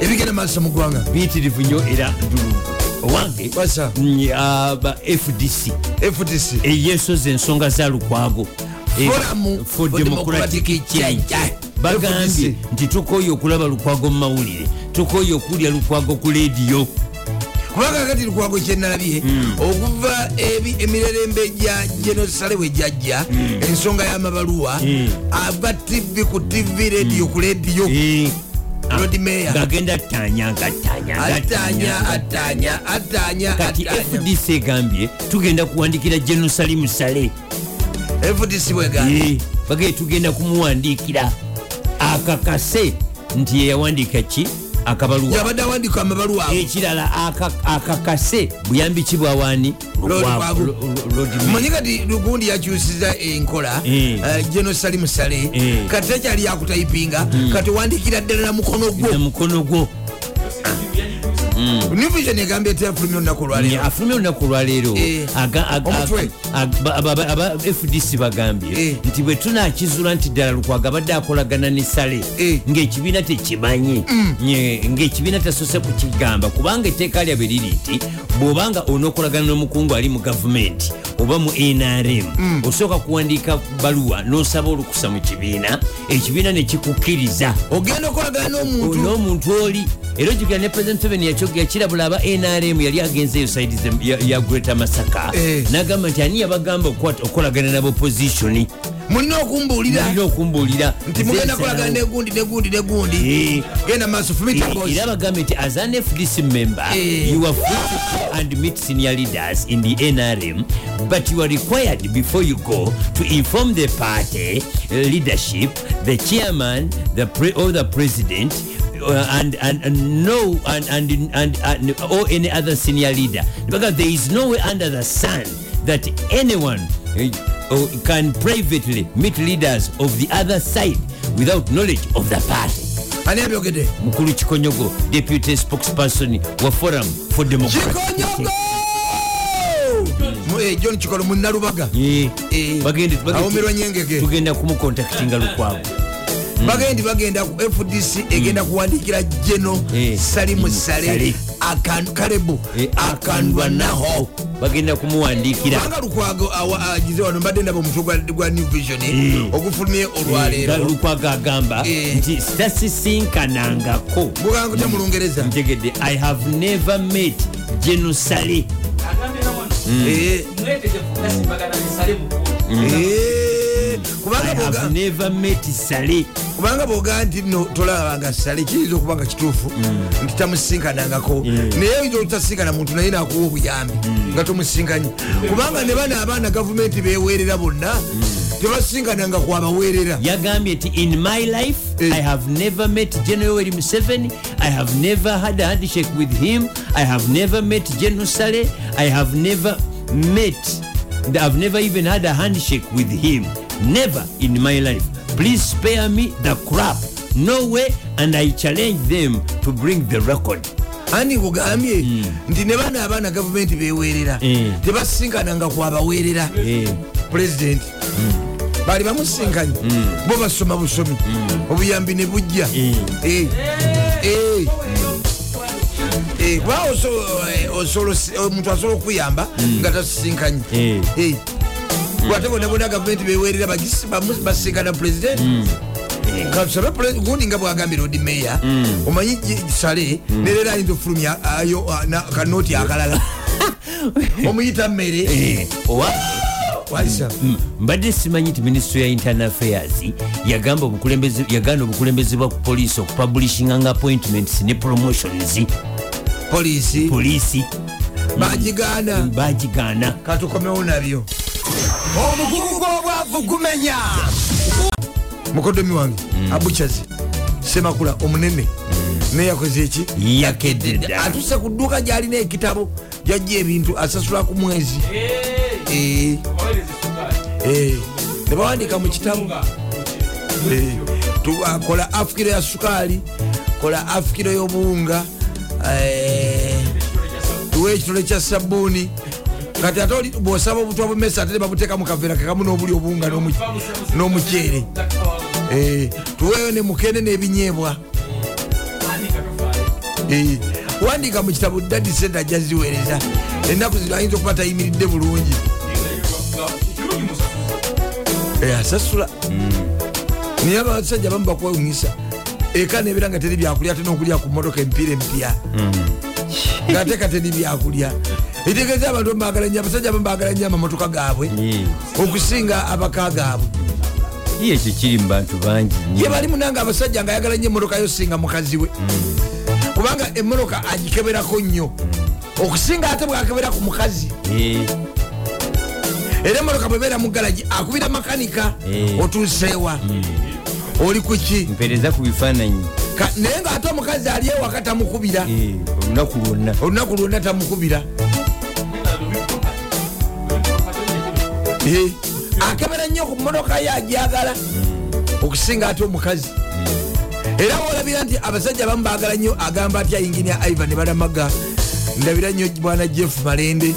ebigenda maaso mu ggwanga biyitirivu nnyo era ddulungu owange Wasa. mm, aba fdc fdc eyesoza ensonga za lukwago Eh, Forum for for democratic Democratic change Change. bagambye FDC. nti tukooye okulaba lukwago mu mawulire tukooye okulya lukwago ku lediyo kubanga kati lukwago kyenalabye okuva ebi- emirerembe gya genosale we jajja ensonga y'amabaluwa Mm. ava tv ku tv rediyo ku rediyo Hmm. Lord Mayor. E, ah, ngagenda ttanya atanya ngatanya atanya atanya kati atanya fdc egambye tugenda kuwandikira jerusalemu sale fdc bwegani Eh, bagee tugenda kumuwandiikira akakase nti yeyawandiika ki akabaluwa yabadde awandika amabaluwa Hmm. ako ekirala aka- akakase buyambi ki bwawaani Lord Babu. lodmanyi manyi kati gundi yakyusiza enkola Eh. genosali musale Eh. kati takyali yakutayipinga kati wandikira ddala na mukono gwo mukono gwo nivision egamba etafulumya olunaku olwaleero afulumya olunaku olwaleero Eh, aga- aga- omutwe. aga- aba- aba- aba fdc bagambye Eh. nti bwe tunakizuula nti ddala lukwaga abadde akolagana ne sale Eh. Mm. ng'ekibiina tekimanyi Nye- ng'ekibiina tasose kukigamba kubanga etteeka lyabwe liri nti bw'obanga onookolagana n'omukungu ali mu gavumenti oba mu Mm. nrm osooka kuwandiika baluwa n'osaba olukusa mu kibiina ekibiina ne kikukkiriza ogenda okolagana n'omuntu n'omuntu oli era ojjukira ne president seven yakirabula aba nrm yali agenzeeyo saidi ya, ya greater masaka Eh. nagamba nti ani yabagamba okukwata- okukolagana n'abaopozitioni mulina okumbuulira mulina okumbuulira nti mugenda kolagana negundi negundi negundi Eh. genda maaso Eh, era fumitabosi bagambye nti as an fdc member Eh. you are free to go and meet senior leaders in the nrm but you are required before you go to inform the party uh, leadership the chairman the pre or the president uh, and, and, and no and, and, and, and or any other senior leader because there is no way under the sun that anyone uh, uh, can privately meet leaders of the other side without knowledge of the party ani abyogedde mukulu kikonyogo deputy spokesperson wa forum for democratic kikonyogo Mu- eh, john kikolo munnalubaga Eh, Eh, bagende- bagende- awumirwa nyengege. tugenda kumukontaktinga lukwago bagendi bagenda ku fdc egenda kuwandikira jeno Eh. salimu Sale. Mm. sale kalebu Eh, akanwa naho bagenda kumuwandiikira kubanga lukwago awa- agize wano mbadde ndaba omutwe gwa- gwa new vision Eh. ogufulumye olwaleero lukwago agamba Eh. nti tasisinkanangako muganga kutya mu lungereza ntegedde i have never met genosale Mm. Eh, eh, kubanga Mm. i have bwoga- never met sale kubanga bwogaa nti no tolabanga sale kiyinza okuba nga kituufu Mm. nti tamusinkanangako naye oyinza olutasinkana muntu naye nakuwa obuyambi Mm. nga tomusinkanye kubanga ne bano abaana gavumenti bewerera bonna Mm. tebasinkananga kwabawerera yagambye nti in my life Eh. i have never met gen yoweri museveni i have never had a handshake with him i have never met gen usale i have never met i've never even had a handshake with him never in my life please spare me the crap no way and i challenge them to bring the record ani nkugambye Mm. nti ne bano abaana gavumenti bewerera Eh. tebasinkananga kwabawerera Eh. pulezidenti Hmm. bali bamusinkanye bo basoma busomi Hmm. obuyambi ne bujja Eh. Eh. Eh. Eh, kuba oso- eh, osolo- omuntu asobola okuyamba nga tasisinkanye Hmm. Eh. Hmm. Eh. ate bonabona gavumenti bewerera bagisi- bamu- basinkana Hmm. pulezidenti katusaba pulezi- gundi nga bwagambye rod meya Hmm. omanyi gi- sale nerera ayinza ofulumya ayo ah, na- kanoti akalala omuyita mmere Eh, owa walisa Mm, mbadde simanyi ti ministry ya internal affairs yagamba obukulembeze yagana obukulembeze bwa poliisi okupublishinganga appointments ne promotions polisi Hmm. poliisi bagigaana bagigaana katukomewo nabyo omukugu gwobwavu gumenya mukodomi wange abuchazi semakula omunene neyakoze eki Yakedde dda. atuse ku dduuka gyalina ekitabo jajja ebintu asasula ku mwezi Eh. Eh. ne bawandika mu kitabo Eh, tu- ah, kola afu kiro ya sukaali kola afu kiro y'obuwunga eh, tuwe ekitole kya sabbuuni kati ate oli- bw'osaba obutwa bumesa ate babuteeka mu kaveera kekamu n'obuli obuwunga n'omu- n'omuceere Eh, tuweeyo ne mukene n'ebinyeebwa wandika mu kitabo dadi sente ajja ziweereza ennaku zino ayinza okuba tayimiridde bulungi Eh, asasula naye abasajja bamu bakwewunyisa eka nebeera nga teri byakulya tena okulya ku motoka empiira empya ngaateeka teri byakulya etegeeza abantu bamagala nyo abasajja bamu bagala nyo amamotoka gaabwe Eh, okusinga abaka gaabwe ye ekyo kiri mu bantu bangi ye nnyo bali munanga abasajja nga ayagala nyo emotoka yosinga mukazi we kubanga emotoka agikeberako nnyo okusinga ate bwakebera ku mukazi Eh, era emotoka bwebeera mu galagi akubira makanika Mm. otuuseewa oli kuki mpereza ku bifaananyi Ka- naye ngaate omukazi ali ewaka tamukubira Eh, olunaku lwonna olunaku lwonna tamukubira Eh, akebera nnyo ku motoka ye ajagala okusinga ate omukazi era olabira nti abasajja abamu bagala nnyo agamba atya inginiya iva ne balamaga ndabira nnyo bwana jeff malende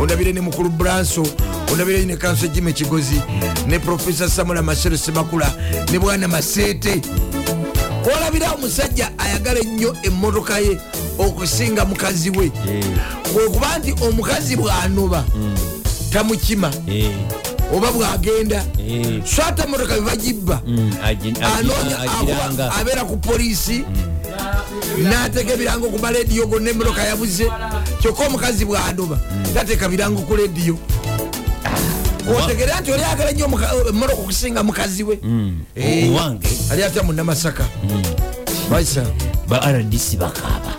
ondabire ne mukulu branso ondabire ne kanso jime kigozi ne profesa samula masero semakula ne bwana masete olabira omusajja ayagala ennyo emmotoka ye okusinga mukazi we Eh, kwekuba nti omukazi bwanoba tamukima eh, oba bwagenda eh, so ate motoka bebagibba mm, agi- agi- anoonya agiranga akuba- abeera ku polisi n'ateeka ebirango ku malediyo gonna emmotoka yabuze kyokka omukazi bwanoba tateeka birango ku lediyo otegera nti oli agala nyo emmotoka okusinga mukazi we Mm. Eh, owange ali atya munnamasaka baisa ba rdc bakaaba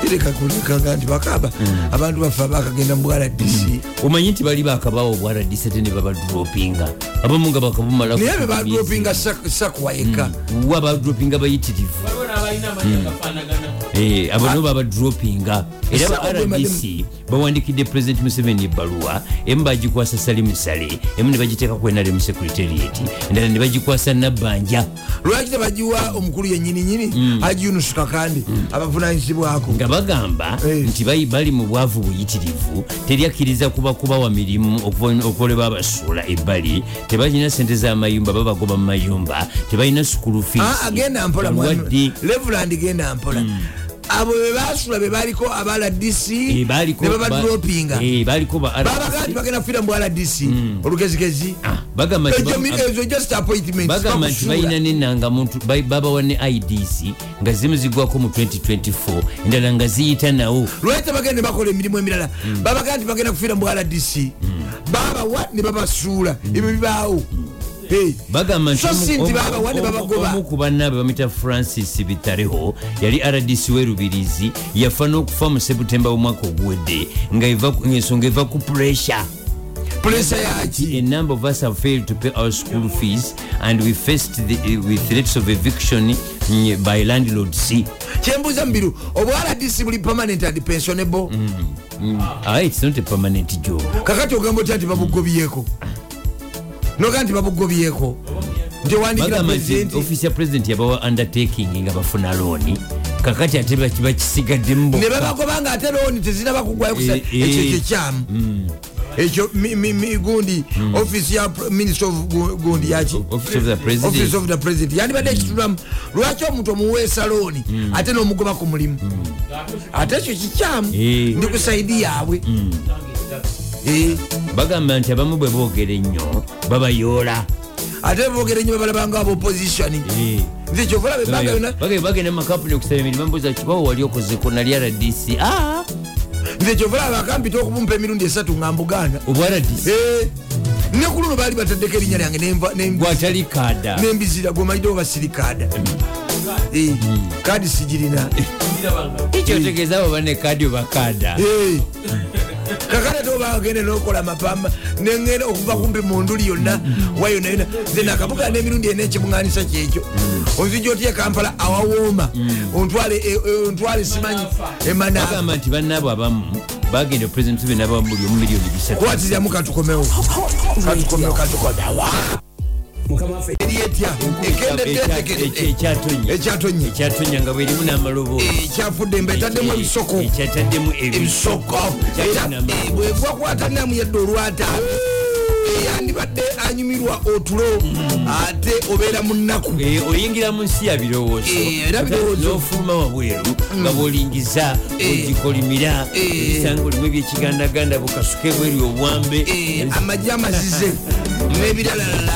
terekakulekaga nti bakaba abantu baffe abakagenda mu bwaladisi omanyi nti bali bakabawo obwa rdc ate ne babadropinga abamu nga bakabumalawo naye bebadropinga sakuwa eka wabadropinga bayitirivu waliwo n'abalina amanya agafaanagana Eh, abo nabo babadropinga era ba Sawa, rdc bawandikidde president museveni ebbaluwa emu bagikwasa salimusale emu ne bagiteekaku enalemu secretariat endala ne bagikwasa nabbanja lwaki tebagiwa omukulu yenyininyini ajunusika kandi abavunanyizibwako nga bagamba Eh. nti bali- bali mu bwavu buyitirivu teryakkiriza kubakubawa mirimu okuva- okukolebwa abasuula ebbali tebalina sente z'amayumba babagoba mu mayumba tebalina sukulu Ah, agenda mpola feesiwadde levuland genda mpola abo bebasula bebaliko aba rdc eh, ne babadropinga baliko ba babagaa RRC. ti bagenda kufiira mu bwa rdc olugezigezi Ah, bagamba nti Ejo mi- ba- ah, ezo just appointments bagamba nti bakusuula. balina nenanga muntu ba- babawa ne idc nga zimu zigwako mu 2024 endala nga ziyita nawo lwaki tebagenda ne bakola emirimu emirala Mm. babagaa nti bagenda kufiira mu rdc babawa ne babasuula Mm. ebyo bibaawo Hey. bagamba nti So si nti omu- babawa ne omu- babagoba. omu ku bannaabwe bamuyita francis bitareho yali rdc werubirizi yafa n'okufa mu sebutemba w'omwaka oguwedde ngaensonga eva ku puresure pulesa yaki A number of us have failed to pay our school fees and we faced the, with threats of eviction mm, by landlord C. kyembuuza mubiru obwa rdc buli permanent and pensionable Mm. Ah, it's not a permanent job. kakati ogamba otya nti babugobyeko noga nti babugobyeko nti owandikira bagamba nti pulezidenti ofisi ya president yabawa undertaking nga bafuna looni kakati ate baki- bakisigaddemu ne bokka babagoba nga ate looni tezinaba kugwayo kusa Eh, eh. Mm. ekyo kyekyamu ekyo mi- mi- mi- gundi office ya pr- minister of gu- gundi yaki office Mm. of the office president of the president yandibadde Mm. ekitulamu lwaki omuntu omuweesa looni ate n'omugoba ku mulimu ate ekyo kikyamu Mm. Eh. Mm. ndi ku saidi yaabwe Eh. bagamba nti abamu bwe boogera ennyo babayoola ate boogera nnyo babalabanga abaopposition Eh. nze kyovalaba ebbanga yona Bagenda- bagenda makampuni okusaba emirimu mbuza kibawo wali okozeko nali rdc Ah, nze kyovalaba akampita okubumpa emirundi esatu nga mbuganda obwa rdc Eh, ne ku luno baali bataddeko erinnya lyange nenva- ne- gwatali kada nembizira gwe maliddewo basirikaada Mm. Eh, kadi sigirina ekyotegeeza abo bane kadi obakada Eh, kakale tobagende nokola mapamba neŋenda okuva kumpi munduli yonna wa yona yona nze nakabuga nemirundi ena ekimuŋanisa kyekyo onzija otya kampala awawooma ontwale e- e- ontwale simanyi emanafa bagamba nti bannaabo abamu bagenda president bena abamu buli omu miliyoni bisatu kwatiramu katukomewo katukomewo katukomewo eri etya ekendeddeetegere ekyatonye ekyatonye ekyatonya nga bwerimu n'amaloboozi ekyafudde emba etaddemu ebisoko ekyataddemu ebisoko ebisoko era Ekyatinama. bwegwakwata namu yedde olwata eyandibadde anyumirwa otulo ate obeera mu nnaku Eh, oyingira mu nsi ya birowoozo Eh, era birowoozo. Mm. n'ofuluma wabweru nga bwolingiza ogikolimira Eh. ebisanga olimu ebyekigandaganda bukasuke bweri obwambe Eh, amagi amazize n'ebiralalala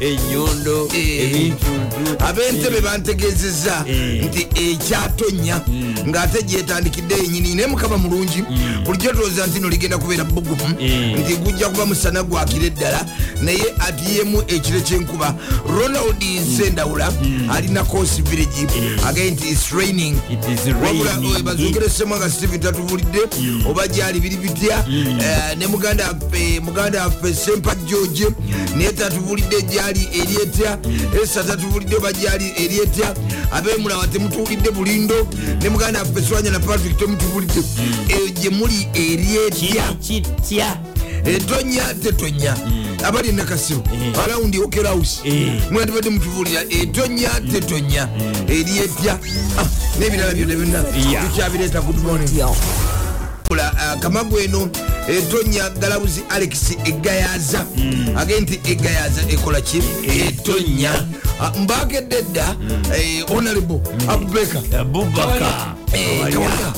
enyondo Eh. ebintuntu abentebe bantegezeza Eh. Hmm. nti ekyatonya ng'ate gyetandikidde yenyini naye mukama mulungi bulijjo tolowooza nti no ligenda kubeera bbugumu Eh. nti gujja kuba musana gwakire eddala naye atiyemu ekire kyenkuba ronald nsendawula Hmm. alina cosi village Eh. agaye nti is raining It is wabula raining. bazungeresemu nga steven tatubulidde oba gyali biri bitya Eh, ne muganda waffe- muganda waffe sempa george naye tatubulidde gyali eryetya esa tatubulidde oba gyali eryetya abemulawa temutuwulidde bulindo ne muganda waffe swanyana patrick temutubulidde eyo gye muli eryetya Kiri kitya etonya tetonya abali enakasiru alaundi okerausi Eh. mwandibadde mutubulira etonya tetonya eryetya Ah, n'ebirala byonna byonna Yeah. tukyabireeta good morning Kula, ah, kamagu eno etonya galabuzi alex egayaza age nti egayaza ekola ki etonya Ah, mbakedde edda eh, honorable abubeka abubaka Eh, kabaka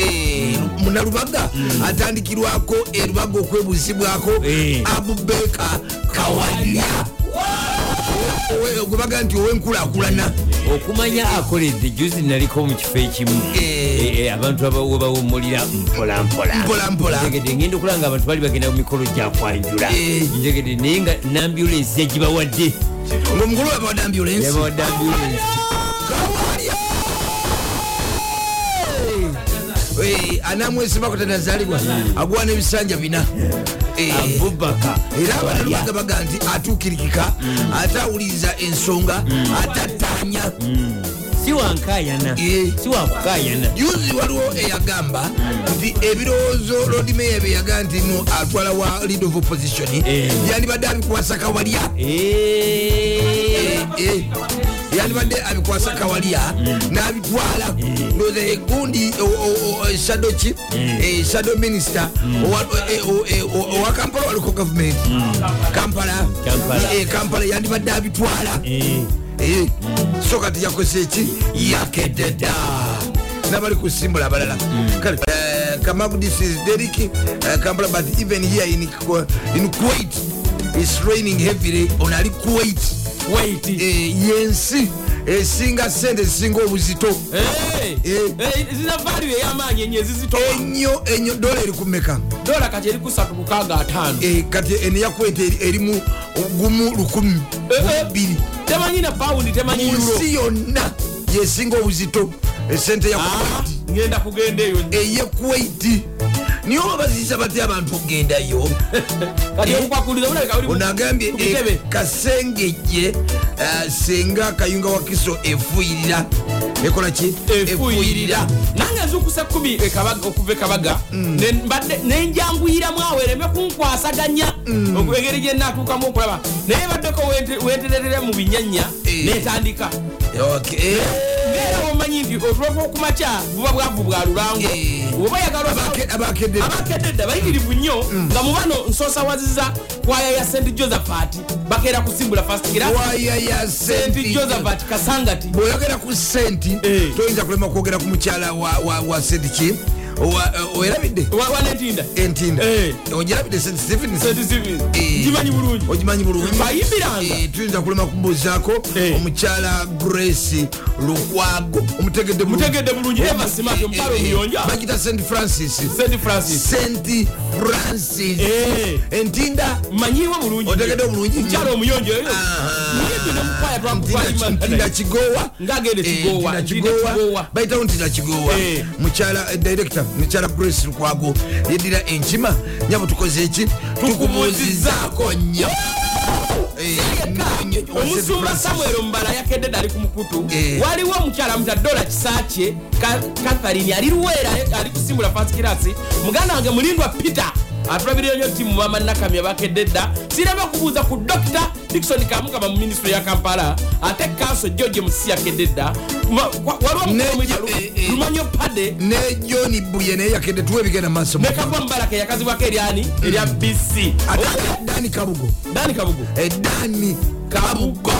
Eh, munalubaga atandikirwako erubaga okwebuzibwako Eh. abubeka kawanya gwebaga nti owenkulakulana okumanya akoledde juzi naliko mu kifo ekimu Eh. Eh, eh, abantu abawe bawummulira Mpola, mpola. mpolampolanjegedde ngenda okulaba nga abantu bali bagenda mu mikolo gyakwanjula Eh. njegedde naye nga nambulensi yagibawadde ngaomukulu wabawadde ambulensi yabawadde ambulensi anamwesibako tanazalibwa agwana ebisanja bina Eh, abubaka era abanalubaga baga nti atuukirikika ate awuliriza ensonga atatanya si wankayana Eh. si wakukayana yuzi waliwo eyagamba nti ebirowoozo lodimeya byeyaga nti no atwala wa lead of opposition Eh. yandibadde abikwasa kawalya Eh. Eh, yandibadde abikwasa kawalya n'abitwala Eh. ndowooza egundi shado ki Eh, shado minisita Hmm. eh, owa kampala waliko gavumenti kampala Kampala. Eh, kampala yandibadde abitwala Eh. Eh, so kati yakoze eki yakededa nabali kusimbula abalala Mm. Kale, eh, Kamagu, this is Derek, eh, Kampala, but even here in Ku- in kuwait is raining heavily onali kuwait Wait. Eh, yensi eh, esinga sente zisinga obuzito Eh. Eh. Eh, zina value ey'amaanyi enyo ezizitowa enyo enyo dola eri kumeka dola kati eri kusatu mukaaga ataano Eh, kati eneyakuwait erimu gumu lukumi Eh, eh. biri temanyi na pawundi temanyi euro munsi yonna yesinga obuzito esente Eh, ya Ah, kuwait ngenda kugenda eyo eye kuwaiti niye oba baziyiza batya abantu okugendayo kati okupakuliza bulabika buli onagambye "Eh, ku kitebe kasengejje ah, singa akayunga wa kiso efuyirira ekola ki efuuyirira nange nzukusa kumi ekabaga- okuva ekabaga Mm. ne mbadde- ne njanguiramu awo ereme kunkwasaganya Mm. engeri gye naatuukamu okulaba naye baddeko wenteretere mu binyanya Eh. netandika Okay. ngaera womanyi nti otulova okumakya buba bwavu bwa lulango Eh. oba yagala Abake- abakedde abakededde bayigirivu nnyo Mm. nga mu bano nsoosawaziza kwaya ya st josephat bakeera kusimbula fastikira waya ya st senti josephat kasangati bweoyogera ku senti Eh. toyinza kulema kwogera ku mukyala wa- wa- wa senti ki Owa- eh, owerabidde Wa- wanetinda entinda Eh. ogirabidde senti stevens st sivi Eh. gimanyi bulungi ogimanyi bulungi Mbayimbiranga. Eh, tuyinza kulema kubuuzaako Eh. omukyala grace lukwago omutegedde bulungi. Mutegedde bulungi, Eh, Eva Simato, eh, omukala eh, omuyonja. bagita st francis st francis st francis Eh. entinda manyiwa bulungi Otegedde bulungi. mukyalo omuyonjo eyo Aha. Muyite ne mukwaya Ntinda ki- ntinda twakutwalimanaye kigowa Ng'agenda Kigowa, Eh, Ntinda Ntinda Kigowa. Kigowa. bayitawo ntinda kigowa Eh. mukyala eh, director mukyala grace lukwago yeddira enkima nyabo tukoze eki tukubuuzizaako nnyo Eh, nnyo, nnyo, wa St. omusumba Francis. samuel omubala yakedde ddali ku mukutu Eh. waliwo omukyala muta dola kisakye katharini aliruweera ali kusimbula fast kirasi muganda wange mulindwa peter atulabirira nyo timu mama nakami abakedde dda siraba kubuuza ku dokita dikson kamukama mu minisitule ya kampala ate kanso george musi yakedde dda Ma- wa- Ne- eh, eh. waliwo lumanyo pade ne john buye naye yakedde tuwa ebigenda maaso mu- nekagwa mubalaka yakazibwako eryani erya bc Ate akedde dani kabugo dani kabugo Eh, dani kabugo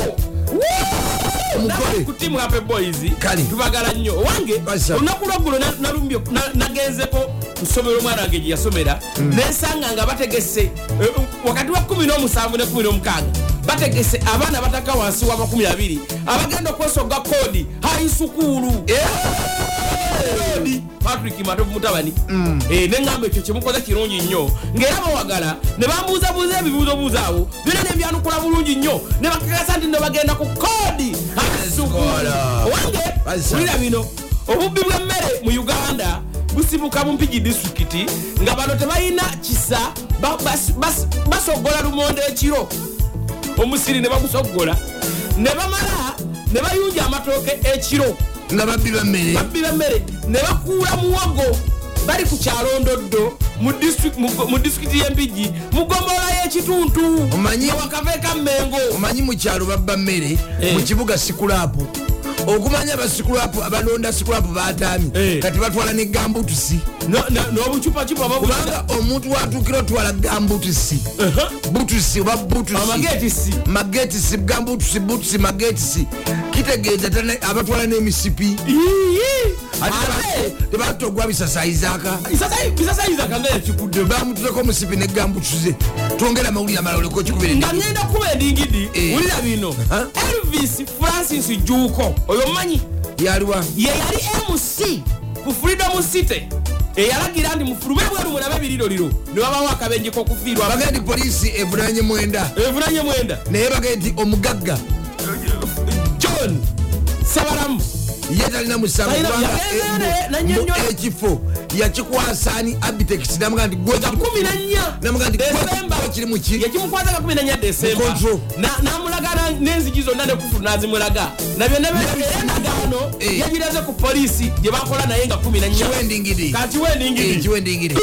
Naye omugole ku tiimu ape boys Kale. tubagala nnyo owange Basa. olunaku lwaggulo na- nalumbye- na- nagenzeko ku ssomero omwana wange gye yasomera nensanga nga bategese eh, wakati wa 17 ne 16 bategese abaana bataka wansi wa 20 abagenda okwesoga koodi hayi sukuulu Kodi, patrick matovu mutabani Eh, neŋŋamba ekyo kyemukoze kirungi nnyo ng'era bawagala ne bambuuzabuuza ebibuuzobuuza awo byona nebyanukula bulungi nnyo ne bakakasa nti ne bagenda ku koodi asukula owange Bazza. wulira bino obubbi bw'emmere mu uganda busibuka mu mpigi disitulikiti nga bano tebalina kisa ba- bas- bas- basogola lumonde ekiro omusiri ne bagusogola ne bamala ne bayunja amatooke ekiro nga babbi bammere babbi bemmere ne bakuula muwogo bali ku kyalondoddo mu disitulikiti- mu- mu disitulikiti y'empigi mu ggombolola y'ekituntu Omanyi- awakave ka mmengo omanyi mukyalo babba mmere Eh. mukibuga sikulapu okumanya abasikulapu abalonda sikulapu batami Eh. kati batwala ne gambutusi No- no- n'obucupacupa babuza kubanga omuntu watukira otwala gambutusi butusi oba butusi amagetisi magetisi gambutusi butusi magetisi kitegeeza tana- abatwala n'emisipi ate ate tebatogwa bisasayizaaka bisasayiza kanga yakigudde bamututeko omusipi ne gambutusize twongera amawulire amalala oleko kikubire nga ngenda kuba endingidi Eh. wulira bino Aha. elvis francis juuko oyo manyi yaliwa ye yali mc ku freedom city eyalagira nti mufulume bweru mulabe ebiriroliro ne babawo akabenje kokufiirwa bagenda poliisi e evunanye mwenda evunanye mwenda naye bagenda nti omugagga john sabalamu ye talina musango Talina- Eh, kubanga yabeera naye, e- nannyonnyola. mu ekifo yakikwasani abitex namugaa nti nga 14 namugaa nti December. kiri muki yekimukwata nga 14 desemba Control. Na- namulaga na- n'enzigi zonna nekufulu nazimulaga nabyo endagaano Eh. yagiraze ku polisi gye bakola naye nga 14 kiwendingiri Eh, kakiwendingiri kiwendingiri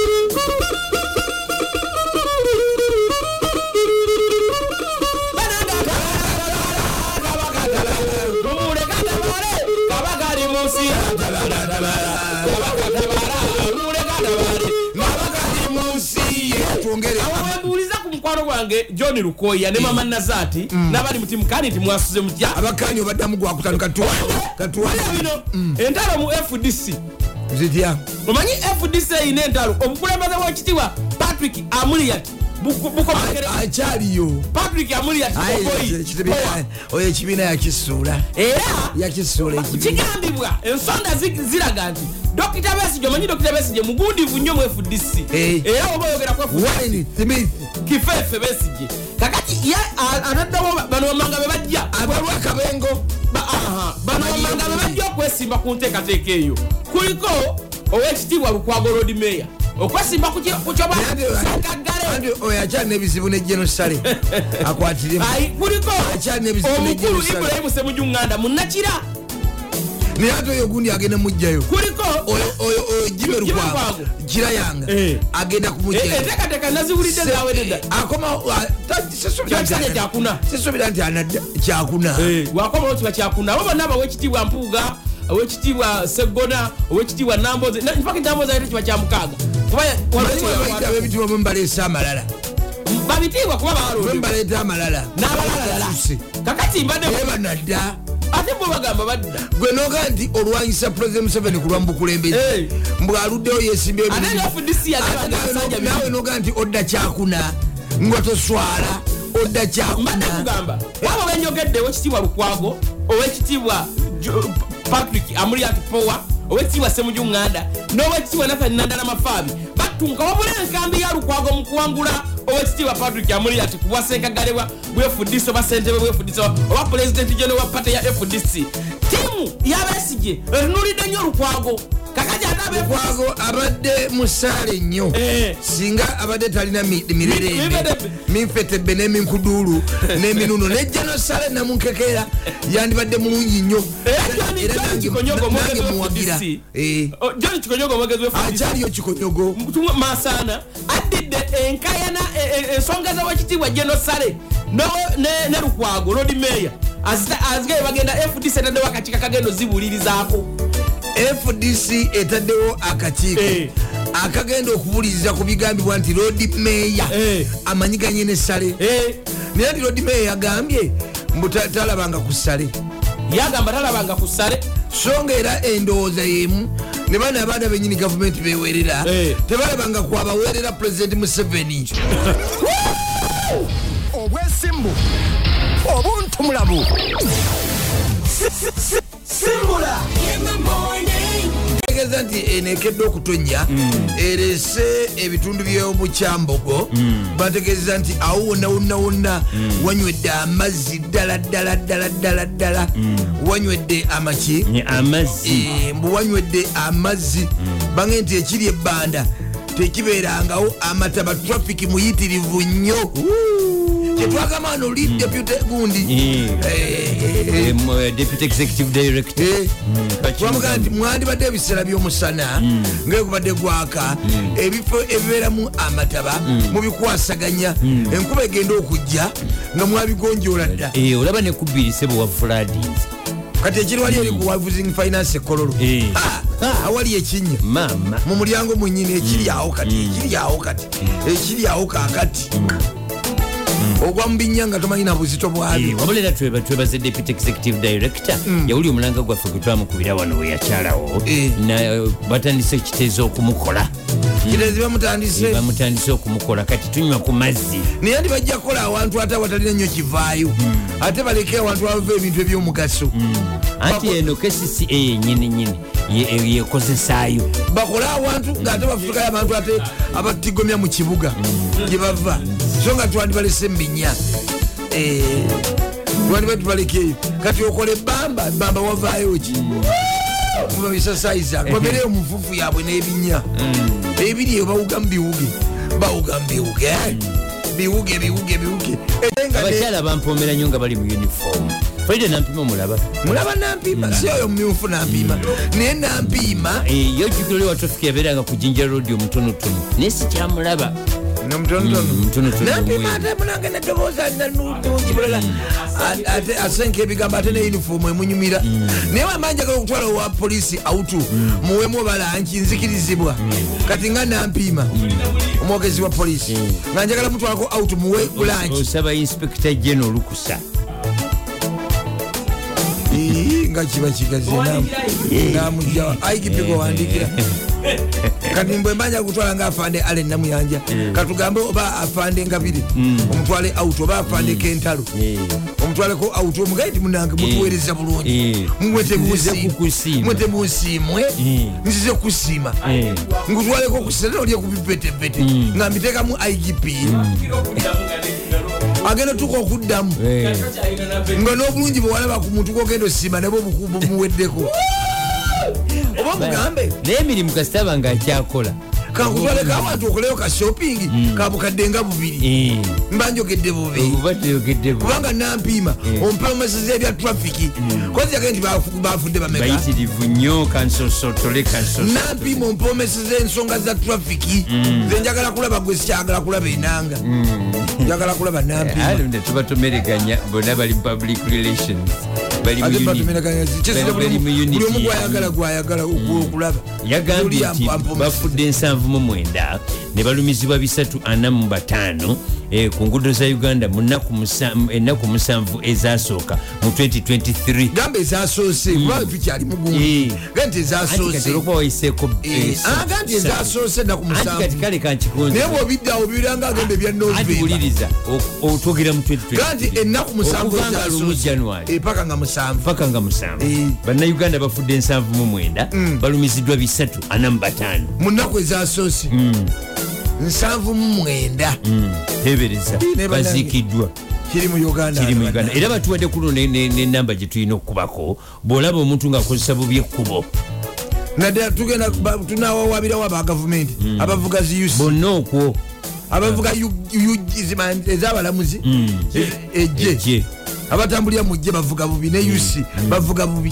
twongere awebuuliza ku mukwano gwange john lukoya ne mama nazaati n'abali mutimukani nti mwasuze mutya abakanya obaddamu gwakutano katuwa Wulira bino entalo mu fdc zitya omanyi fdc eyina entalo obukulembeze bwekitiibwa patrick amuliyat bukomekere akyaliyo patrick amuliyat Aye, okoyi ekibiina- oyo ekibiina yakisuula era yakisuula ekibiina kigambibwa ensonda zi- ziraga nti dokita besige omanyi dokita besige mugundivu nnyo mu fdc Eh. era oba oyogera ku FDC, wayini smith kifeefe besige kakati ye a- ataddewo ba- bano bamanga be bajja abalwakabengo Ba- aha, bano bamanga be bajja okwesimba ku nteekateeka eyo kuliko owekitiibwa lukwago lodi meya okwesimba ku kye- ku kyoba sakaggale anti oyo akyalina ebizibu ne genosale akwatiremu Ayi, kuliko Akyalina ebizibu omukulu n'eggye lisale. ibulayimu semujuŋŋanda munakira naye ate oyo ogundi agenda mugjayo kuliko Oyo- oyo oyo jibe Jibe lukwago Lukwago. jira yanga Eh. agenda Eh, kumugjayo enteekateeka naziwulidde zawededa ah, Kyakisale kyakuna. sisuubira nti anadda kyakuna Eh. wakomao kiba kyakuna abo bonna abawekitiibwa mpuuga owekitiibwa seggona owekitiibwa namboze mpaka namboze ate kiba kyamukaaga kuba ya- Manyi bwe bayita ab'ebitiibwa bwe mubaleesa amalala babitiibwa kuba bwe balonde mubaleeta amalala n'abalalala Basuuse. kakati mbadde naye banadda ate bo bagamba badda gwe noga nti olwanyisa president museveni ku lwamubukulembeze Eh. mbwaluddeyo yesimbye ate nga Ate fdc nawe yagabasanja no- nawe noga nti odda kyakuna nga toswala odda mbadde kyakuna kugamba waba benjogedde owekitiibwa lukwago owekitiibwa Jo- patrick amuriat power owekitiibwa semuju ŋŋanda n'owekitiibwa nathani nandala mafaabi battunka wabula enkambi ya lukwago mu kuwangula owekitiibwa patrick amuriat ku bwasenkagalebwa bwefudisi oba sentebe bwefudisi oba- oba pulezidenti geno wa pate ya fdc tiimu y'abeesige etunulidde nnyo lukwago kakati ate abe kwago abadde musaale nnyo Eh. singa abadde talina mi- mirerembe mirerembe. minfetebe n'eminkuduulu n'eminuno ne genosale namunkekera yandibadde mulungi nnyo Era John- Era John nange- Eh, Kikonyogo omwogezi nange wa muwagira FDC. Eh. O- john kikonyoga omwogezi wefdc akyaliyo kikonyogo Mutumwa masana addidde enkayana e- e- ensonga z'owekitiibwa genosale nowe- ne ne lukwago lodi meya azigaye bagenda fdc etaddewo akakiiko akagenda ozibulirizaako fdc etaddewo akakiiko Eh. akagenda okubuliriza ku bigambibwa nti rodi meya Eh. amanyiganye ne sale Eh, naye nti rodi meya yagambye mbu ta- talabanga ku sale yagamba talabanga ku ssale so nga era endowooza yemu ne bana abaana benyini gavumenti bewerera Eh. tebalabanga kwabawerera pulezidenti museveni obwesimbu obuntumulamu simbula tegeza nti enekedde okutonya erese ebitundu byomukyambogo bategeeza nti awo wonna wonna wonna wanywedde amazzi ddala ddala ddala ddala ddala wanywedde amaki Ni amazzi Eh, mbu wanywedde amazzi bange nti ekiri ebbanda tekiberangawo amata batrafiki muyitirivu nnyo kyetwagamba no lead deputy gundi Eh, Eh, eh, eh. eh, mu- eh, deputy executive director twamugaa nti mwandibadde ebiseera byomusana ngaekubadde gwaka ebifo ebibeeramu amataba mubikwasaganya enkuba egenda okujja nga mwabigonjoola dda Eh, olaba nekubirise bwe wafuladins kati ekiri wali eri ku wavuzing finance ekololo Eh. Ah, awali ekinnya maama mu mulyango mwenyini ekiri awo kati ekiri awo kati ekiri awo kakati ogwa mu binnya nga tomanyina buzito Eh, bwabyo wabula era tweba- twebaze deputy executive director yawuli omulanga gwaffe gwe twamukubira wano weyakyalawo Eh. batandise ekiteezo okumukola kirezi bamutandise bamutandise okumukola kati tunywa ku mazzi naye ndibajja kukola awantu ate awatalina nnyo kivaayo ate baleke awantu awava ebintu eby'omugaso anti eno kcca yenyini nyini ye- eh, ye- yekozesaayo bakole awantu ngaate bafutukayo abantu ate abatigomya mu kibuga gye bava so nga twandibalese mu binya Eh, twandiba tubalekeeyo kati okola ebbamba ebbamba wavaayo ki muba bisasayiza babereyo mufufu yaabwe n'ebinya ebiri eyo bawuga mu biwuge bawuga mu biwuge eh? biwuge biwuge biwuge Ate nga ne- abakyala bampomera nnyo nga bali mu uniform frida nampima omulaba mulaba nampiima si oyo mumyufu nampiima naye nampiima Eh, ye ojjukira oli wa traffic yabeeranga ku jinja road omutonotono naye sikyamulaba Mm, mutonotono nampiima omweru. ate munange nedobooza nanungi bulala A- ate asenka ebigambo ate ne yunifoomu emunyumira naye amaanyi agala okutwala owa poliisi autu muwemu obalanki nzikirizibwa kati nga nampiima omwogezi wa poliisi nga njagala mutwalako autu muwe bulanki osaba Oh, inspector gen olukusa Ii, nga kiba kigazi namujja aigipigo wandikira kati mbwe mbanja kutwala nga afande ale namuyanja katugambe oba afande ngabiri omutwale auto oba afande kentalo Eh. omutwaleko auto omugaye ti munange mutuweereza bulungi Eh. Mwete Nzize munsiime. kukusiima. mwete munsiimwe Eh. nzize kusiima Eh. ngutwaleko kusera olye kubipetepete nga mbiteekamu igp agenda tuka okuddamu Eh. nga n'obulungi bwewalaba ku muntu gwogenda osiima nabwe obukubu bumuweddeko Eh. oba omugambe naye emirimu kasitaba nga akyakola Eh. kankutwaleko abantu okoleyo ka shopping kabukadde nga bubiri Eh, mba njogedde bubi obuba tuyogedde bu- kubanga nampiima Eh. ompromeseza ebya trafiki kozi yagee nti bafu- bafudde bameka bayitirivu nnyo kansosotole nampiima ompomeseza ensonga za trafiki Mm. nze njagala kulaba gwe sikyagala kulaba enanga njagala kulaba nampiima Eh, tuba tumereganya bonna bali mu public relations bali mu uni- bali mu unity. buli omu gwayagala gwayagala okulaba yagambye nti ampomeseza bafudde 79 ne balumizibwa 345 eh, ku nguudo za uganda mu nnaku musa- mu ennaku musanvu ezasooka mu 2023 gamba ezasoose kuba tukyali mugundi Mm. Eh. ga nti anti kati ezasoose olwokuba wayiseeko Eh, aga nti ezasoose ennaku anti kati musanvu kale kankikunze naye bwobiddawo biranga agenda ebya anti novemba wuliriza otwogera mu ga nti ennaku musanvu Okuva nga lumu January. ezasoose Eh, paka nga musanvu paka nga musanvu Eh. Mm. bannayuganda bafudde 79 balumiziddwa 345 mu nnaku ezasoose Mm. nsanvu mu mwenda tebereza ne bannange. Mm. baziikiddwa kiri mu uganda kiri mu uganda era batuwadde kuno nenamba gye tulina okukubako bw'olaba omuntu ng'akozesa bubi ekkubo naddala tugenda tunawawabirawo aba gavumenti abavuga ziusi bonna okwo abavuga ezabalamuzi E ejje gye abatambulira mujje bavuga bubi ne uc bavuga bubi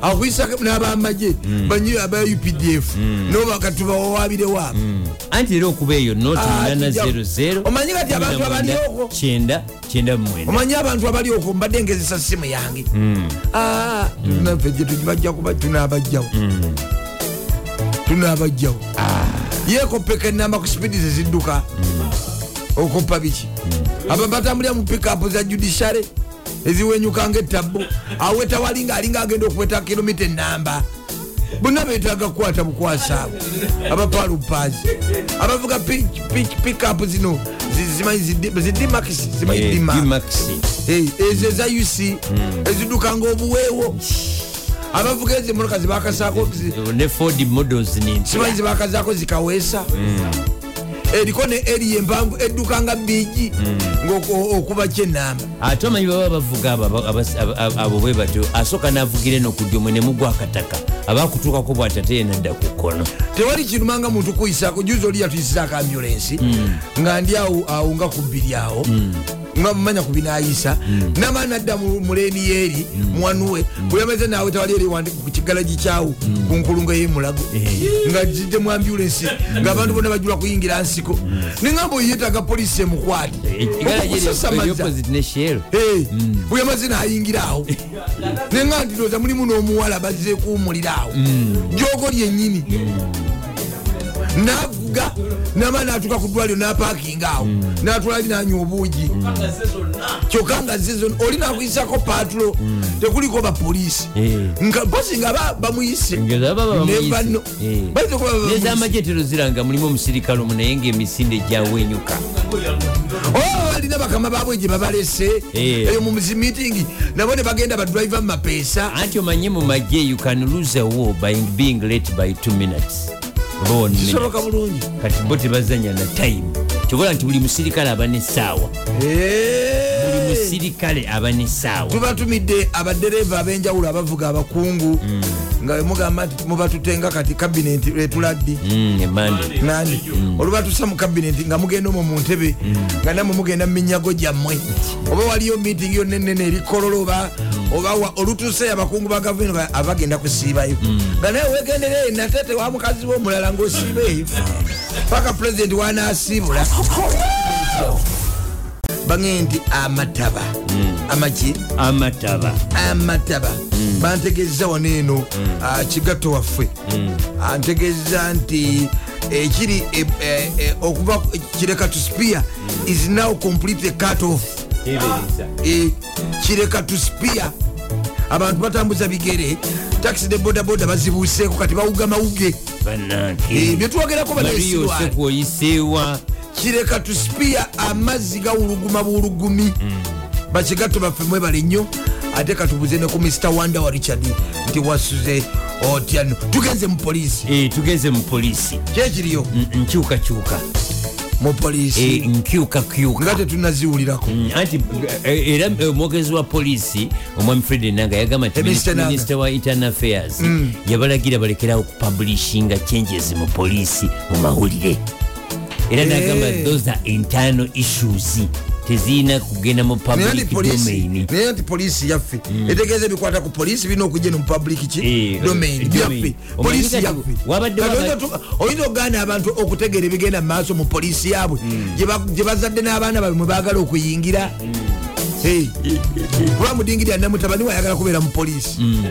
akuyisa n'abamaje banyi aba updf nobakatubawawabirewo abo Hmm. anti era okuba eyo Ah, omanyi kati abantu abalioko. 9809 omanyi abantu abali okwo mbadde ngezesa simu yange Ah, naffe gye tujibajja kuba tunabajjawo tunabajjawo yekopeka enamba ku sipidi zezidduka okopa biki aba batambulira mu pikapu za judishare eziwenyukanga ettabu awetawali ngaalinga agenda okweta kilomita enamba bonna beetaaga kukwata bukwasa abo abapalupaazi abavuga pikapu zino zi- zimanyi zidi- zidimakisi Eh, zimanyi dimak dimaxi Hey, ezo eza uc ezidukanga obuweewo abavuga ezo emotoka zebakasaako ne ford models ninti simanyi zebakazaako zikaweesa eriko Eh, ne eriya empanvu eddukanga biigi ngaokuba kyenamba ate omanyi Ah, baba bavuga abo aba- abas- aba- aba- abo bwe batyo asooka n'avugira eno ku ddyo mwe ne mugwa akataka abakutuukako bw'atate ye nadda ku kkono tewali kinumanga muntu kuyisako juzi oli yatuyisizaako ambulensi nga ndi awo awo nga ku bbiri awo nga mumanya ku binayisa namaani nadda mu- muleni yeeri mwanuwe bulameze naawe tewali eri wandi ku kigalagi kyawo ku nkulungo ey'emulago nga zijje mu ambulensi ngaabantu bonna bajula kuyingira nsiko neŋamba oyetaga polisi emukwate Eh, Okukusasamaza. ekigalagieopposite ne shero bweyamaze nayingira awo nenga ndilooza mulimu n'omuwala bazze kuwumulira awo jogo lyennyini navuga nama natuka ku ddwaliro napakinga awo natwalali nanywa obuugi Mm. kyokka nga zezon oli nakuyisako patulo tekuliko bapoliisi Eh. Nga- mpozi nga ba- bamuyise Mm. Nevano. Eh. Bayinza okuba bamuyise. nezamaje teroziranga mulimu omusirikale omu naye ngaemisinde gyawenyuka oba balina Oh, bakama baabwe gye babalese Eh. eyo mumumitingi nabo ne bagenda badrive mu mapeesa anti omanye mu magye you can lose a war by being late by 2 minutes Oba one minute. kisoboka bulungi kati bo tebazanya na time kyobola nti buli musirikale aba nesaawa Eh. buli musirikale aba nesaawa tuba tumidde abadereva ab'enjawulo abavuga abakungu nga bemugamba nti mubatutenga kati kabineti lwetuladdi Mm, emande nani olubatusa mu kabineti nga mugenda omwo mu ntebe nga namwe mugenda mu minyago gyammwe oba waliyo miitingi yonna enene erikolola oba oba wa- olutuuse abakungu ba gavumenti nga abagenda kusiibayo nga naye wegendereyo natete wa mukazi we omulala ng'osiiba eyo paka pulezidenti wanasiibula bagende nti amataba amaki amataba amataba bantegeza wano eno ah, kigatto waffe antegeza nti ekiri eh, eh, eh, okuva ku- kireka to spear is now completely cut off Eh, kireka to spear abantu batambuza bigere taxi ne bodaboda bazibuuseeko kati bawuga mawuge Eh, bananke byetwogerako baliyose banesirwa kwoyiseewa kireka tusipiya amazzi gawuluguma bulugumi bakigatto baffe mwebale nnyo ate katubuze ne ku mr wanda wa richard nti wasuze otyano tugenze mu polisi Eh, tugeze mu polisi kyekiriyo N- nkyukakyuka mu Eh, polisi nkyukakyuka nga tetunaziwulirako Mm, anti eh, era eh, omwogezi wa poliisi omwami fred enanga yagamba nti Eh, Mr. Mm. Enanga. minisita wa internal affairs yabalagira balekerawo okupublishinga changes mu poliisi mu mawulire era nagamba Eh. those are internal issues tezirina kugenda mu Naye nti public polisi- domain naye nti polisi yaffe etegeeza ebikwata ku polisi birina okujja ne mu public ki Mm. Eh, domain domain. byaffe Omanyi polisi kati yaffe wabadde Kati waba- oyinza tu- oyinza okugaana abantu okutegeera ebigenda mu maaso mu polisi yaabwe Mm. gye ba- gye bazadde n'abaana babe mwe baagala okuyingira Eh, kuba mudingirya namutabani we ayagala kubeera mu polisi Mm.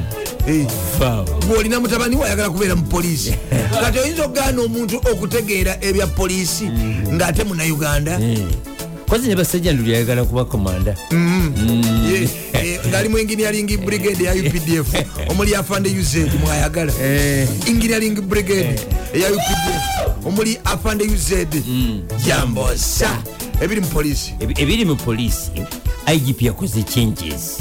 Eh, Faawo. gwolina mutabani we ayagala kubeera mu polisi kati oyinza okugaana omuntu okutegeera ebya polisi Mm. ng'ate munauganda Eh. kozi ne basajja nduli ayagala kuba komanda Ye- eh, ngalimu engineering brigade ya updf omuli afande usage mwayagala Eh. engineering brigade eya updf omuli afande usage Mm. jambosa ebiri mu polisi Ebi- ebiri mu polisi igp yakoze changes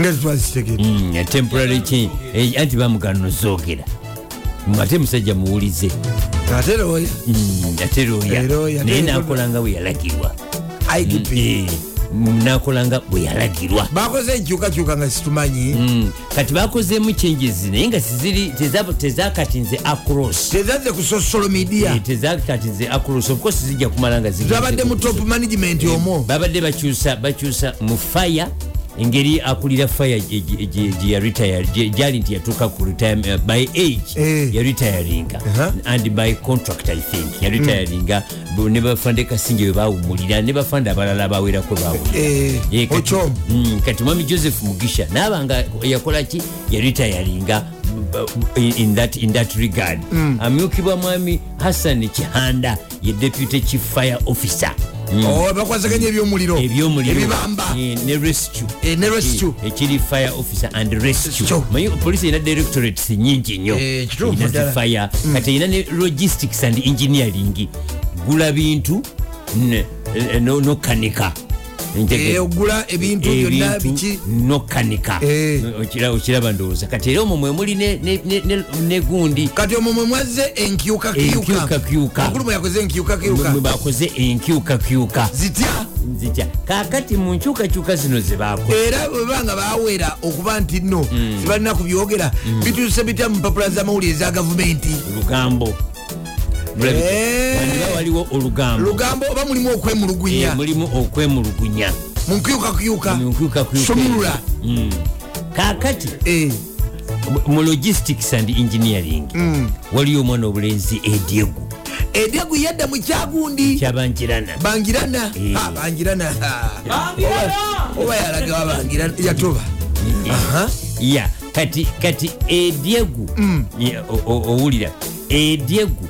nga tetwazitegere Mm, a temporary change Eh, anti bamugano zoogera ate musajja muwulize ate roya Mm, ate looya Eh, lawyer, naye ate- nakolanga bwe yalagirwa igp Eh, mm, nakolanga bwe yalagirwa bakoze enkyukakyuka nga situmanyi Mm, kati bakozeemu changes naye nga teziri- teza- tezakati nze across tezazze ku social media Eh, tezakati nze across of course zijja kumala nga zigenze zabadde mu ku- top management Mm. omwo babadde bakyusa bakyusa mu fire engeri akulira fire gye- gye- gye- gye yaretire- gye- gyali nti yatuuka ku retire- uh, by age Eh. yaretiringa Uh-huh. Hmm. and by contract i think yaretiringa ne bafande kasinje we bawumulira ne bafande abalala abawerako Eh, bawulira Ochom. kati mwami joseph mugisha nabanga yakolaki yaretiringa uh, in, in, that, in that regard Hmm. mm. amyukibwa mwami hassan kihanda ye deputy chief fire officer Mm. Oh, bakwasaganya ebyomuliro ebyomuliro ebibamba eh, ne rescue Eh, ne rescue. Eh, ekiri fire officer and rescue Rescue. manyi polisi erina directorates nyingi nnyo Eh, Mm. kituufu Erina zi ddala. fire kati erina ne logistics and engineering gula bintu ne- eh, no- nokanika Ntegedde. Eh, ogula ebintu byonna Ebintu biki nokanika Eh. Okira- okiraba ndowooza kati era omwo mwe muli ne- ne- ne- ne- ne gundi kati omwo mwe mwazze Enkyukakyuka. enkiyukakyuka yakoze enkyukakyuka mwe bakoze enkyukakyuka zitya zitya kakati mu nkyukakyuka zino zebakoze era webanga bawera okuba nti nno Mm. tebalina kubyogera bituse bitya mu mpapula z'amawulire eza gavumenti olugambo Mulabika, Eh. wandiba waliwo olugambo lugambo oba mulimu Eh, okwemulugunya mulimu okwemulugunya mu nkiyukakyuka Enkyukakyuka. somulula Mm. kakati Eh, mu- mu logistics and engineering Mm. waliyo omwana obulenzi eh, edyegu eddegu yadda mu kyagundi kyabanjirana bangirana Eh. Ah, bangirana Ah. oba yalagawa bangirana yatoba Aha. Eh, ya kati kati edyegu Ya, o- o- owulira edyegu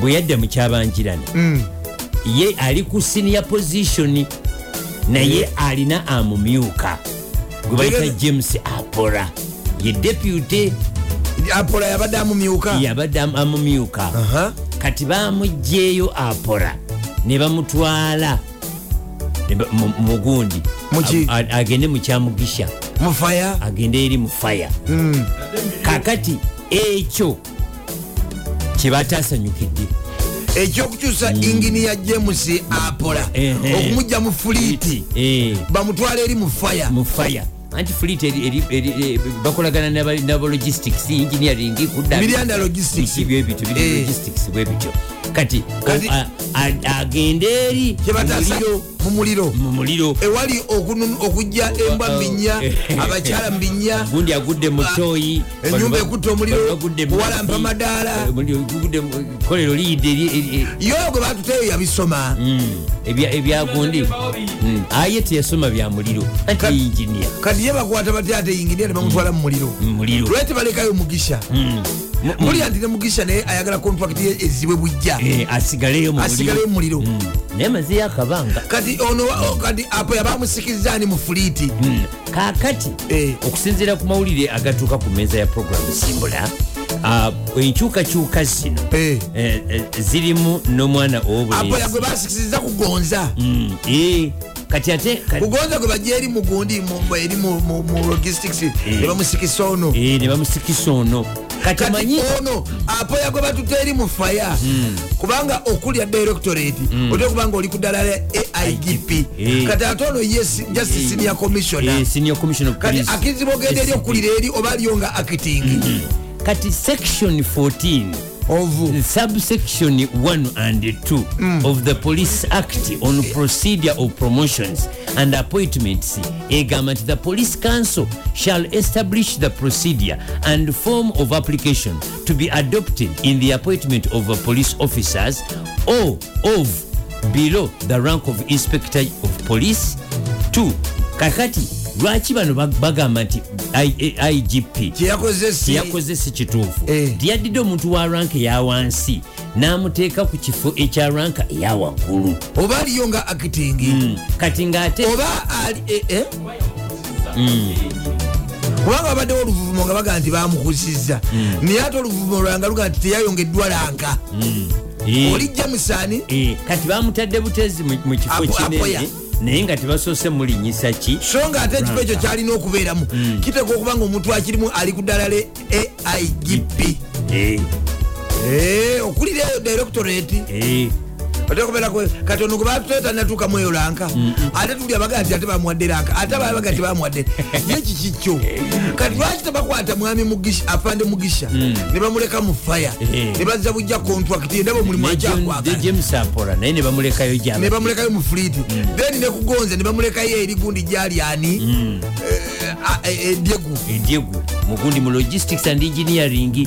bwe yadda mu kyabanjirana Mm. ye ali ku siniya positioni naye alina amumyuka gwe bayita Tegeza- james apora ye deputy apola yabadde amumyuka yabadde am- amumyuka Aha. kati bamugjeeyo apora ne bamutwala ne ba- mu- mugundi Muki? A- a- agende mukyamugisha mufaya agende eri mu faya Mm. kakati ekyo kyebataasanyukidde ekyokukyusa inginiya james apola Ehe. okumugja mu fuliiti Eh, bamutwala eri mu faya mu faya anti fleet eri- eri- eri- eh, bakolagana n'aba- n'aba logistics engineering kudda Biryanda logistics. Biki byebityo biri Eh. logistics bwebityo kati Kati- o- a- a- agende eri kyebatasa mu muliro- mu muliro mu muliro ewali okunu- okujja embwa mu binya Eh. abakyala mu binya gundi agudde mu Ah, toyi ennyumba ekutta omuliro, muwala mpa madaala. Eh, kolero liidi yoyo gwe batuteeyo yabisoma Hmm, ebyagundi Hmm, aye teyasoma bya muliro anti Kati- injiniya kati ye bakwata batya ate inginiya ne bamutwala mu muliro muliro Mm. Hmm, lwete balekayo mugisha mulya nti ne mugisha naye ayagala kontrakiti ye ezibwe bujja Eh, asigaleyo mu asigaleyo muliro mu muliro Mm. naye mazeyo akabanga kati ono wa- o- kati apo yabamusikiriza ni mu fuliiti Mm. kakati Hmm. Eh. okusinziira ku mawulire agatuuka ku meeza ya puroguramu simbula ah, enkyukakyuka zino Eh. eh, eh, zirimu n'omwana apo owobulenzi yagwe basikiriza kugonza Mm, eh, kati ate kati- kugonza gwe bajja eri mugundi eri mu- mu mu logistics ne bamusikisa ono Eh, ne bamusikisa ono kati kati manyi ono apoya gwe batutta eri mu faya Hmm. kubanga okulya directorate otera okubanga oli ku ddala lya aigp Eh. kati ate ono ye si- justice senior commissioner eh, senior commissioner of kati police. Eh, akizibu ogenda eri okulira eri oba lyo nga Hmm. acting kati section 14 ovu Hmm. subsection 1 and 2 of the police act on procedure of promotions and appointments egamba nti the police council shall establish the procedure and form of application to be adopted in the appointment of uh, police officers or of below the rank of inspector of police 2 kakati lwaki bano bag- bagamba nti I- I- igp kyeyakoze si kyeyakoze si kituufu Eh. tyaddidde omuntu wa ranka eya wansi n'amuteeka ku kifo ekya ranka eya waggulu oba lyo nga Hmm. acting kati ng'ate oba ali eh, eh? kubanga babaddewo oluvuvumo nga baga nti bamukuzizza naye ate oluvuvumo lwanga luga nti teyayongeddwa lanka Eh, olijja musaani eh, kati bamutadde butezi mu mu kifo Apo- apoya. kinene naye nga tebasoose mulinyisa ki so nga ate ekifo ekyo kyalina okubeeramu kiteeka okuba nga omuntu akirimu ali ku ddala le aigp Eh, Eh, okulira eyo directorate eh, otekoberako kati ono gwebatatuukamu eyo lanka ate tuli abagaa nti ate bamuwadde lanka ate ababaga nti bamuwadde yeki kikyo kati lwaki tebakwata mwami Mugisha- afande mugisha ne bamuleka mu faya Mm. Eh. ne bazza bujja contract endaba omulimu ne John- ne akyakwagala james apora naye ne bamulekayo gyaba ne bamulekayo mu fliiti Mm. then ne kugonza ne bamulekayo eri gundi gyali ani Mm. Eh, a- eh, edyegu edyegu mugundi mu logistics and engineering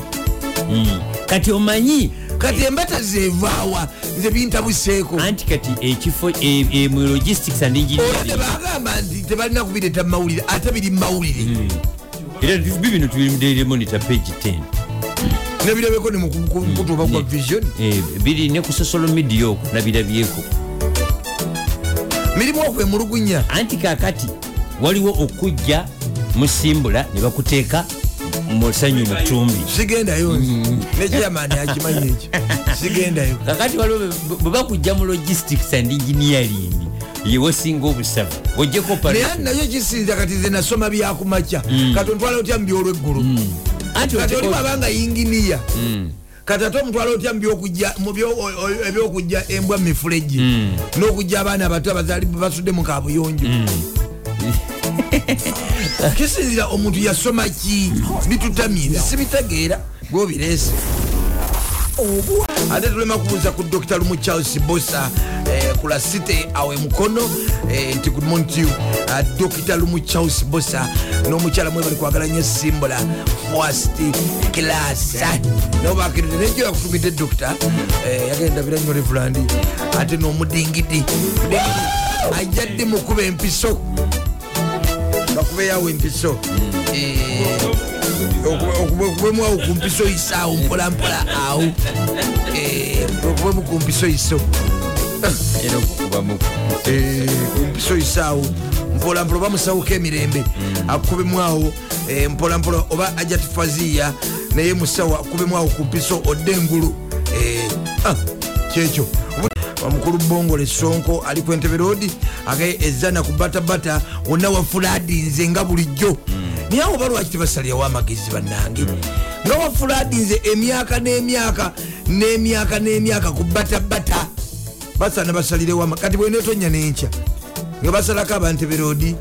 Mm. kati omanyi kati embata zeevaawa nze bintabuseeko anti kati ekifo e- e- mu logistics and olwadde engineering bagamba nti tebalina kubireta mumawulire ate biri mumawulire era bibino tuli mudaily monitor page 10 nebirabeko nemukutu oba gwa vision Eh, biri ne ku social media okwo nabirabyeko mirimu okwemulugunya anti kakati waliwo okujja musimbula ne bakuteeka mu ssanyu mutumbi sigendayo nekiyamani akimanyi ekyo sigendayo kakati waliwo be- bwe bakujja mu logistics and engineering yewosinga obusavu ojeko naye nayo kisinza kati ze nasoma byakumakya kati ontwala otya mubyolweggulu kati olibaba nga yinginiya kati ate omutwala otya mubyokujja- mu byo- o- o- ebyokujja embwa mumifuleji n'okujja abaana abato abazali basudde mu kabuyonjo kisinzira omuntu yasoma ki bitutamye nze sibitegeera gweobireese ate tulema kubuuza ku dr lumu charles bosa eh, ku lasite awe mukono eh, nti good morning to you uh, dr lumu charles bosa n'omukyala mwe bali kwagala nnyo simbula first class nobakirire nejo yakutumidde dr eh, yagenda bira nnyo revuland ate n'omudingidi Mudingidi ajjadde mukuba empiso bakubeyawo empiso Eh, okubwemwawo ku mpiso iso awo mpolampola awo Eh, okubwemu ku mpiso iso era okukubamuku ku mpiso iso awo mpolampola oba musawuko emirembe akubemu awo eh, mpolampola oba ajat faziya naye musawo akubemu awo ku mpiso odde engulu Eh, ah, kyekyo omukulu bongole sonko ali ku entebe roodi agaye ezana ku batabata wonna wafuladi nze nga bulijjo naye awo balwaki tebasalirawo amagezi bannange nga wafuladi nze emyaka n'emyaka n'emyaka n'emyaka ku batabata basana basalirewo ama- kati bwenetonya nenkya nga basalako abantebe roodi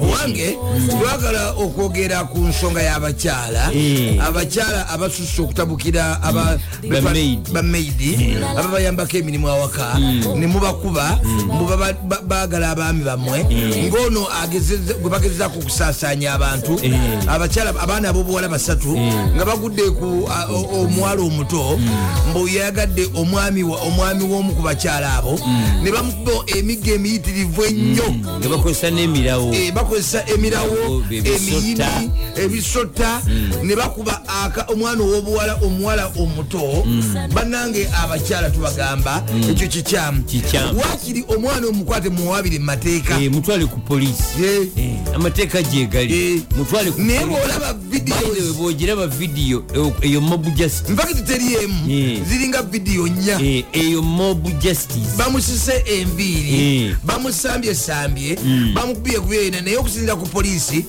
owange twagala okwogera ku nsonga y'abakyala Eh. abakyala abasusse okutabukira aba- Bamaid. bamaidi ababayambako emirimu awaka nemubakuba mubaba ba- baagala abaami bammwe ngaono agezezza- gwe bagezezaako okusaasaanya abantu abakyala abaana ab'obuwala basatu nga bagudde ku a, o- omuwala omuto Hmm. mbu yayagadde omwami wa- omwami w'omu ku bakyala abo Hmm. ne bamukuba emigga emiyitirivu ennyo nga bakozesa n'emirawo Eh, bakozesa emirawo Hmm. Oh, Be- emiyini bisota. Hmm. ebisota ne bakuba aka- omwana owobuwala omuwala omuto Hmm. bannange abakyala tubagamba ekyo kikyamu Kikyamu. waakiri omwana omukwate muwabire mu mateeka Eh, mutwale ku polisi Eh, Eh, amateeka gyegali Eh. mutwale ku naye poliisi. bwolaba By the way, vidiyo bwogiraba vidiyo eyo mob justice mpaka titeri emu Eh. ziringa vidiyo nnya Eh, eyo mob justice bamusise enviiri Mm. bamusambye-sambye bamukubye kubyena naye okusinzira ku poliisi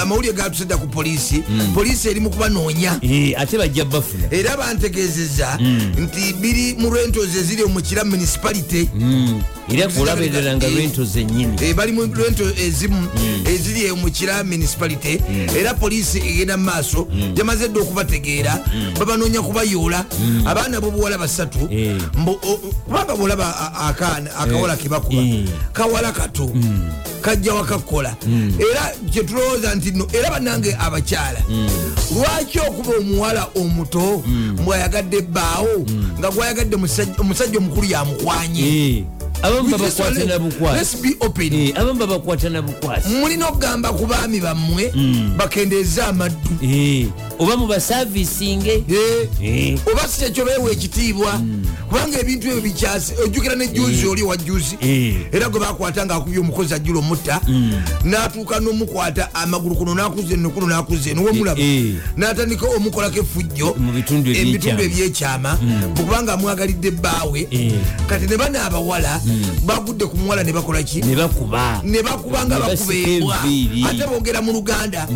amawulire gatusedda ku poliisi poliisi eri mu kubanoonya Eh, ate bajja bafuna era bantegezeza nti biri mu lwentozi eziri omukira munisipality Mm, era bwolaberera nga Eh. lwento zenyini Eh, bali mu lwento ezimu Mm. eziri omukira munisipality era poliisi egenda mu maaso Mm. gyamaze dde okubategeera babanoonya kubayoola abaana bobuwala basatu Mm. Eh. mbu o- o- kubanga bwolaba a- akaana akawala kebakuba Eh. Mm. kawala kato kajja wakakola era kyetulowooza nti no era banange abakyala Mm. lwaki okuba omuwala omuto mbwayagadde bbaawo nga gwayagadde musajja- omusajja omukulu yamukwanye Mm. Eh, abamu Let's- babakwata na bukwasi let's be open. Eh, abamu babakwata na bukwasi mulina okugamba ku baami bammwe Mm. bakendeeze amaddu Eh, oba mubasavisinge Eh, Eh. Mm. oba si kyekyo beewa ekitiibwa kubanga ebintu ebyo bikyase ojjukira ne juzi oli wajuzi Eh. Mm. era gwe bakwata ngaakubye omukozi ajjula omutta n'atuuka n'omukwata amagulu kuno n'akuza eno kuno n'akuza eno wemulaba Eh. n'atandika omukolako efujjo Mu bitundu ebyekyama. ebitundu Mm. ebyekyama bwekubanga amwagalidde bbaawe Eh. Mm. kati ne bana abawala bagudde ku muwala ne bakola ki ne bakuba nebakubanga Ne bakuba Mm. basika embwa enviiri. ate boogera mu luganda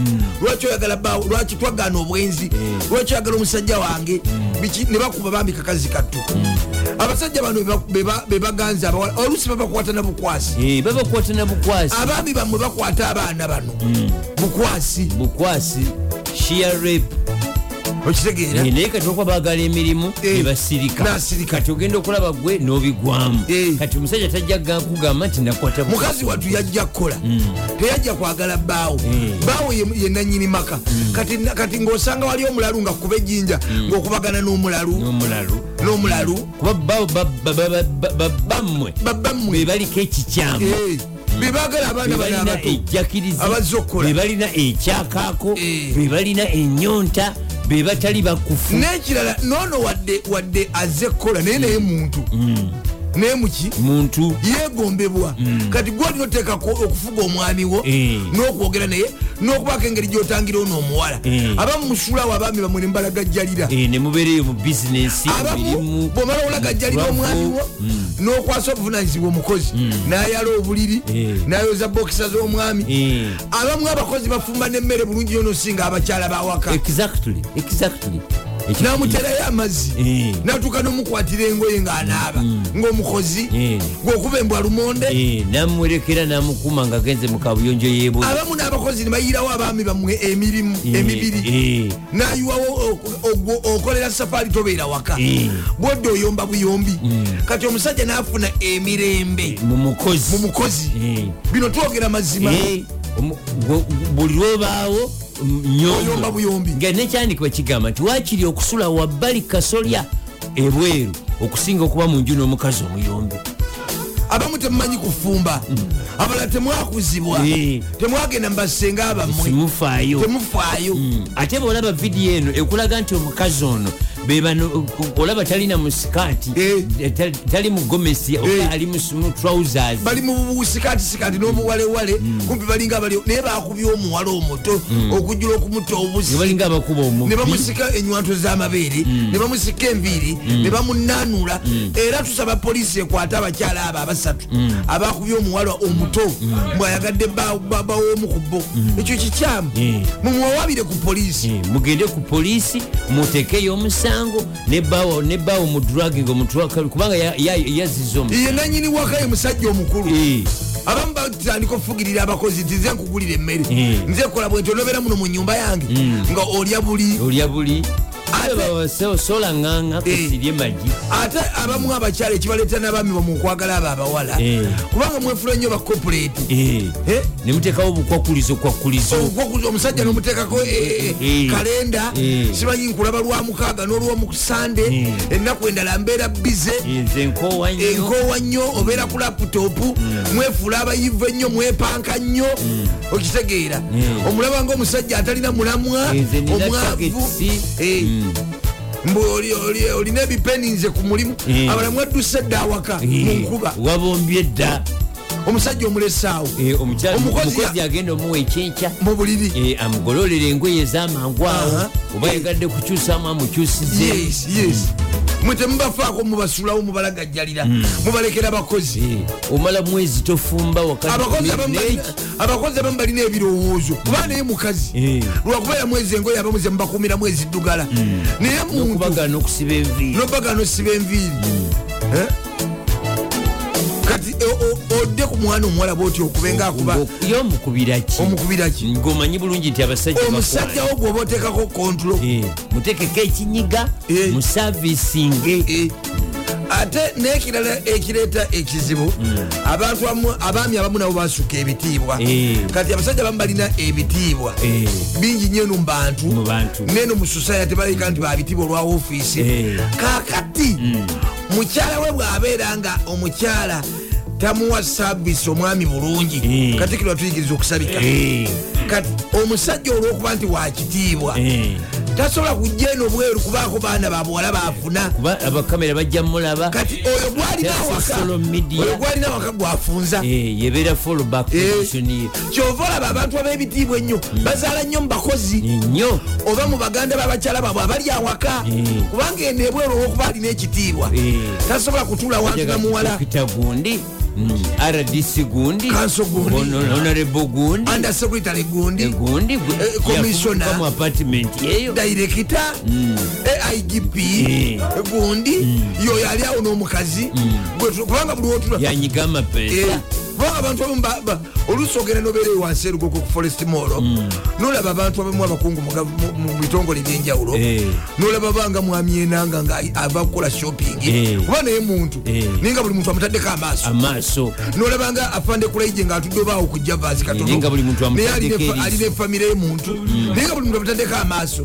lwaki oyagala bawo lwaki twagaana obwenzi Eh. lwaki oyagala omusajja wange Mm. Biki- ne bakuba bambi kakazi kattu abasajja bano be ba- be ba- be baganza abawala oluusi babakwata na bukwasi Eh, babakwata na bukwasi abaami bammwe bakwata abaana bano Mm. bukwasi bukwasi sheer rape okitegeera Eh, naye kati okuba baagala emirimu Eh, nebasirika n'asirika. kati ogenda okulaba gwe n'obigwamu Eh. kati omusajja tajja ga- kugamba nti nakwata bu- mukazi wattu yajja kukola teyajja kwagala bbaawo Mm. bbaawo ye- ye nanyini maka kati kati ng'osanga wali omulalu nga kukuba ejjinja ng'okubagana n'omulalu Mm. n'omulalu n'omulalu kuba bammwe babbammwe be baliko ekikyamu Eh, bebagala abaana bana bebalina abato abazze okukola. bebalina ekyakaako Eh. bebalina enyonta bebatali bakufu n'ekirala noono wadde wadde azze kukola naye naye muntu Mm. naye muki muntu yeegombebwa kati gwolina oteekako okufuga omwami wo Mm. Eh. n'okwogera naye n'okubaako engeri gyotangira ono omuwala Eh. abamu musulawo abaami bamwe nembalagajjalira eh, ne mubeera eyo mu bizinesi abamu mirimu Mm. bwomala olagajjalira omwami wo n'okwasa obuvunanyizibwa omukozi n'ayala obuliri Eh. n'ayoza bokisa z'omwami Eh, abamu abakozi bafumba n'emmere bulungi yono osinga abakyala bawaka exactly exactly Ekyo- namuterayo amazzi Eh. Mm. natuuka nomukwatira engoye ng'anaaba ng'omukozi Eh. ng'okuba embwa lumonde Eh, namuwerekera namukuma nga agenze mu kabuyonjo yeebwe abamu n'abakozi ne bayirawo abaami bammwe emirimu Eh, emibiri nayiwawo okolera safaari tobeera waka Eh. bwodde oyomba buyombi kati omusajja n'afuna emirembe mu mumukozi mukozi Eh. bino twogera mazima Eh, omu- gwo- buli mm, lwobaawo oyomba nyomba buyombi nga nekyanikibwa kigamba nti waakiri okusula wabbali kasolya ebweru okusinga okuba mu nju n'omukazi omuyombi abamu temumanyi kufumba abalala temwakuzibwa Mm. Eh. temwagenda mu basenga abammwe simufaayo Mm. Hmm. temufaayo ate bwolaba vidiyo eno ekulaga nti omukazi ono bebano olaba talina mu sikaati Eh. eh, ta- tali mu gomesi Eh. oba ali mu mu trousers bali mubusikatisikati n'obuwalewale Mm. kumpi balinga bali naye bakubye omuwala omuto okujula okumuta nga obusi balinga abakuba ne omubi bamusika enywanto z'amabeere Mm. ne bamusika enviiri ne bamunaanula era tusaba poliisi ekwate abakyala abo abasatu Mm. abakubye omuwala omuto mbweayagadde ba- ba- baw'omu ku bo ekyo kikyamu Mm. mumuwawabire ku poliisi Eh, mugende ku poliisi muteekeyo omusango nebawo nebawo mu drugging omutwakal kubanga ya- ya- yaziza omu ye nanyini waka ye musajja omukulu Eh, abamu batandika ofugirira abakozi nti nze nkugulira emmere Mm. nze kola bwenti onobeera muno mu nyumba yange nga olya buli olya buli Ate- sola Eh. ŋŋaŋa kusirye magi ate abamu abakyala ekibaleeta n'abaami bamukwagala abo abawala Eh. kubanga mwefula nnyo bakopuleeti Eh, nemuteekawo obukwakulizo kwakulizo Oh. omusajja nomuteekako eh, eh, Eh. kalenda Eh. simanyi nkulaba lwa mukaaga n'olwomukusande Eh. ennaku endala mbeera bize Eh, nze nkoowa nnyo enkowa nnyo obeera ku laputopu mwefuula abayivu ennyo mwepanka nnyo okitegeera Mm. omulaba nga omusajja atalina mulamwa Nze nina omwavu targets. Mm. Eh. Mbu oli- oli- olina ebipeni nze ku mulimu Mm. abala mwadduse dda awaka mu Eh, nkuba wabombye dda omusajja omulesaawo Eh, omukyala- Omukozi ya- omukozi agenda omuwa ekyenkya mu buliri Eh, amugololere engoye ez'amangu awo Aha. oba yagadde kukyusamu amukyusize yes yes Mm. mwe temubafaako mubasulawo mubalagajjalira mubalekera abakozi Eh, omala mwezi tofumba wakati- abakozi abamu N'eki- balina- abakozi abamu balina ebirowoozo kuba naye mukazi Eh. lwakubeera mwezi engoye abamu zemubakuumiramu eziddugala naye muntu okubagana okusiba enviiri nobaga nosiba enviiri Eh? kati o- o- odde ku mwana omuwala bwoti okubenga akuba yo omukubira ki omukubira ki ngaomanyi bulungi nti abasajja omusajja wo gwoba oteekako kontrol Eh, mutekeko ekinyiga Eh. musavisinge Eh, ate nekirala ekireeta ekizibu abantu abamu- abaami abamu nabo basuka ebitiibwa Eh. kati abasajja abamu balina ebitiibwa Eh. bingi nyo eno Mu mubantu bantu. neno musosaya tebalabika nti babitiibwa olwa ofiisi Eh. kakati mukyala we bwabeera nga omukyala tamuwa saavisi omwami bulungi Eh. katikiro atuyigiriza okusabika kati omusajja olwokuba nti wakitiibwa E. Eh, tasobola kujja eno bweru kubaako baana babuwala bafuna kuba abakamera bajja mulaba kati oyo gwalina Yes, waka social media. oyo gwalina waka gwafunza Eh, yebeera fallback Eh. position ye. kyova olaba abantu ab'ebitiibwa ennyo Eh. bazaala nnyo mu bakozi nnyo oba mu baganda b'abakyala baabwe abali awaka Mm. kubanga eno ebweru olwokuba alina ekitiibwa Mm. tasobola kutuula wantu na muwala kita gundi mm, rdc gundi Council gundi. honorable gundi undersecretary gundi egundi Eh, commissioner. apartment yeyo dairekita Hmm. aigp Eh. gundi yoyo ali awo n'omukazi Hmm. Gwe tu- kubanga buli wotula yanyiga Eh, amapeesa kubanga abantu abamu ba- ba- oluusi ogenda nobeera ewansi erugoko ku forest molo Mm. nolaba abantu abamu abakungu mu gavu- mu- mu bitongole byenjawulo Eh. nolaba banga mwamyenanga nga ava kukola shopping Eh. kuba naye muntu Eh. naye nga buli muntu amutaddeko amaaso amaaso nolaba nga afande kulaije nga atudde obaawo kujja vaasi katono. naye nga buli muntu Naye alina amutaddeko efa- eriiso. Mm. alina efamire y'omuntu naye nga buli muntu amutaddeko amaaso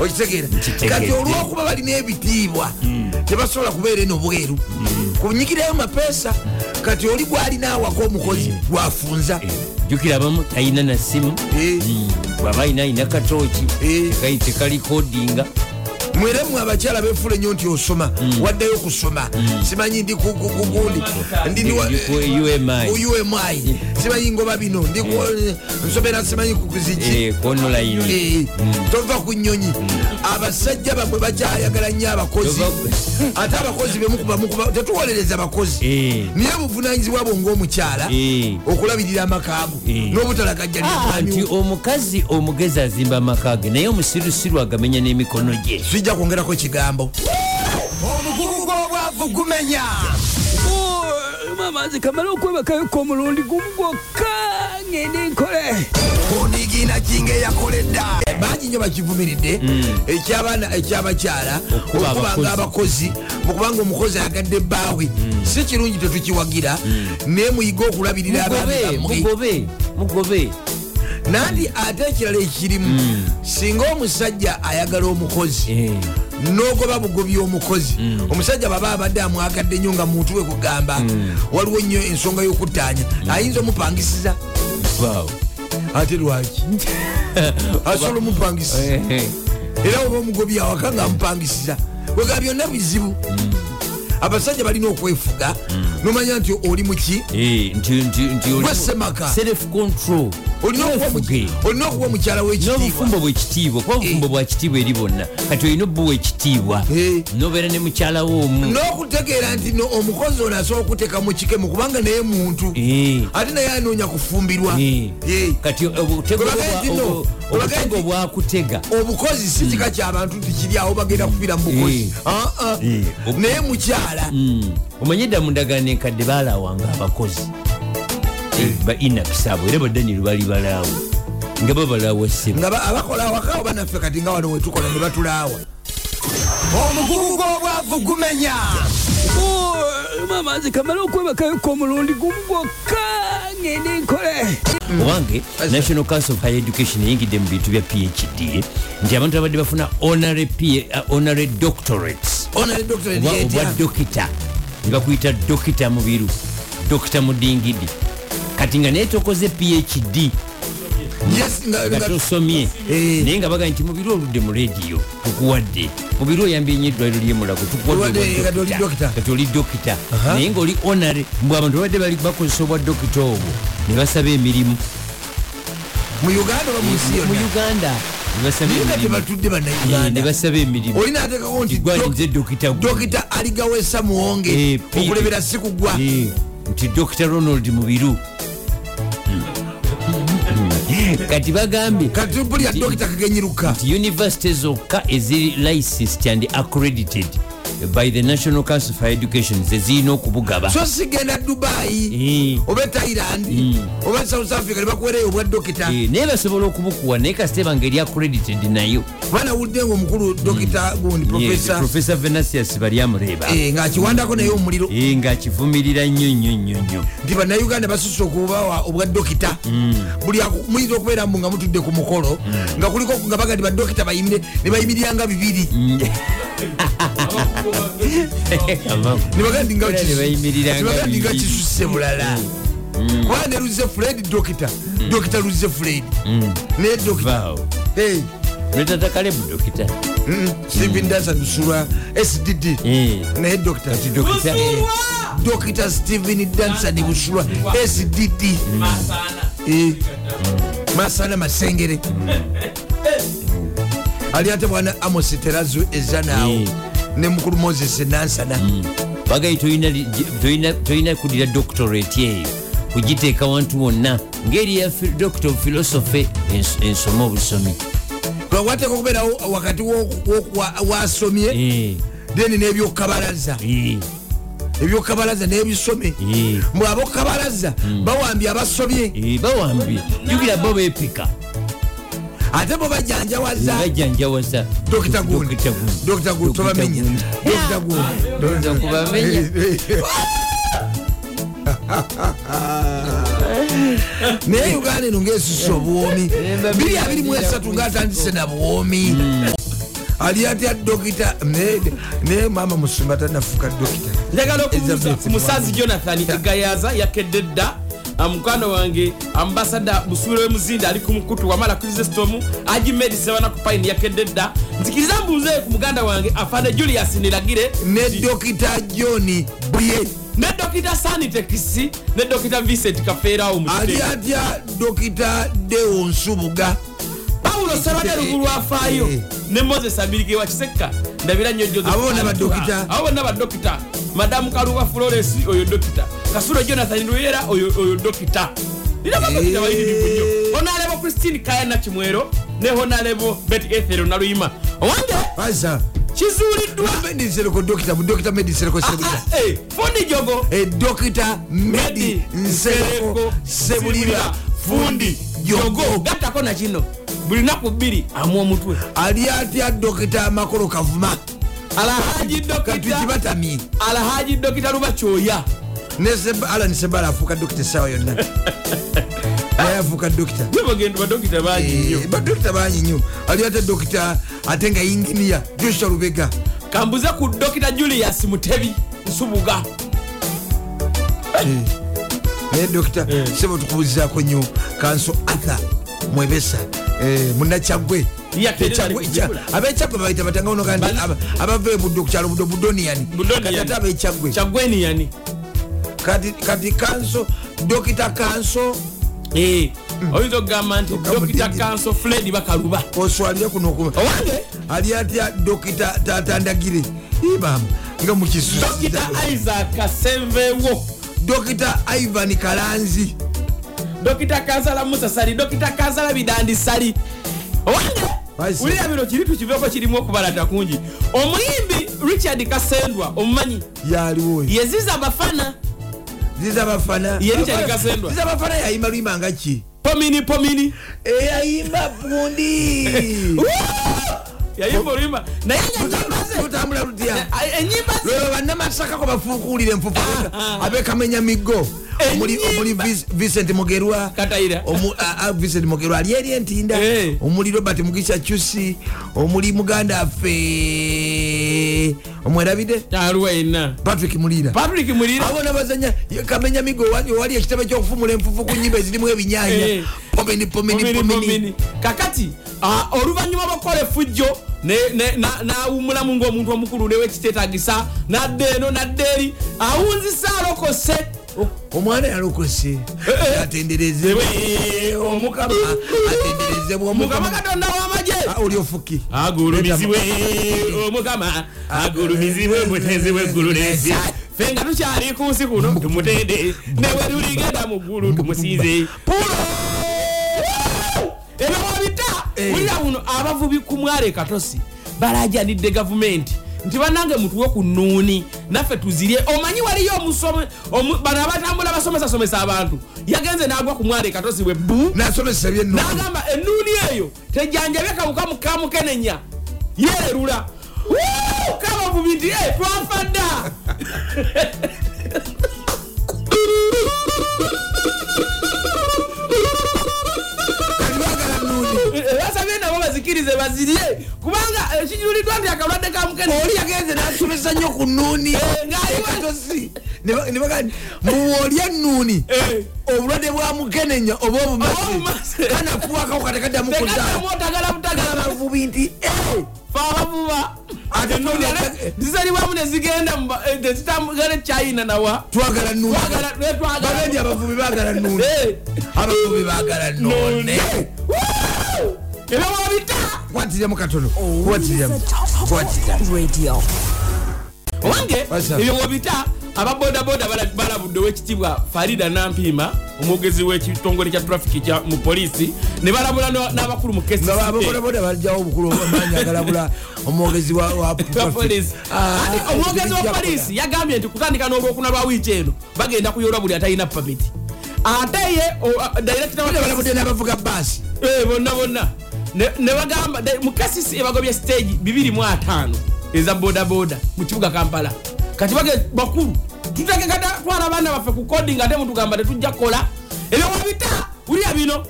okitegeera Nkitegedde. kati olwokuba balina ebitiibwa tebasobola kubeera eno bweru Mm. kunyigirayo mapeesa kati oli gwalina awaka omukozi gwafunza jukira abamu talina na simu Mm, Eh. bwaba alina alina katooki Eh. tekali tekalikodinga mweremu abakyala befula ennyo nti osoma waddeyo okusoma simanyi ndi ku- ku- ku- gundi Mm. ndi ni wa- Eh, ku umi umi simanyi ngoba bino ndi ku- nsomera simanyi kukuziki Eh, konolayini Eh, Mm. tova ku nyonyi abasajja bamwe bakyayagala nnyo abakozi Tova- ate abakozi bemukuba mukuba tetuwolereza Eh. bakozi naye buvunanyizibwa bwo ngaomukyala Eh. okulabirira amakaago Eh. n'obutalagajja nti omukazi omugezi azimba amaka ge naye omusirusiru agamenya n'emikono gye sijja kwongerako ekigambo omukugu gw'obwavu gumenya mama nze kamala okwebakayoko omulundi gumu gwokka ngende nkole kudigina kinga eyakoledda bangi nyo bakivumiridde ekyabaana ekyabakyala Mm. Okuba okubanga abakozi. Mm. abakozi mukubanga omukozi agadde ebbaawe si kirungi tetukiwagira naye muyige okulabirira abaana mugobe bammwe mugobe mugobe nandi ate ekirala ekirimu singa omusajja ayagala omukozi Mm. Eh. Mm. nogoba bugobi omukozi omusajja baba abadde amwagadde nnyo nga muntu we kugamba Mm. waliwo nnyo ensonga y'okuttaanya ayinza omupangisiza Wow. ate lwaki asobola omupangisiza Eh. era oba omugobi awaka nga amupangisiza wega byonna bizibu abasajja balina okwefuga nomanya nti oli muki Eh, nti- nti- nti Mm. oli- Gwe semaka. self control Olina okuwa omuky- Weefuge. olina okuwa omukyala w'ekitiibwa n'obufumbo bwekitiibwa kuba obufumbo bwa kitiibwa eri bonna kati olina obbuwa ekitiibwa Eh. nobeera ne mukyalawo omu n'okutegeera nti no omukozi ono asobola okuteeka mu kikemo kubanga naye muntu Eh. ate naye anoonya kufumbirwa Eh. Eh. kati obutego Gwe bagenda obwa- nno, obwo- gwe bagenda obutego nti- bwakutega obukozi si kika kyabantu tikiryawo bagenda kufiira mu bukozi Eh. Ah, ah. Eh. naye mukyala Mm. omanye dda mu ndagaano enkadde baalawanga abakozi Eh, ba inaps abo era badaniru bali balaawo nga babalawa ssebo nga ba- abakola awaka oba naffe kati nga wano wetukola ne batulaawa omukugu gw'obwavu gumenya mama nze kamala okwebakayoko omulundi gumu gwokka ngende nkole Mm. obange Aza. national council of higher education eyingidde mu bintu bya phd nti abantu abadde bafuna honore P- uh, honore doctorates onale doctor oba Lydia. oba dokita nebakuyita dokita mubiru dokita mudingidi kati nga naye tokoze phd Yes, nga- nga nga- tosomye Eh. naye nga bagaa nti mubiru oludde mu rediyo tukuwadde mubiru oyambye nyo eddwaliro lyemulago Tukuwadde, eh, kati oli dokita. kati oli dokita naye ngaoli honare mbwe abantu babadde bali bakozesa obwa dokita obwo ne basaba emirimu mu uganda oba munsi mu yonna uganda ne basaba naye nga emirimu. tebatudde Eh, ne bannayuganda basaba emirimu olina ateekako nti Tigwali nze doc- dokita gwe. dokita aligawesa muwonge Eh, P- okulebera si kugwa Eh, nti dr ronald mubiru Hmm. kati bagambye kati bulya dokita kagenyiruka nti univesity zokka eziri licensed and accredited by the national council for education zezirina okubugaba so sigenda dubayi Eh, oba e thailand Mm. oba e south africa nebakuwereyo obwa dokita eh, naye basobola okubukuwa naye kasiteba ngeri accredited nayo Eh, banawulidde nga omukulu dokita gundi profesa profesa venasius balyamureeba Eh. ngaakiwandako naye omuliro ngaakivumirira Eh, nnyo nnyo nnyo nnyo nti bannayuganda basusse okubawa obwa dokita Mm. buli aku- muyinza okubeera mu nga mutudde ku mukolo nga kuliko nga baga ti badokita bayimire ne bayimiriranga bibiri Mm. nebagandi Era ne bayimiriranga nga bibiri. Mm. kisusse bulala kuba ne luze fred dokita dokita luze fred Mm. naye dokita vaawo netatakalemu dokita Mm. stephen dansa dusulwa sdd Eh. naye dokita Ti dokita dokita stephen dansa nebusulwa sdd Mm. Eh. masana masengere ali ate bwana amos terazu ezanaawo Eh. ne mukulu moses nansana bagayi tolina li- gi- tolina- tolina kudira doctorate eyo kugiteeka wantu wonna ngeri ya fi- doctor of philosophy ens- ensoma obusomi wateeka okubeerawo wakati wo- wo- wa- wasomye Eh, then n'ebyokabalaza eh, ebyokabalaza n'ebisome Eh. mwe abokabalaza bawambye abasomye eh, bawambye jukira bo beepika ate bo bajanjawaza bajanjawaza Mm. dokita gundi dokita gundi tobamenya dokita gundi kubamenya naye uganda eno ngaesusa obuwomi 223 ngaatandise na buwomi ali atya dokita naye naye maama musumba tanafuuka dokita njagala okubuuza Elizabeth ku musazi jonathan Ya. egayaza yakedde dda Ah, mukwano wange ambasada busuule wemuzinde ali ku mukutu wamala krisesitomu agimedi sebanakupayini yakedde dda nzikiriza mbuuze ku muganda wange afande julius niragire ne dokita john brie ne dokita sanitekisi ne dokita vincent kafeerawo ali atya dokita deo nsubuga pawulo sabaderugu lwafaayo Eh. ne moses abirige wakisekka ndabira nnyo Joseph Abo bonna Antua. badokita. abo bonna badokita madamu kaluba flores oyo dokita kasulo jonathan luyera oyo oyo dokita lina badokita Eh. bayitirivu nnyo honalebo christine kayana kimwero ne honalebo bet ethero naluyima owange pasa kizuuliddwa medisereko dokita budokita medisereko sebuga Ah, ah, eh, fundi jogo edokita E, medi nsereko nsereko sebulira fundi jogo gattako na kino buli naku bbiri amwa omutwe ali atya dokita amakolo kavuma alahaji dokita katukibatami alahaji dokita luba kyoya ne Seb- alan sebala afuuka dokita esawa yonna naye afuuka dokita gwe bagenda badokita bangi nnyo Eh, badokita bangi nnyo ali atya dokita ate nga inginiya joshua lubega kambuze ku dokita julius mutebi nsubuga naye dokita Eh. Eh. sebo tukubuzizaako nnyo kanso atha mwebesa eh, munnakyagwe Yakedde Ekyagwe- bali ekya- kugigula. ab'ekyagwe bayita batangaonoga nti Bali- aba- abava ebuddo ku kyalo buddo budoniyani Budoniyani. kati ate ab'ekyagwe kyagweni yani Kati- kati kanso dokita kanso Eh, oyinza okugamba nti Ogambo dokita dingira. kanso fred bakaluba oswalire kuno okuba owange ali atya dokita tatandagire ibam nga dokita mukisusidokita isaac kasenvewo ivan kalanzi dokita kansala musasali dokita kansala bidandisali owange Bazi. wulira bino kiri tukiveko kirimu okubalata kungi omuyimbi richard kasendwa omumanyi yaliwo oyo. yeziza abafana ziza bafana Ye Richard Kasendwa. ziza bafana yayimba luyimba nga ki pomini pomini eyayimba pundi yayimba oluyimba naye nga tutambula lutya Eh, enyimba ze lweba bannamasakako bafuukulire enfufuuta Ah, ah. abekamenya miggo omuli Enyimba. omuli Vis- vincent mogerwa Kataira. Omu- ah, ah, vincent mogerwa ali eri entinda Eh. omuli robert mugisha cusi omuli muganda ffe omwerabide alwaina patrick mulira patrick mulira abona bazanya kamenya migo wali ekitebe kyokufumula enfufu ku nyimba ezirimu ebinyanya Eh. pomini pomini Pomini, pomini pomini. kakati ah, oluvannyuma bokola efujjo ne- ne- na- nawumulamu ngaomuntu omukulu newekitetagisa nadda eno nadda eri awunzisa alokose omwana yalokose Eh, atenderezebwa omukama atenderezebwa mukama omukama katonda w'amagye Ah, oli ofuki agulumizibwe omukama agulumizibwe mutezi weggulu n'ensi ffe nga tukyali ku nsi kuno tumutende newetuligenda mu ggulu tumusinze pulo ebewabita wulira buno abavubi ku mwalo ekatosi balajanidde gavumenti nti banange mutuwe ku nuuni naffe tuzirye omanyi waliyo omusome- omu- bano abatambula basomesasomesa abantu yagenze n'agwa ku mwalo ekatosi bwe bu nasomesa byenno nagamba enuuni eyo tejanjabye kawuka mukamukenenya yeerula kabavubi nti "Eh, twafa dda Eh, basabye nabo bazikirize bazirye kubanga ekijuliddwa nti akalwadde Eh, oli kamukenenya yagenze nasomesa nnyo ku nuuni ekatosi muwooli enuuni Eh. obulwadde bwa mukenenya oba Obumase. obumase kanafuwakako katekaddamu Tegaddamu kuzaala otagala butagala abavubi nti "Eh, fe abavuba Ate Enuuni twagala- era zisaliwamu nezigenda mu ba- eh, tezitambugale china nawa twagala nuuni Twagala- eh, twagala- babendi abavubi bagala nuuni Eh, abavubi Eh, bagala nuuni Woo! ebewabita kwatiriramu katono kwatiriramu kwatira Radio. owange Basa. ebyo webita ababodaboda bala- balabudde owekitiibwa farida nampiima omwogezi w'ekitongole kya trafiki kya mu poliisi ne balabula no- n'abakulu mu kesi nga ababodaboda bajjawo obukulu obwamaanyi agalabula omwogezi wa- wa poliisi Ah, Ati omwogezi eh, wa ebijja poliisi yagambye nti kutandika n'olwokuna lwa wiiki eno bagenda kuyolwa buli atalina pamiti ate ye o- director wa- kukola. balabudde n'abavuga baasi Eh, bonna bonna Ne- ne bagamba de- mu kasisi ebagobye stage 25 eza bodaboda mu kibuga kampala kati bage bakulu tutegekata twala abaana baffe ku coding ate mutugamba tetujja kukola ebyowabita wulira bino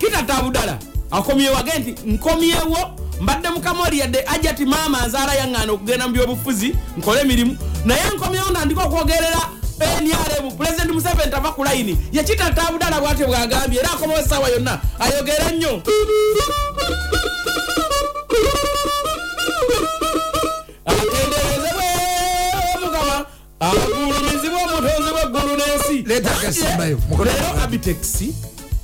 kitatabudala akomyewo age nti nkomyewo mbadde mukamoli yadde ajja ti maama nzaala yaŋŋaana okugenda mu byobufuzi nkole emirimu naye nkomyewo nandika okwogerera nrm pulezidenti museveni tava ku layini yekitata budala bwatyo bwagambye era akomawo essaawa yonna ayogere nnyo atenderezebwe mukama agulumizibwe omutonzi bweggulu n'ensi Leeta akasimbayo, mukono. leero abitex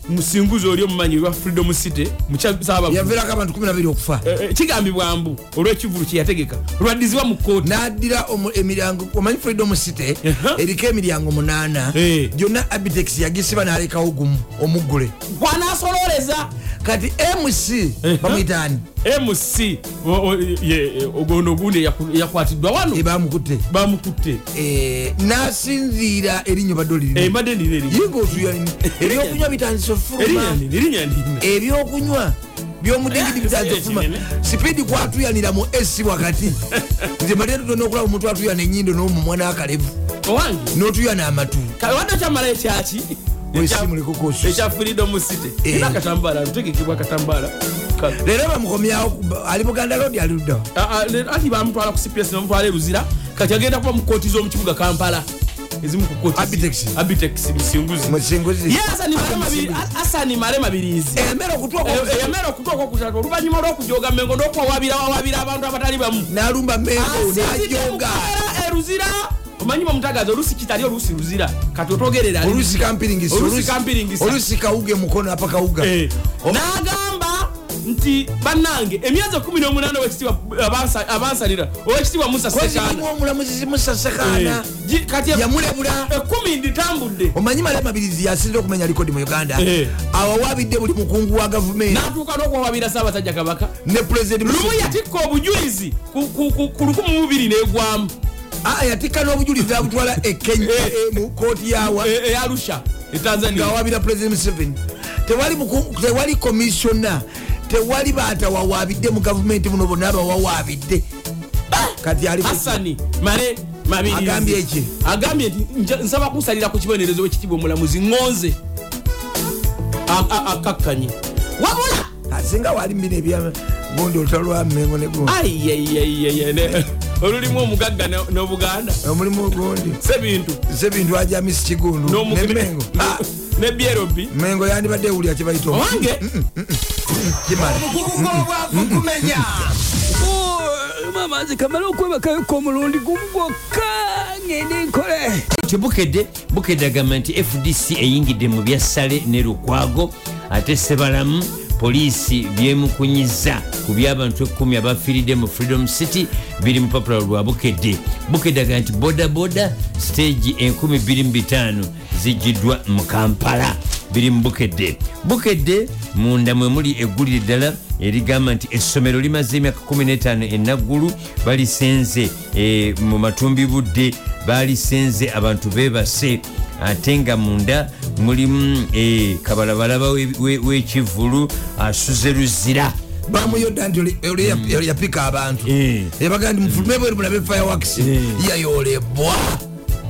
musinguzi oli omumanyi lwa freedom city mukyasaaba yaveerako abantu 12 okufa Eh, kigambibwa mbu olw'ekivulu kye yategeka lwaddizibwa mu kooti n'addira omu- emiryango omanyi freedom city Aha. eriko emiryango munaana Eh. gyonna abitex yagisiba n'alekawo gumu omuggule gwanasololeza kati mc bamwitaani mc o- o- ye- ogono ogundi eyaku- eyakwatiddwa wano ebamukutte bamukutte Eh, Eh, n'asinziira erinyo badde olirina emadde nina eri yinga otuyani ebyokunywa bitandise ofuluma erinyani erinyani Eh, ebyokunywa byomudigidi bitandise ofuluma sipiidi kwatuyanira mu esi wakati nze matera tona okulaba omuntu atuyana enyindo n'omumwa n'akalevu owange n'otuyana amatu wadde kyamala ekyaki wesimulekukosu ekya freedom city Eh. era akatambaala lutegekebwa akatambaala Ka- leero bamukomyawo ku- ali buganda lodi aliruddawo Ah, ah, le- anti bamutwala ku cps bamutwala eruzira kati agenda kuba mukooti z'omukibuga kampala ezimu ku kooti- Abitex. abitex musinguzi musinguzi ye Hassan Male Mabiri- Ah, Hassan male mabirizi emmere Eh, okutwa eyamera okutuuka okokutatu oluvannyuma olw'okujoga mengo n'okuwawabira wawabira abantu abatali bamu n'alumba Ah, mengo n'ajonga asinzidde eruzira omanyi bamutagaza oluusi kitali oluusi luzira kati otogerera ali- olusi kampiringisa Oluusi kampiringisa. olusi kawuge mukono apa kawuga Eh, Oba- n'agamba nti bannange emyezi 18 owekitibwa abansa- abansalira owekitibwa musa kozirimu sekana omulamuzi zimusasekaana kati e- yamulebula ekumi nditambudde omanyi mala mabirizi yasinze okumenya likodi mu uganda Eh. awawabidde buli mukungu wa gavumenti n'atuuka n'okuwawabira ssaabasajja kabaka ne pulezidenti lumu Museveni. yatikka obujulizi ku- ku ku- ku 12 n'egwamu Ah, yatikka n'obujulizi abutwala e kenya Eh. eh, mu kooti yawa e- e arusha e tanzania ngawabira pulezidenti museveni tewali mukungu- tewali komisiona tewali batawawabidde mu gavumenti muno bonna abawawabidde kati ali hasani male mabirizi Agambye ki? agambye nti nja- nsaba kunsalira ku kibonerezo wekitibwa omulamuzi ŋonze akakkanye wabula asinga Ah, wali mbina ebya gundi olutalo mengo ne gundi ayiyayiyayiya olulimu omugagga ne- n'obuganda omulimu gundi sebintu sebintu ajamisi kigundu n'omugu- nemengo ne brb mengo yandibadde ewulira kyebayita omu- owange kimala omugugu gw'obwavu gumenya lumu amazzi kamale okwebakayoka omulundi gumu gwokka ngende nkole tebukedde bukedde agamba nti fdc eyingidde mu bya ssale ne lukwago ate sebalamu poliisi byemukunyiza ku by'abantu 1 abafiiridde mu freedom city biri mu papula lwa bukedde bukedde agamba nti bodaboda stage 25 zigiddwa mu kampala biri mu bukedde bukedde munda mwe muli eggulire ddala erigamba nti essomero limaze emyaka 15 enaggulu balisenze eh, mu matumbi budde baalisenze abantu bebase ate nga munda mulimu eh, kabalabalaba we- we- w'ekivvulu asuze luzira bamuyodda nti oli- oli ya- oli yapika abantu Mm. Eh. ebaga nti mufulume bweru mulabe fireworks yayolebwa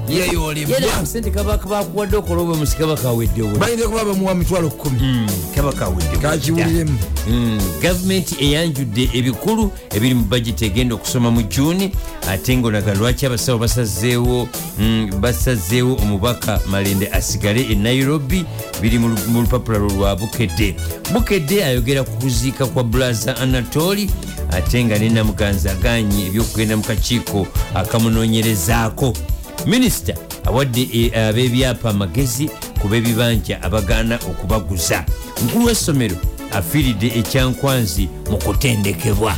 yayolebwa sente kabaka bakuwadde okola obwe musi kabaka aweddewo bayinza kuba bamuwa mitwalo Mm. kumi Hmm, kabaka aweddewo kakiwuliremu Mm, gavumenti eyanjudde ebikulu ebiri mu bajeti egenda okusoma mu juuni ate ngonaga lwaki abasawo basazeewo mm, basazeewo omubaka malende asigale e nairobi biri mu lu- mu lupapula lwo lwa bukedde bukedde ayogera ku kuziika kwa bulaza anatoli ate nga ne namuganza aganye ebyokugenda mu kakiiko akamunoonyerezaako minisita awadde e- ab'ebyapa amagezi ku b'ebibanja abagaana okubaguza mukulu w'essomero afiiridde ekyankwanzi mu kutendekebwa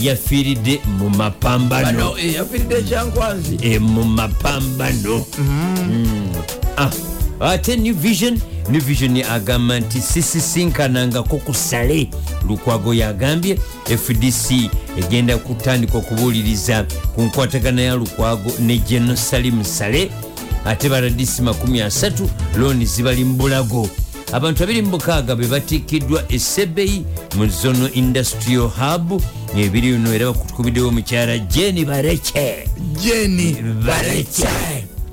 yafiiridde mu mapambano bano eh, yafiiridde ekyankwanzi e mu mapambano Mm. Ah, ate new vision new vision agamba nti sisisinkanangako ku sale lukwago yagambye fdc egenda kutandika okubuuliriza ku nkwatagana ya lukwago ne genosalim sale ate baradisi 30 looni zibali mu bulago abantu 26 be batikiddwa esebeyi mu zono industrial hub ebiri no era bakutukubiddewo omukyala jeni bareke jeni Mm. Bareke.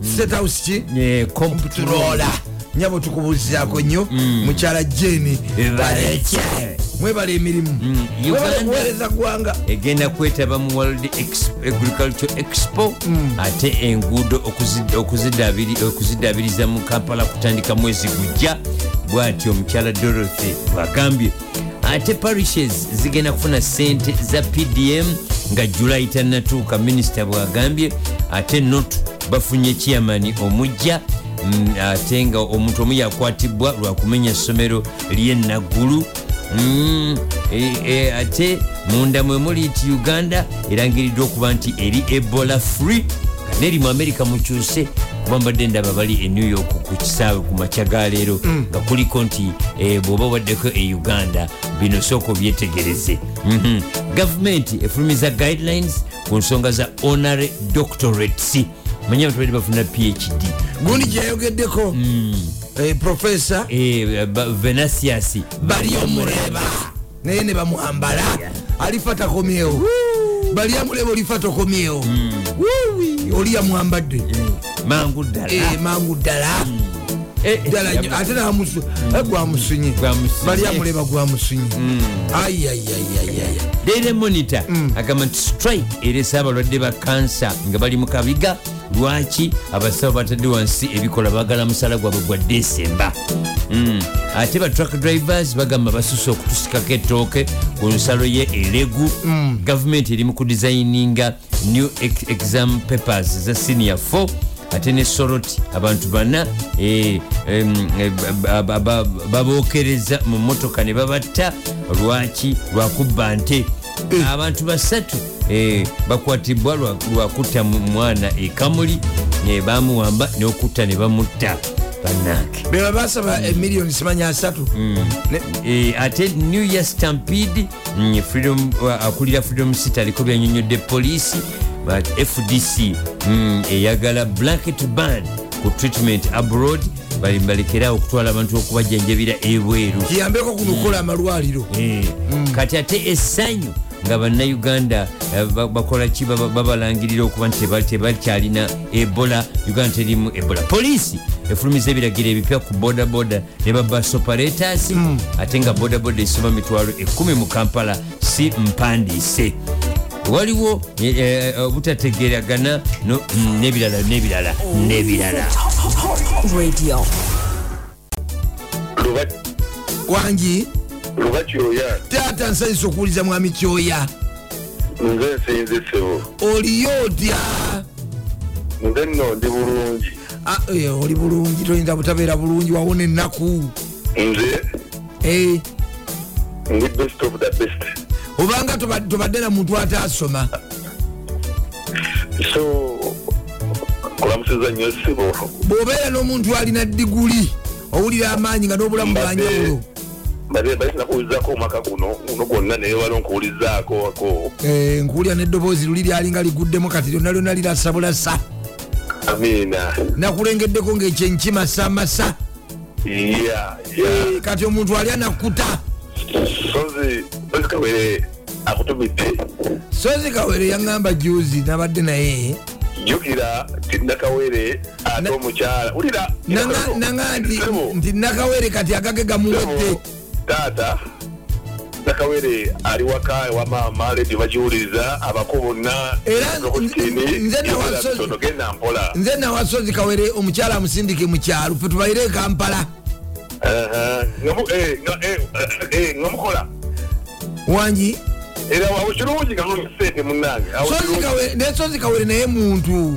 Mm. setaus ki Eh, comptroller Mm. turola nyabo tukubuuzirako nnyo mukyala jeni Bareke. mwebala emirimu Mwebale Eh, Mm. uganda kuweereza ggwanga egenda kwetaba mu world Ex- agriculture expo ate enguudo okuzi- okuzidabiri- okuzidabiriza mu kampala kutandika mwezi gujja bwatyo omukyala dorothy bwagambye ate parishes zigenda kufuna sente za pdm nga julayi tannatuuka minisita bwagambye ate not bafunye chairman omujja Mm, ate nga omuntu omu yakwatibwa lwakumenya essomero lyennaggulu Mm, e- e- ate munda mwe muli nti uganda erangiriddwa okuba nti eri ebola free nga neri mu america mukyuse kuba mbadde ndaba bali e new york ku kisaawe ku makya ga leero Hmm. nga kuliko nti eh, bw'oba waddeko e uganda bino sooka obyetegereze Mhm. gavumenti efulumiza guidelines ku nsonga za honary doctorates manye abantu bali bafuna phd gundi gyeyayogeddeko Mm. eh, profesa Eh, ba- venasius bali omureba naye ne bamuambala alifa takomyewo bali amureba olifa tokomyewo Wuuwi, oli yamwambadde mangu ddala Eh, mangu ddala Eh, ddala nyo ate namusu eh, gwamusunye Gwamusunye. bali amureba gwamusunye ayayayayaya daily monitor agamba nti strike eresa abalwadde ba kansa nga bali mu kabiga lwaki abasawo batadde wansi ebikola bagala musala gwabwe gwa desemba Mm. ate ba truck drivers bagamba basusa okutusikako ettooke ku nsalo ye eregu gavumenti eri mu kudesigninga new ex- exam papers za senior 4 ate ne soroti abantu bana eh, em, eh, ba- ba- ba- babookereza mu motoka ne babatta lwaki lwakubba nte abantu basatu eh, bakwatibwa lwa- lwakutta mu mwana e ekamuli eh, bamuwamba n'okutta ne bamutta bannange beba basaba emiliyoni simanya asatu Mm. Ne- Eh, ate new year stampede mm, freedom, wa- akulira freedom city aliko byanyonyodde poliisi but fdc mm, eyagala blanket ban ku treatment abroad bali- balekeraawo okutwala abantu okubajanjabira ebweru kiyambeko kunokola amalwaliro Eh, kati ate essanyu nga bannayuganda eh, ba- bakola ki Baba- babalangirira okuba nti teba- tebakyalina ebola uganda terimu ebola poliisi efulumiza ebiragiro ebipya ku bodaboda ne babas operators ate nga bodaboda esoma mitwalo ekumi mu kampala si mpandiise waliwo eh, eh, obutategeragana no- mm, n'ebirala n'ebirala n'ebirala Radio. wangi luba kyoya taata nsanyusa okuwuliza mwami kyoya nze nsinze sebo oliyo otya nze nno ndi bulungi Ah, eh, oli bulungi toyinza butabeera bulungi wawona ennaku nze Eh, ndi best of the best obanga toba- tobadde na muntu ataasoma so kulamusiza nnyo sebo bw'obeera n'omuntu alina diguli owulira amaanyi nga n'obulamu bwanjawulo mbadde bali sinakuwulizaako omwaka guno guno gwonna naye wali onkuwulizaako ako Eh, nkuwulira n'eddoboozi luli lyalinga liguddemu kati lyonna lyonna lirasabulasa amiina nakulengeddeko ng'ekyenkkimasamasa ya ya Eh, kati omuntu ali anakuta sozi ozikawere akutumidde sozi kawere yaŋŋamba juzi nabadde naye jjukira tinakawere ate Na- omukyala wulira Naŋa- naŋa nti Sebo, nti nakawere kati agage gamuwedde Sebo, taata nakawere ali waka ewa maama ledi bagiwuliriza abako bonna Era nze- nze nawasoze- genda mpola nze nawasozi kawere omukyala amusindike mu kyalo fe tubayire e kampala Aha. Ngamu- eh, nga- eh, eh, ngamukola wangi era wawe kirungi nga nonyesa sente munange Awo Sozi kirungi. Kawere- ne sozi kawere naye muntu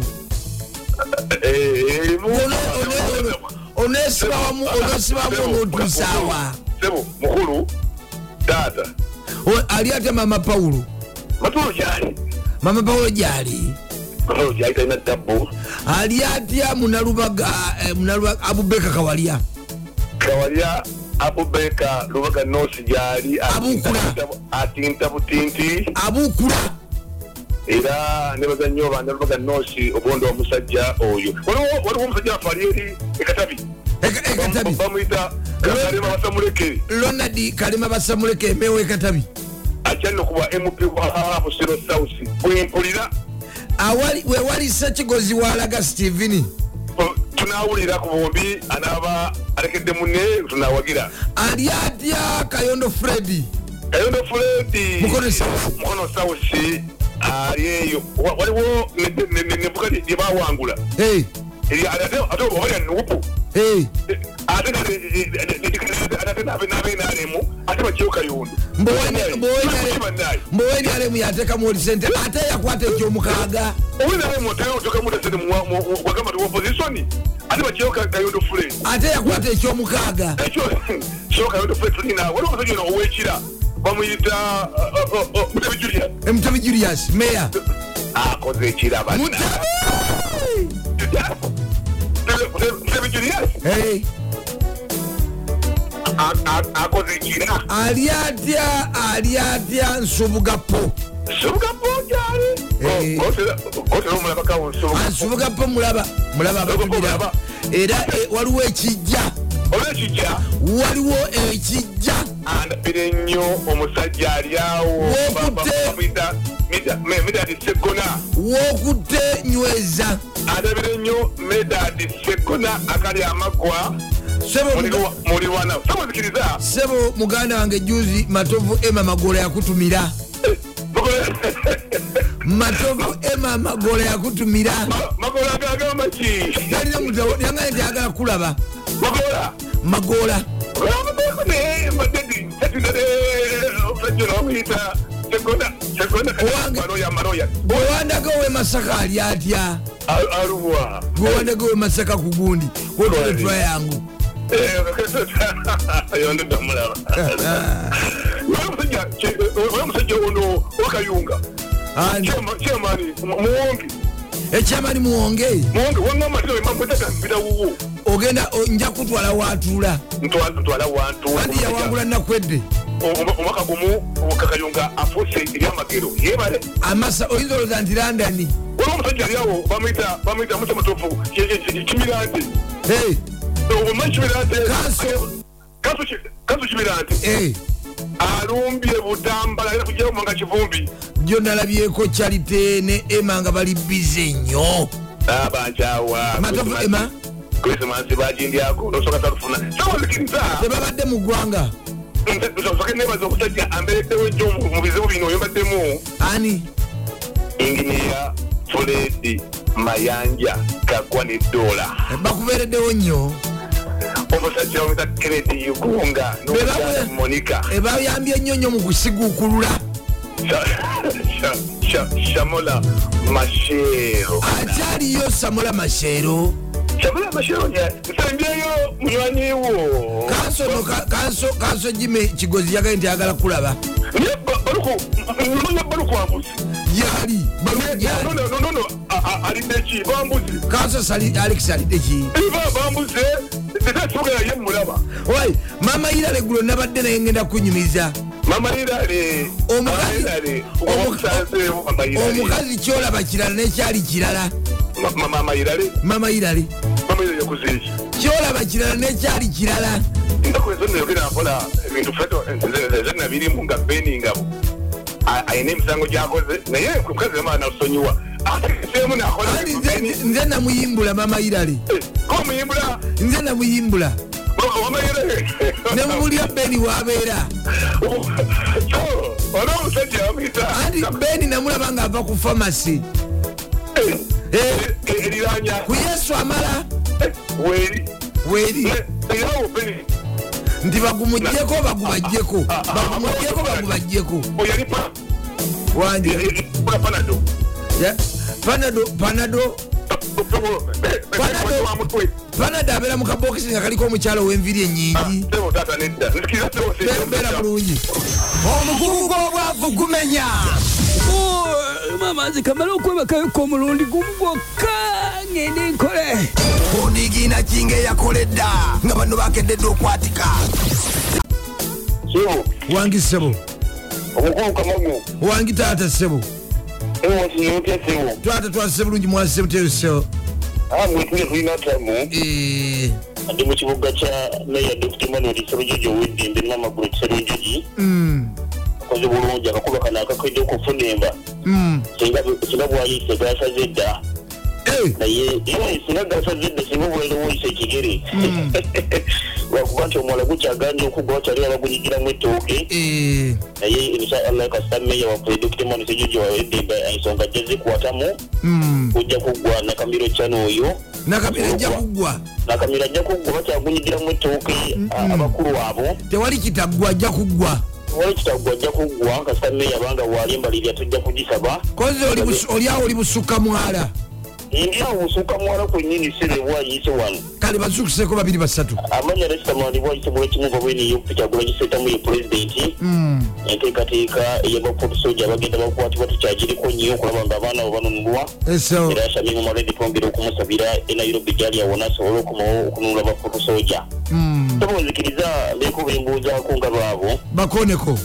Eh, eh, mu- Ono- ono- ono- onesiba wamu onesiba wamu Sebo, onotusaawa Sebo, mukulu taata O- ali atya mama pawulo matolo gyali mama pawulo gyali matolo gyali talina dabbo ali atya munalubaga eh, Munalubaga- abubeka kawalya kawalya abubeka lubaga nosi gyali Abukula. atinta butinti abukula era ne bazannyo banda lubaga nosi obondo omusajja oyo Waliwo- waliwo omusajja waffe ali eri ekatabi Eka- ekatabi bamuyita kalema basamulekere lonard kalema e basamuleka emeewo ekatabi ajja nno kuba mp wa busiro south bwempulira awali wewali sekigozi walaga steveni o, tunaawulira ku bombi anaaba alekedde munne tunawagira ali atya kayondo fredi kayondo furedi Mukono South. mukono sawusi ali eyo Wa- waliwo ne- ne- ne- nevuga lyebawangula Hey, ate oba lyanuupu hey, ate ate nabenaalemu ate bakiyo kayondo mboweni alemu yateekamu olisente ate yakwata ekyomukaaga owenalemu otekamutesene wagamba ti opozisoni ate bakiyo kayondo furedi ate yakwata ekyomukaaga ekyo kyokayondo furedi tulina waliwo omusajja ono owekira bamuyita mutebi julius emutemi E julius meya akoze ekiraba mutebi julius Hey, a- a- akoze ekira ali atya ali atya nsubugapo subuga Eh. Ah. pokyali otera omulabaka wonsubuga ansubugapo mulaba mulaba abatubiraba era eh, waliwo ekijja olwekijja waliwo ekijja anapire nnyo omusajja ali awo Wokutte. Ba- ba- bamuyita Meda- Me- medadi segona wokutte nyweza anabire nnyo medadi segona akali amagwa Sebo muga- mulirwa- mulirwana samuzikiriza sebo muganda wange juzi matovu ema magola yakutumira matovu ema magola yakutumira magola gagamba ki yalina mutabo yangane tayagala kulaba magola magola gwewandaka owe masaka ali atya gwewandaka owe masaka ku gundi wotuletwa yangu Eh, omusajja ono wakayunga Ani, kyamani muwongi ekyamani muwonge muwongi wangamba timamutatambirauwo ogenda o- nja kutwala watuula ntwala wantu kandi yawangula nnaku edde omwaka gumu kakayunga afuuse ebyamagero yebale amasa oyinza olowooza nti landani waliwo omusajja aliawo bamuyita bamuyita musa mutuufu kimirante Hey, omanyi kimirante Kanso. kansu kimirante hey, alumbye butambala era kujamu nga kivumbi jo nalabyeko kyalite ne ema nga e bali bize nnyo abanjawa matovu ema krisimansi bagindyako nosooka salufuna sawazikiriza tebabadde mu ggwanga nsooke nebaza omusajja ambereddewo ejjo mu bizibu bino oyombaddemu ani inginiya fuledi mayanja kagwa ne dola e bakubeereddewo nnyo omusajja bamuyita kennedy yugunga Bebawe- n'omukyala monica E ebayambye ennyo nnyo mu kusiguukulula shamola mashero akyaliyo samola masheero shamola mashero nsembyeyo munywanyi wo kansono kanso jime kigozi yagaye nti agala kulaba Naye Ba- baluku nonya baluku wambuzi yali balungi yali. nonono alidde ki ah, bambuzi kanso Sali- alex alidde ki iba bambuze tetasibuga yaye mulaba Wai, maama ira legulo nabadde naye ngenda kunyumiza mama lirale Omukazi- lirale omu- omusanzeewo mama lirale omukazi kyolaba kirala nekyali kirala Ma- mama lirale maama irale mama lirale yakuzeeki kyolaba kirala nekyali kirala ennaku ezo neyogera mpola ebintu fenabirimu nga beni ngabo A- alina emisango gyakoze naye mukazi amala nalusonyiwa ateemu Anti nze- nze namuyimbula maama irale komuyimbula nze namuyimbula wamayire nemumulya beni wabeera olwo omusajja yamuyita anti beni namulaba ngaava ku famasi Eh, eriranya ku yesu amala weri weeri erawo beni nti bagumugyeko bagubajjeko bagumugyeko bagubajjeko oyalipa wanje panado Ya- panado panado panado abeera mu kabokisi nga kaliko omukyalo w'enviri enyingi tata nedda nzikiriza beera tewose bulungi omukugu gw'obwavu gumenya lumu amazzi kamale okwebakayoka omulundi gumu gwokka ngende nkole oniigina kinga eyakoledda nga bano bakededde okwatika wangi ssebo omukukamamu wangi taata ssebo ewosinyotya sewo twata twasise bulungi mwasise muteesewo amwetule tulina tamu Eh, ndi mu kibuga kya meya dr manuel kiserujoji ow'eddembe n'amagulu kiserujoji mm, akoze bulungi akakuba kano akakedde okufuna enva mm. singa bwayise gasaze edda Eh, naye era singa gasazidde singa obwerewo oyisa ekigere lwakuba nti omwala gukyaganja okugwa wakyali abagunyigiramu ettooke Eh, naye inshallah kasita meya waffe dokita manisejjojo waweddemba ensonga ajja zikwatamu mm. ojja kuggwa nakamiro kyano oyo nakamira ajja kuggwa nakamiro ajja kuggwa bakyagunyigiramu ettooke a- abakulu abo tewali kitaggwa ajja kuggwa wali kitaggwa ajja kuggwa kasita meya banga waali embalirya tujja kugisaba kozi oli busu- oli awo oli busukka mwala ngawo osuuka muwala kwennyini serebwa ayise wano kale bazukuseko babiri basatu amanya resitamandibwa ayise bwekimu babweniyo kyagula kiseetamu ye pulezidenti Mm. enteekateeka ey'abapolisoja abagenda bakwatibwa tukyagiriko nnyo okulaba nga abaana abo banunulwa eso era shamimu maledi twongera okumusabira e nairobi gyali awona asobole okumawo okununula abapolisoja Mm. tobunzikiriza beeko bembuuzaako nga baabo bakoneko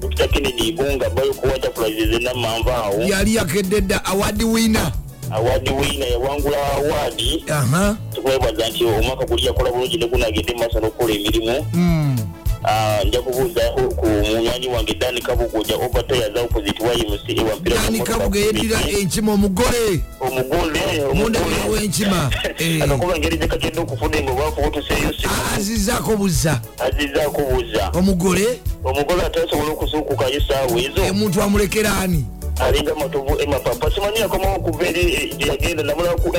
dokita kennedy bo nga bayo kuwajapulaziza enamanva awo yali yakedde dda awadi wina awaadi wiina yawangula awaadi aha tukwebaza nti omwaka guli yakola bulungi ne gunagende mu maaso n'okukola emirimu Mm. Ah, nja kubuuza ku- ku munywanyi wange dani kabugoja obatoyaza opposite wa mc ewampira yani kabuga yeddira enkima omugole omugole mundabira omugole w'enkima Eh, Ah. akakuba engeri gye kagenda okufuna emubaafu otuseeyo simu azizaako buzza azizaako buuza omugole omugole atasobola okuzuukukayo essaawa ezo omuntu amulekera ani alinga matovu e emapapa simanyi yakomawo okuva eri eh, gye yagenda namulaku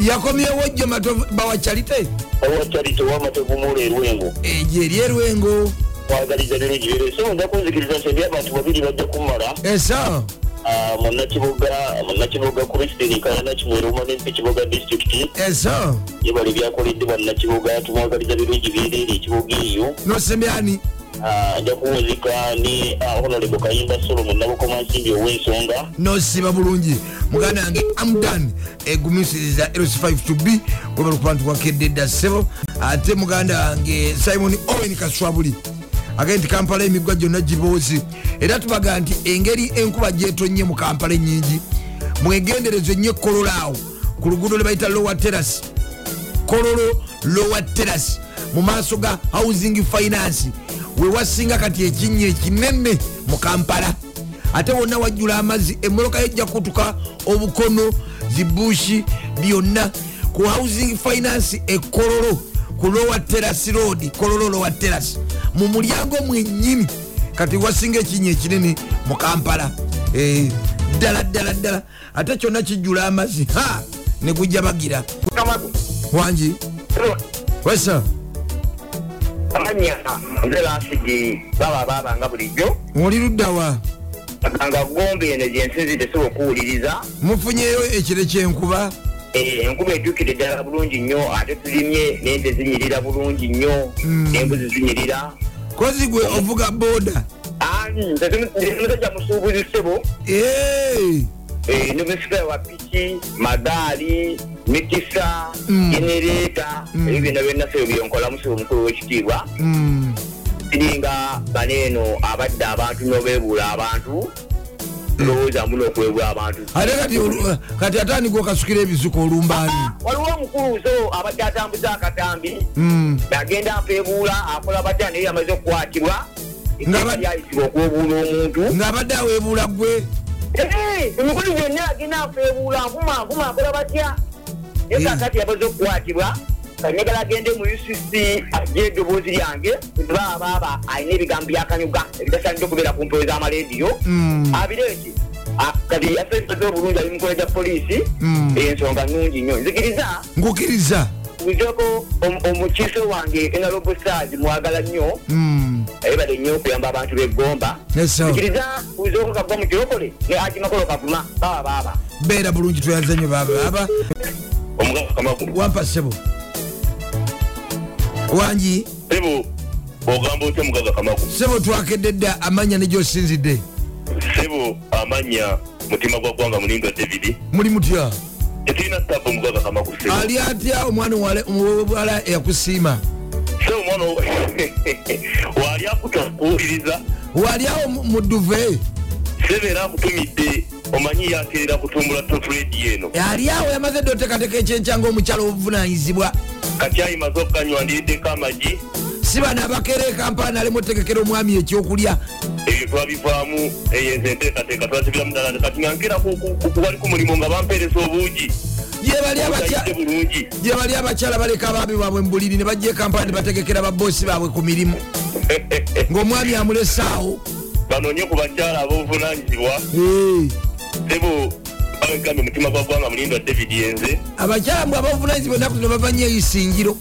yakomyewo jjo matovu bawakyalite ewakyali tewamatovu muula erwengo ejo eri erwengo kwagaliza lero gibeere so nja kunzikiriza nti eri abantu babiri bajja kumala esa Ah, munnakibuga munnakibuga christine nkayana kimweruma n'empekibuga disitulikiti esa yebali byakoledde bannakibuga tumwagaliza birungi byereere ekibuga eyo nosembye ani Ah, ajja kuwuzika ne ah, honorable kayimba solomon nabukomansimbi ow'ensonga nosiba bulungi muganda wange amdan egumisiriza ls52b webalikuba ntuwakedde dda ssebo ate muganda wange simon owen kaswabuli agende nti kampala emigwa gyonna giboozi era tubaga nti engeri enkuba gyetonye mu kampala enyingi mwegendereze nnyo kololaawo ku luguudo lwe bayita lowa terasi kololo lowa terasi mu maaso ga housing finance wewasinga kati ekinnya ekinene mu kampala ate wonna wajjula amazzi emmoloka yejja kutuka obukono zibushi byonna ku housing finance ekololo ku lowa terasi road kololo lowa terasi mu mulyango mwennyini kati wasinga ekinnya ekinene mu kampala Eh, ddala ddala ddala ate kyonna kijjula amazzi ha negujja bagira kamago wangi wesa amanya nze laasigi baba baabanga bulijjo oli luddawa nga gombe eno gyensinzi tesobola okuwuliriza mufunyeyo ekire kyenkuba Eh, enkuba ejjukire ddala bulungi nnyo ate tulimye n'ente zinyirira bulungi nnyo Mm. n'embuzi zinyirira kozi gwe ovuga booda Ani, nze simu- nze musajja musuubuzi ssebo Hey! eh, ne musikayi wa piki magaali mikisa Mm. genereeta Mm. ebyo byonna byennaseyo byonkola musibe omukulu w'ekitiibwa Mm, siringa bano eno abadde abantu n'obeebuula abantu ndowooza muno okwebula abantu ate kati olu- kati atandika okasukira ebizuko olumbaani waliwo omukuluuso abadde atambuza akatambi Mm, agenda ampeebuula akola batya naye amaze okukwatibwa Nga ba- lyayisibwa okwebuula omuntu ng'abadde aweebuula gwe Eh, emikulu gyonna agenda ampeebuula nvuma nvuma akola batya Eh. naye kakati amaze okukwatibwa kanyagala agende mu ucc agye eddoboozi lyange babaaba alina ebigambo byakanyuga ebitasanidde okubeera ku mpewo z'amalediyo Mm. abireeki Ah, kati yasaisaza obulungi ali mukolo gya poliisi Mm. ensonga nnungi nnyo nzikiriza ngukkiriza uzeko omukiise wange enalobo saazi mwagala nnyo Mm, ayebale nnyo okuyamba abantu b'eggomba eso zikiriza uzeko kagwa mu kirokole ne agimakolo kavuma baba baaba beera bulungi tweyazanyo babaaba omugabo kamagu wampa ssebo wangi sebo ogamba otya mugaga kamagu ssebo twakedde dda amanya negyosinzidde sebo amanya mutima gwa ggwanga mulindwa davidi muli mutya tetulina sabo mugaga kamagu sebo ali atya omwana owala- owala eyakusiima sebo mwana wo- waali akuta kuwuliriza waliawo muduve sebo era akutumidde omanyi yaterera kutumbula top redi eno aliawo yamaze dde oteekateeka ekyenkya ngaomukyalo obuvunanyizibwa kati ayimaze okukanywa ndireddeko amagi si bano abakeera ekampala nalemu otegekera omwami ekyokulya ebyo twabivaamu eyo nze enteekateeka twazibiramu ddala kati nga nkerako okuwali ku mulimu nga bampeeresa obuugi gyebali Obutayite abakya bulungi gye bali abakyala baleka abaami baabwe mubuliri ne bajja ekampala ne bategekera baboosi baabwe ku mirimu ng'omwami amulesaawo banoonye ku bakyala ab'obuvunanyizibwa Eh, sebo bagambye omutima gwa ggwanga mulindwa david yenze abakyala mbwe abavunanyizibwa ennaku zino bava nnyo eisingiro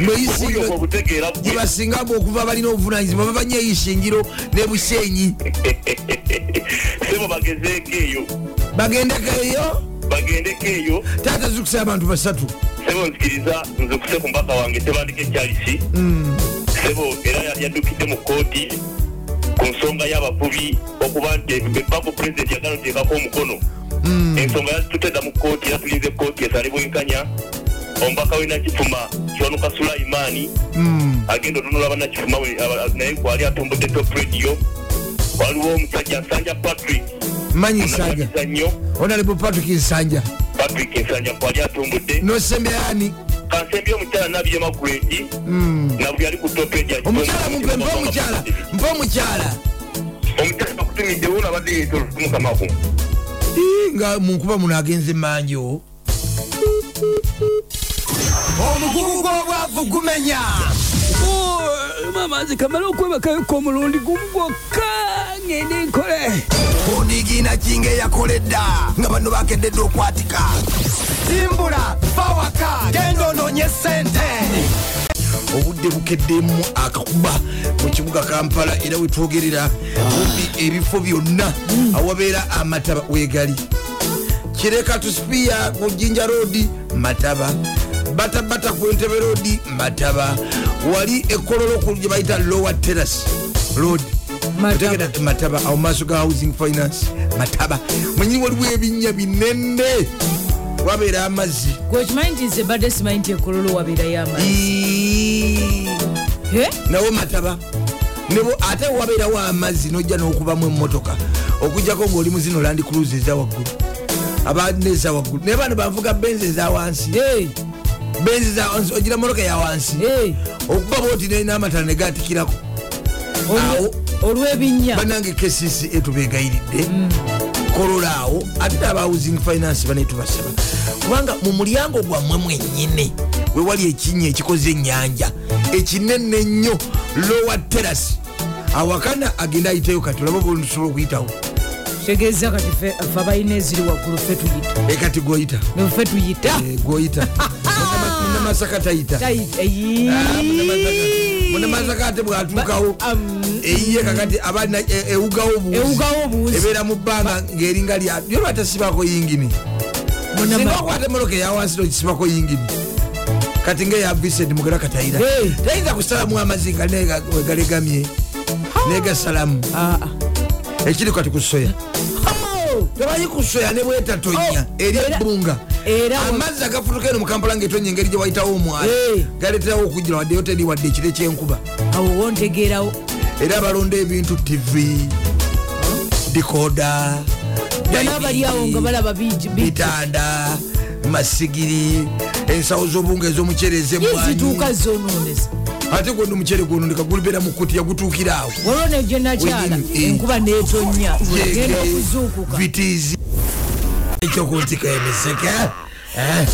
Mwe obuli isingiro okwo obutegeera gye ggwe basinga mbwe okuva balina obuvunanyizibwa bava nnyo eisingiro ne busenyi sebo bagezeeko eyo bagendeko eyo bagendeko eyo taata zikusa abantu basatu sebo nzikiriza nzikuse ku mbaka wange tebandika ekyalisi sebo era yali yaddukidde mu kooti ku nsonga y'abavubi okuba nti e- ebbako pulezidenti yagala oteekako omukono ensonga yatutedda mu kooti era tulinze kooti esale bwenkanya omubaka wenakifuma kyonuka sulaimaani Hmm, agenda otunula bannakifuma we- aba- naye kwali atumbudde top radio waliwo omusajja nsanja patrick manyi nsanja munnamizannyo onalebo patrick nsanja patrick ensanja kwali atumbudde nosemeyani kansembye omukyala nabye magwedi nabwe yali ku topeja omukyala mumpe mpa omukyala mpa omukyala omukyala bakutumiddewo nabadde yeetolumukamako Ii, nga munkuba muno agenze manjo omukulu gw'obwavu gumenya olumu amazzi kamala okwebakayoka omulundi gumu gwokka ngende nkole onigiina kinga eyakola edda nga bano bakededde okwatika simbula fawaka genda onoonye sente obudde bukeddemu akakuba mu kibuga kampala era wetwogerera kumbi ebifo byonna awabeera amataba weegali kireka tusipiya ku jinja roodi mataba batabata ku ntebe roodi mataba wali ekololo ku gye bayita lower terrace road Otegera- mataba awo maaso ga housing finance mataba mwenyini waliwo ebinnya binene wabeera amazzi gwekimanyi nti nze badde simanyi nti ekololo Eh? wabeerayo amaanyi Iiii. nawo mataba nebo ate wabeerawo amazzi nojja n'okubamu emmotoka okujjako ng'oli mu zino land cruise eza waggulu abane eza waggulu naye bano banvuga benzi eza wansi benzi eza wansi ogira motoka ya wansi okuba booti ne- n'amatala ne gatikirako awo olw'ebinnya banange kesisi etubegayiridde kololaawo ate nabahousing finance banetubasaba kubanga mu mulyango gwammwe mwenyini wewali ekinnya ekikoze ennyanja ekinene ennyo lower terasi awakana agenda ayiteyo kati olaba bonsobola okuyitawo tegeeza kati ffe ffe abalina eziri waggulu ffe tuyita ekati Eh, gwoyita ffe tuyita Eh, Ah, gwoyita munamasaka tayita Tayi- eyi. munamasaka ate bwatuukawo Ba- am- eyiye kakati abana e- ewugawo buwuzi ewugawo buwuzi ebeera mu bbanga ng'eringa lya lyoba tasibako yingini singa okwata emoloka eyawansi nogisibako yingini kati ngaeya vincent mugera katayira Hey. tayinza kusalamu amazzi nga nega- wegalegamye negasalamu Ah, ekiri kati ku soya tebayi ku soya ne bwetatonya Oh, eri era- ebbunga era- amazzi agafutuka eno mukampala ngaetonya engeri gye wayitawo omwala Hey. galeeterawo okujira waddeyo teri wadde ekire kyenkuba awowo ntegeerawo era balonda ebintu tv dikoda bonna abali awo nga balaba bingi bingi. bitanda masigiri ensawo z'obunga ez'omuceere ezemwanyi yezituuka zononesa ate gwondi omuceere gwonondeka gulibeera mu kutiya gutuukira awo waliwo negye nakyala Wenyini, eh. enkuba netonya genda Yege, okuzuukuka bitiizi ekyokuntika emiseke eh?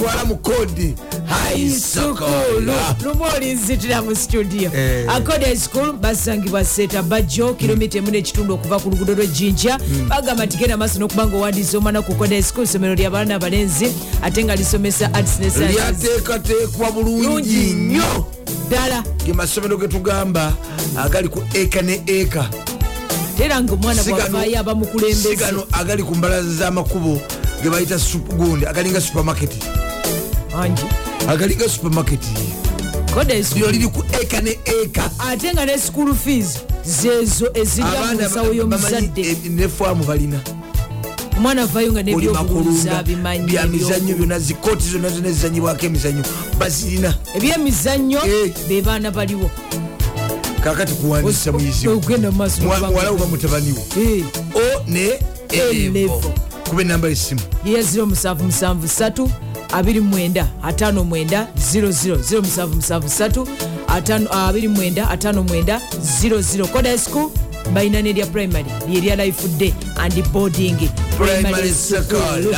twala mu kodi haisokola lumu olinzitira mu studio Eh. akoda school basangibwa seta bajjo kilomita emu nekitundu okuva ku luguudo lwejjinja Hmm. bagamba nti genda maaso n'okuba nga owandiisa omwana ku koda school essomero lyabaana abalenzi ate nga lisomesa arts ne sciences lyateekateekwa bulungi Bulungi nnyo ddala ge masomero ge tugamba agali ku eka ne eka tera nga omwana Sigano- bwavaayo abamukulembeze sigano agali ku mbalaza z'amakubo ge bayita sup- gundi agalinga supermarket angi agalinga supermarket koda school lino liri ku eka ne eka ate nga ne school fees zezo ezirya mu abaana nsawo ba- bamanyi y'omuzadde e- ne faamu balina omwana avayo nga oli nebyobulunzi makulunda abimanyi bya mizanyo ebyobulunzi. byonna zikooti zonna zonna ezizanyibwako emizanyo bazirina ebyemizannyo Eh. be baana baliwo kakati kuwanisa muyiziwo ogenda mumaaso muwala oba mutabaniwo Eh, o ne elevo Elevo. kuba enamba esimu yeya 0773 29 59 00 0773 2959 koda school balina nerya primary lyerya life day and boarding Primary school.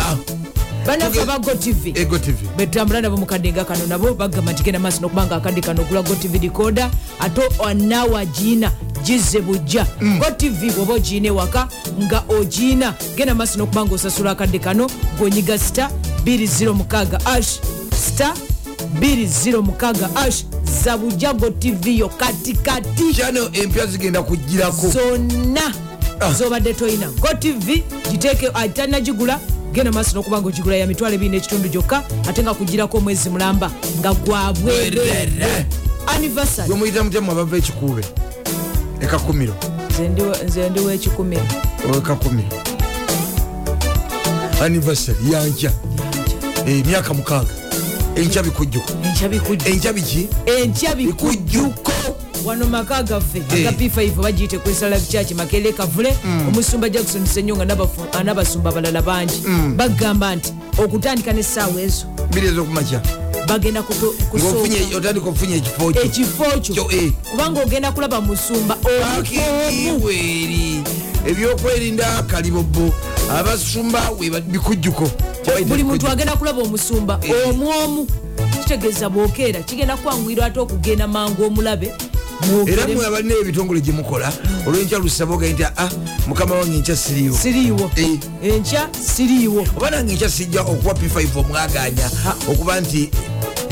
banaffe Tuge- bago tv ego tv betambula nabo mukadde nga kano nabo bagamba nti genda maaso nokubanga akadde kano ogula gotv dikoda ate anaawe agiina gize bujja gotv bwoba ogiina ewaka nga ogiina genda maaso nokubanga osasula akadde kano gonyiga sita 206 ash sita 206 ash za bujja gotv yo katikati kyano empya zigenda kugirako zonna Ah. zobadde toyina gotv giteeke atanagigula genda maaso nokuba nga ogigula ya mitwalo ebiri n'ekitundu gyokka ate nga kugirako omwezi mulamba nga gwabwerere Bwerere. anniversary gwemuyita mutyamu abava ekikube ekakumiro nze ndiwo ekikumi ekakumiro anniversary yanja emyaka Eh, mukaaga enkya bikujjuko enkya bikujju enkya biki enkya E- bikujjuko wano maka gaffe Eh. Mm. agap5 bagiyita kwesalab church makere kavule omusumba jackson senyo nga n'abafu- n'abasumba abalala bangi Mm. bagamba nti okutandika n'essaawa ezo biri ezokumakya bagenda kuto- kusooka ngaofunye otandika okufunya ekifo kyo ekifo kyo Kyo, eh. kubanga ogenda kulaba musumba omukomu akiweri ebyokwerinda kalibobo abasumba weba- bikujjuko buli muntu agenda kulaba omusumba Eh. omwomu kitegeeza bwokeera kigenda kwanguyirwa ate okugenda mangu omulabe era mwogere mwe abalina ebitongole gyemukola olwenkya lusaba ogai nti aa mukama wange enkya siriiwo siriiwo Eh. enkya siriiwo oba nange enkya sijja okuwa p5 omwaganya okuba nti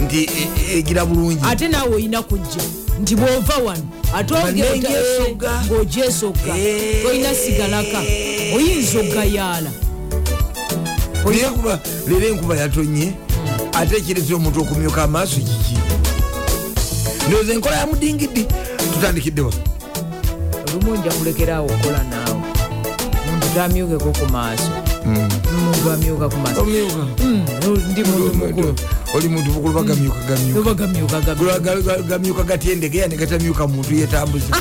nti e- e- egira bulungi ate naawe olina kujja nti bwova wano ate Banenge esogga. ng'ogyesoga Eh. tolina sigalaka oyinza ogayaala naye kuba leero enkuba yatonye ate ekireetera omuntu okumyuka amaaso kiki ndowooza enkola yamudingiddi tutandikiddewa olumu nja kulekeraawo okola naawe muntu tamyukeko ku maaso muntu amyuka ku maaso omyuka Mm, ndi muntu mukulu oli muntu mukulu bagamyuka gamyuka oba gamyuka Gula- gamyuka ga- ga- gamyuka gatendegeya ne gatamyuka muntu yetambuza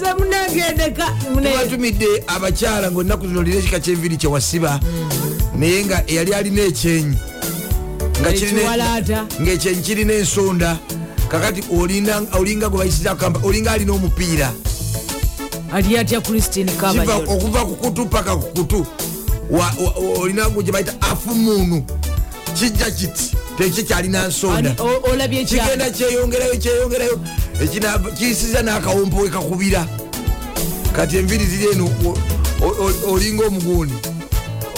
ze munagendeka mune batumidde abakyala ngaonaku zino olina ekika kyenviri kyewasiba naye nga eyali alina ekyenyi nga kirina- Ekiwalaata. ngaekyenyi kirina ensonda kakati olina- olinga gwe bayisizakamba olinga alina omupiira ali atya christine kiva kabayolo okuva ku kutu paka ku kutu Wa- wa- wa- olina gwe gye bayita afumuunu kijja kiti tekikyalina nsonda Ani- o- olabye kigenda ekyalo kyeyongerayo kyeyongerayo Ekina- kiyisiza n'akawompo wekakubira kati enviri ziri eno o- o- o- olinga omuguuni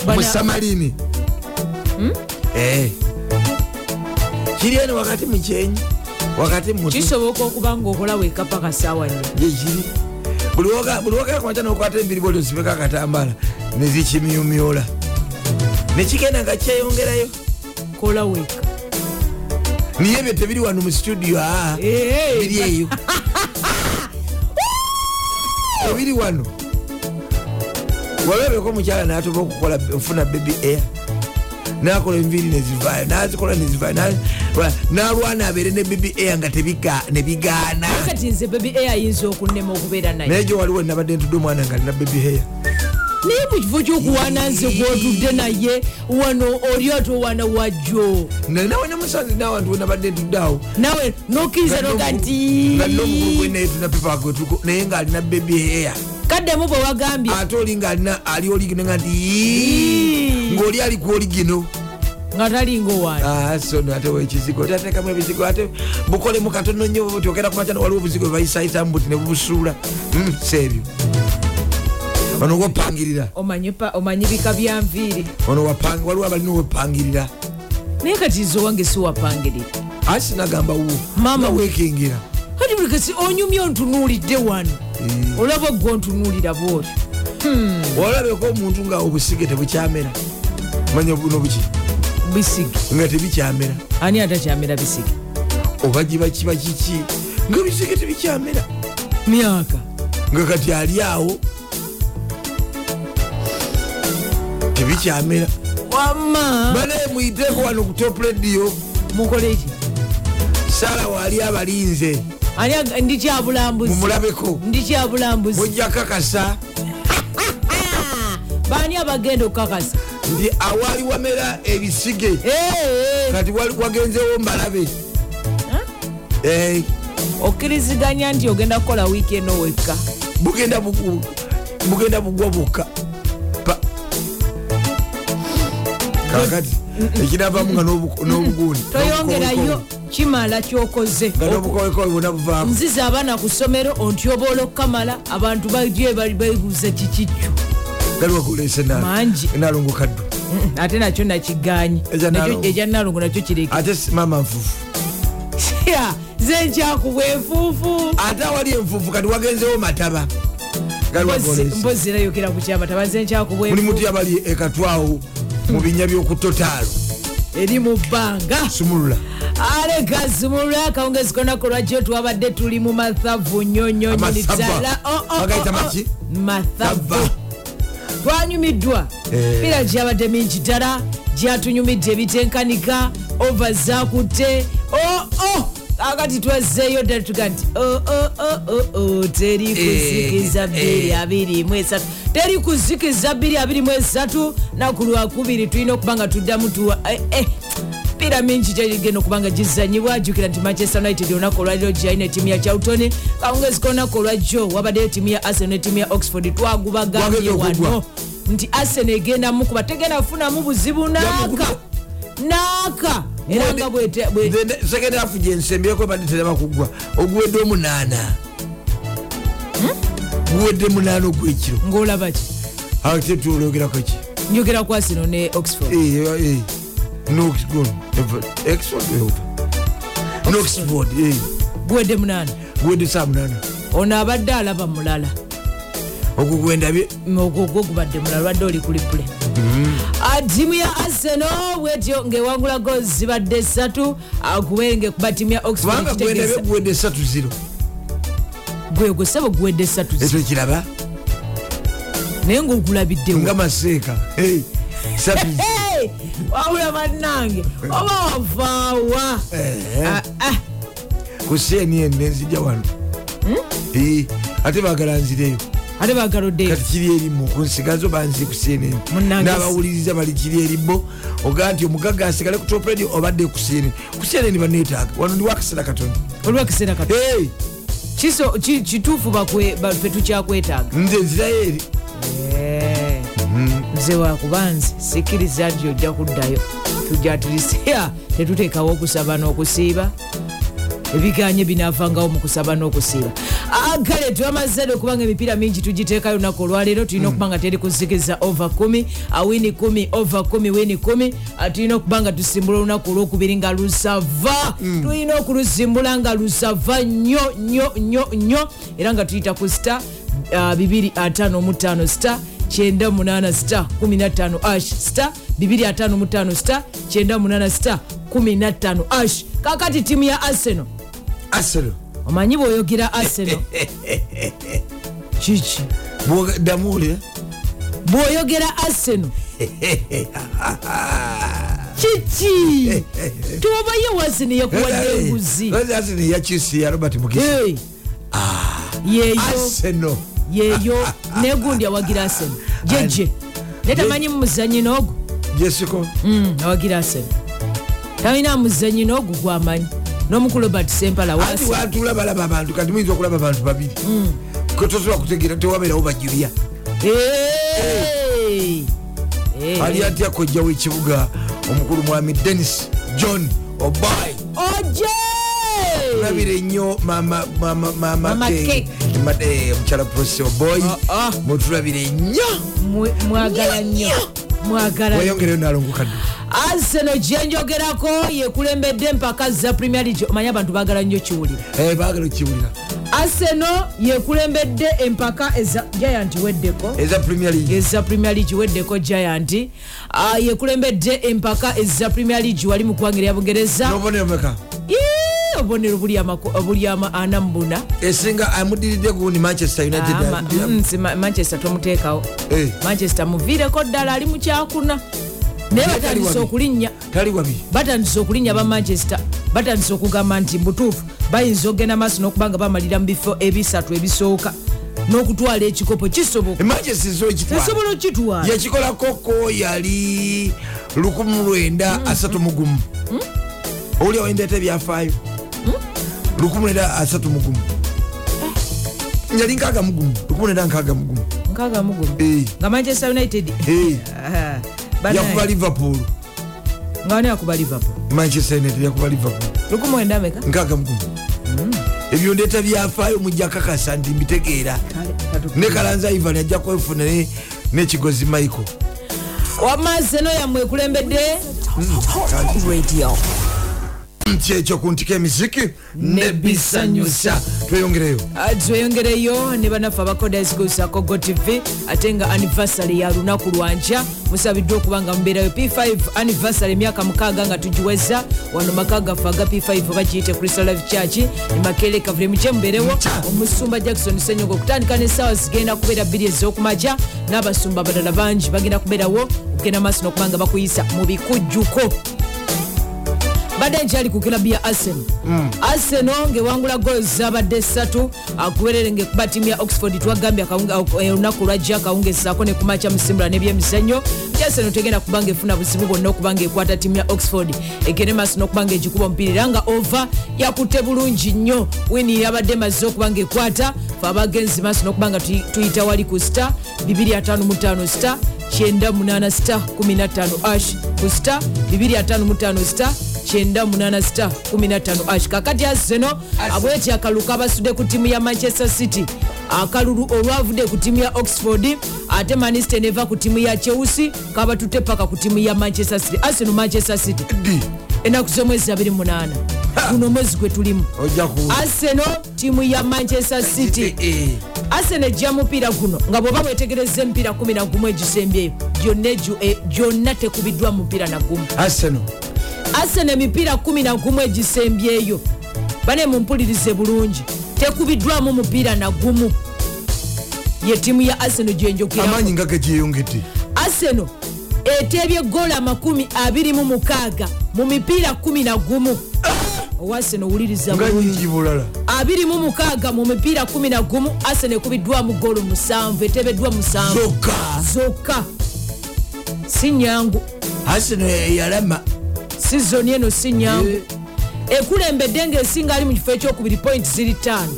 Bana- Hmm? musamalini Eh. kiri eno wakati mukyenyi wakati mutu kisoboka okuba ngaokola weka paka saawa nyo yekiri buliwogakwata nokwata enviri bwoti osibeko akatambala nezikimyumyola nekigenda nga kyeyongerayo kola weka niye byo tebiri wano mu situdiyo aa Eh, biri eyo ebiri wano walabeko omukyala natuba okukola nfuna baby air nakola enviiri nezivaayo nazikola nezivaayo na- nalwana abeere ne baby air nga tebiga- nebigaana kati nze bebi air ayinza okunema okubeera naye naye gyo waliwo nabadde ntudde omwana nga alina baby hair naye mu kifo kyokuwaana nze gwotudde naye wano oli atowaana wajjo nawe nemusanze nawe ntiwe nabadde ntudde awo nawe nokkiriza noga nti nomukulu gweneetuna pepa gwetuko naye ng'alina baby hair kaddemu bwe wagambye ate oli ngaalina ali oligino nga nti "Yii!" ng'oli ali ku oligino nga talinga owaana Ah, so no ate wekizigo tatekamu ebizigo ate bukolemu katono nyo tyogera kumacana waliwo obuzigo bwebayisayitamu buti nebubusuula si ebyo ono wopangirira Omanyi pa- omanyi bika bya nviiri ono wapang- waliwo abalina wepangirira naye kati zo wange siwapangirira asinagamba wo Maama we. wekengira kati buli kasi onyumya ontunuulidde wano olaba gwe ontunuulira bwoti olabeko omuntu nga obusige tebukyamera manya buno buki bisigi nga tebikyamera ani atakyamira bisigi oba giba kiba kiki nga bisige tebikyamera myaka nga kati ali awo tebikyamera wama banaye muyiteeko wano ku top radio mukoleki sara waali abalinze ani aga- ndi kyabulambuzi mumulabeko ndi kyabulambuzi mujja kakasa baani abagenda okukakasa nti awaali wamera ebisige kati wali- wagenzewo mbalabe Eh, okkiriziganya nti ogenda kukola wiiki eno wekka bugenda bugu- bugenda bugwa bukka Pa- kakati ekinavamu nga n'obu- n'obuguuni toyongerayo kimala kyokoze nga n'obukowekowe bwona buvaako nziza abaana ku ssomero ontyobola okukamala abantu baje bali bebuuza kikijjo galiwakulese Mangi. nalongo kaddu Mm, ate nakyo nakiganye Ekya Nalongo. ekyanalongo nakyo kireke ate si- maama nfuufu Ah. Ya, nze nkyakuba enfuufu ate awali enfuufu kati wagenzewo mataba Mpozi- galiwakulese mpozi era yogera ku kyamataba nze nkyakuba muli enfuufu muti abali ekatwawo mu binya by'okutotaalo eri mu bbanga sumulula alekazimulwa kawungezi konaku lwajjo twabadde tuli mu mathavu nnyo nnyo nnyo Amasaba. nitala Oh, oh, Bagayita oh, oh. maki? mathavu Tava. twanyumiddwa Eh. mira gyabadde mingi ddala gyatunyumidde ebitenkanika ova zakutte oo akati twezzeeyo ddala tuga nti "Oh, oh, oh, oh, oh, teri Eh, kuzikiza 223 teri kuzikiza 223 naku lwakubiri tulina okuba nga tuddamu tuwa eh, eh, mipiira mingi gyegenda okubanga gizanyibwa jjukira nti manchester united olunaku olwaliro gyalina ettiimu ya charlton kawungezi kolunaku olwajjo wabaddeyo ettiimu ya arsenal n'ettiimu ya oxford twagubagambye Wagenda okugwa. wano nti arsenal egenda mukuba tegenda kufunamu buzibu naaka Yamukuba. naaka era nga bwete- bwe- sekend hafu gyensembyeko badde teraba kuggwa oguwedde omunaana guwedde munaana ogwekiro ng'olabaki ate tulogerako ki njogera ku arsenal ne Eh. oxford noxford guwedde munaana guwedde saa munaana ono abadde alaba mulala ogwo gwendabye ogwo gwo gubadde mulala lwadde oli kuli pule Mhm. tiimu ya arsenal bwetyo ng'ewangula go zibadde ssatu akuwenge kuba tiimu ya oxford kubanga gwendabye kitegeeza guwedde esatu ziro gwe gwe ssebo guwedde ssatu zi- ekyo kiraba naye ng'ogulabiddewo nga maseeka Eh, satu ziro. Hey, wabula bannange oba wavaawa Eh. Ah, ah, ku cnn nenzija wano Eh, ate bagala nzireyo ate baagala oddeyo kati kiri erimu kunsigazo banzi ku cnn Munnange- n'abawuliriza bali kiri eribo oga nti omugagga asigale ku top radio obadde ku cnn ku cnn baneetaaga wano ndi wakasera katono olwakaseera kato Hey, Kiso- ki- kituufu bakwe- ba- ffe tukyakwetaaga nze nzirayo eri Eh, nze wakubanzi sikkiriza nti ojja kuddayo tujja tulisiya tetuteekawo okusaba n'okusiiba ebiganye binaavangawo mu kusaba n'okusiiba agale twamazzaire okubanga emipiira mingi tugiteekayo olunaku olwaleero tulina okuba nga teri kuzikiza ove 1 awini 1 ove 1 wini 1 tulina okuba nga tusimbula olunaku olwokubiri nga lusava tulina okulusimbula nga lusava nnyo nnyo nnyo nnyo era nga tuyita ku sta 255 sta 98 sta 15 ash sta 255 sta 98 sta 15 ash kakati tiimu ya arsenal asero omanyi bwoyogera arsenal kiki damuule bwoyogera arsenal kiki tobayo wasini yakuwadde enguzi aseno yakyusi ya robert mukisa Hey. yeyo aseno yeyo negundi awagira arsenal jeje netamanyi mumuzanyi n'ogwo jesiko Mm, awagira arsenal talina muzanyi n'ogwo gwamanyi n'omukulu robert sempala anti wasi watula balaba abantu kati muyinza okulaba abantu babiri Mm. kotosobola kutegeera tewabeerawo bajulya Hey. Hey. ali atya kojja w'ekibuga omukulu mwami denis john obai oje labire nnyo mama- mama- mama Mama Kay. Kay. Ma- eh, mukyala profeso boy Ah, ah. mutulabire nnyo Mwe- mwagala nnyo mwagala weyongereyo nalongokadde arsenal gyenjogerako yekulembedde empaka za premier league omanye abantu bagala nnyo kiwulira baagala okiwulira arsenal yekulembedde empaka eza giant weddeko eza premier league eza premier league weddeko giant Ah, yekulembedde empaka eza premier league wali mu ggwanga erya bungereza nobonero meka Yee, obubonero buli amako- obuli ama- ana mubuna esinga amuddiridde gundi ah, manchester united Ah, ma- mm, si Ma- manchester tomuteekawo Eh. manchester muviireko ddala ali mu kyakuna naye Naye tali batandise wabi. okulinnya tali wabi batandise okulinnya ba manchester batandise okugamba nti mbutuufu bayinza okgenda maaso n'okuba nga bamalira mu bifo ebisatu ebisooka n'okutwala ekikopo Eh, kisoboka emergency zoekitwala tesobola okitwala yakikolako ko yali 1931 owuli awendeta ebyafaayo 1931 yali 6 1961 nkaaga mugumu Eh. nga manchester united Eh, Ah, banaye. yakuba liverpool nga wani akuba liverpool manchester united yakuba liverpool lukumwenda ameka nkaaga mugumu ebyo ndeeta byafaayo mujja kakasa nti mbitegeera ne kalanza ivan ajja kwefuna ne- n'ekigozi michael wamaazi eno yammwe ekulembedde Radio. nti ekyo kuntika emiziki nebisanyusa tweyongereyo Ah, tweyongereyo ne bannaffe abakodaesikusaako go tv ate nga anniversary ya lunaku lwanja musabiddwa okuba nga mubeerayo p5 anniversary emyaka mukaaga nga tugiweza wano maka gaffe aga p5 bagiyite crystal life church emakere kavule mukye mubeerewo omusumba jackson senyongo okutandika n'essaawa zigenda kubeera bbiri ez'okumaja n'abasumba abalala bangi bagenda kubeerawo okugenda maaso n'okuba nga bakuyisa mu bikujjuko badde nkyali ku kirabu ya arsenal arsenal ngewangula golo zabadde esatu akuberere ngekuba tiimu ya oxford twagambye akawunge- ak- eh, olunaku lwajja akawungesaako nekumaca musimbula n'ebyemizannyo nti arsenal tegenda kuba ngaefuna buzibu bwonna okuba ngaekwata tiimu ya oxford egende maaso n'okuba ngaegikuba omupiira era nga ova yakutte bulungi nnyo wini yabadde mazze okuba ngaekwata fe abagenzi maaso n'okuba nga tuyi- tuyita wali ku star 255 star 98 star 15 ash ku star 255 star 98 kakati azeno abweti akalulu kabasudde ku ttiimu ya manchester city akalulu olwavudde ku ttiimu ya oxford ate manisite neva ku ttiimu ya cheusi kabatutte paka ku ttiimu ya manchester city aseno manchester city enaku z'omwezi 28 guno omwezi gwe tulimu ojja ku aseno ttiimu ya manchester city Eh, arsenal ejja mupiira guno nga bw'oba bwetegereza emipiira 11 egisembyeyo gyonna egyo- eh, gyonna tekubiddwa mupiira nagumu arsenal arsenal emipiira 11 egisembyeyo bane mumpulirize bulungi tekubiddwamu mupiira nagumu ye tiimu ya arsenal gyenjogera amaanyi nga gegyeyongedde arsenal etebye egola 26 mu mipiira 11 owa arsenal wuliriza nga bulungi nyingi bulala 26 mu mipiira 11 arsenal ekubiddwamu golo 7 etebeddwa 7 zokka zokka si nyangu arsenal yeyalama sizoni eno si nyangu ekulembedde ngaesinga ali mu kifo ekyokubiri point ziri ttaano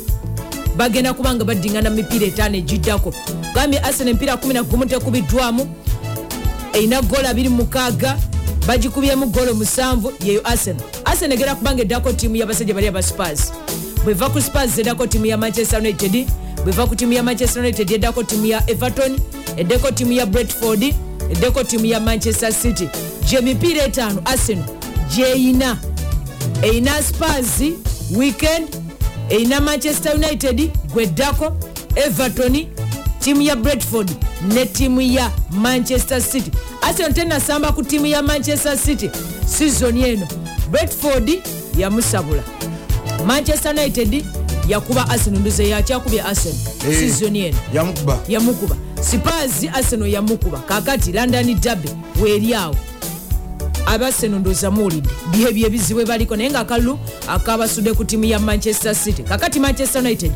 bagenda kuba nga baddingana mu mipiira etaano egiddako gambye arsenal emipiira 11 tekubiddwamu erina goolo 26 bagikubyemu goolo 7 yeyo arsenal arsenal egera kubanga eddako ttiimu y'abasajja bali abaspas bweva ku spas eddako ttiimu ya manchester united bweva ku ttiimu ya manchester united eddako ttiimu ya everton eddeko ttiimu ya bretford eddeko ttiimu ya manchester city gyemipiira etaano arsenal gyeyina eyina spars weekend eyina manchester united gweddako everton ttiimu ya bretford ne ttiimu ya manchester city arsenal tenasamba ku ttiimu ya manchester city sizoni eno bretford yamusabula manchester united yakuba arsenal nduze yakyakubye arsenal Eh. sizoni eno yamukuba yamukuba sipazi arsenal yamukuba kakati london dabe weeriawo abaseno ndoza muwulidde byebyo ebizibu baliko naye ngaakalulu akabasudde ku ttiimu ya manchester city kakati manchester united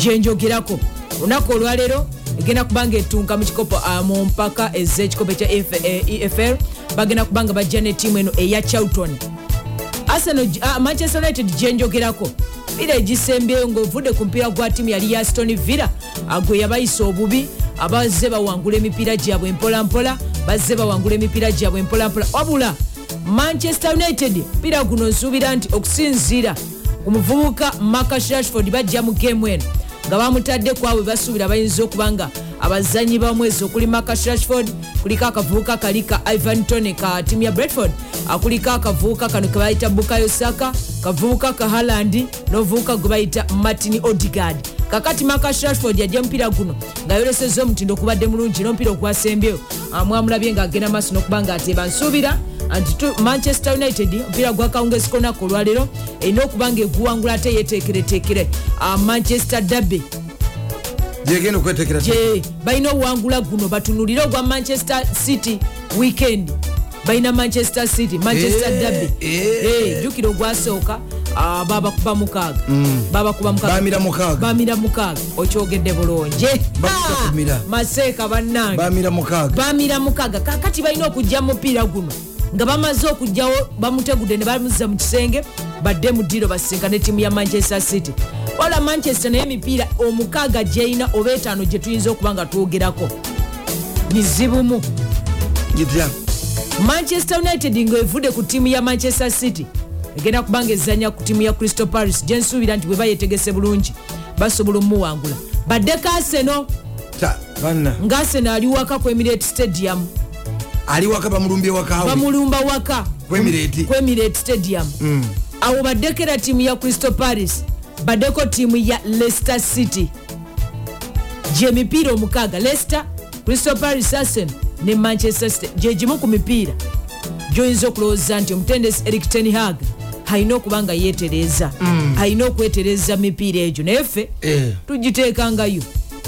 gyenjogerako olunaku olwaleero egenda kubanga etunka mu kikopo ah, mu mpaka ez'ekikopo ekya F- eh, efl bagenda kubanga bajja ne ttiimu eno eya charlton arsenal gi- ah, manchester united gyenjogerako mira egisembyeyo ngaovudde ku mupiira gwa ttiimu yali ya stony villa ah, gwe yabayisa obubi abazze bawangula emipiira gyabwe mpolampola bazze bawangula emipiira gyabwe mpolampola wabula manchester united mpiira guno nsuubira nti okusinziira ku muvubuka marcus rashford bajja mu geemu eno nga bamutadde kwabwe basuubira bayinza okuba nga abazanyi b'omwezi okuli marcus rashford kuliko akavubuka kali ka ivan tone ka tiimu ya bretford akuliko akavubuka kano ke bayita bukayosaka kavubuka ka halandi n'ovubuka gwe bayita martin odigard kakati marcus rashford yajja mupiira guno ng'ayolesezza omutindo okubadde mulungi n'omupiira ogwasembyeyo amwamulabye ng'agenda maaso n'okuba ng'ateba nsuubira anti tu- manchester united omupiira gwa kawungezi konaku olwaleero erina okuba nga eguwangula ate yeteekereteekere Ah, manchester dabe yegenda okwetekera gye balina obuwangula guno batunulire ogwa manchester city weekend balina manchester city manchester Eh, dabe eh. jjukira ogwasooka ah, babakuba mukaaga babakuba mukaaga Bamira Mm. mukaaga. bamira mukaaga okyogedde bulungi Bakita Ah, kumira. maseeka bannange bamira mukaaga bamira mukaaga kakati balina okujja mu mupiira guno nga bamaze okugjawo bamutegudde ne bamuzza mu kisenge badde mu ddiiro basinka ne ttiimu ya manchester city wala manchester naye emipiira omukaaga gyeyina oba etaano gye tuyinza okuba nga twogerako mizibumu gitya manchester united ngaevudde ku ttiimu ya manchester city egenda kubanga ezanya ku ttiimu ya crystal paris gyensuubira nti bwe bayetegese bulungi basobola omumuwangula baddeko aseno Ta, bana nga aseno ali waka ku emirate stadium ali waka bamulumbye wakawe bamulumba waka kwemireti ku emirate stadium awo baddekera ttiimu ya crystal paris baddeko ttiimu ya leicester city gyemipiira omukaaga leicester crystal paris arsen ne manchester city gyegimu ku mipiira gyoyinza okulowooza nti omutendesi eric tenhag alina okuba nga yeetereeza alina okwetereeza mipiira egyo naye ffe Eh. tugiteekangayo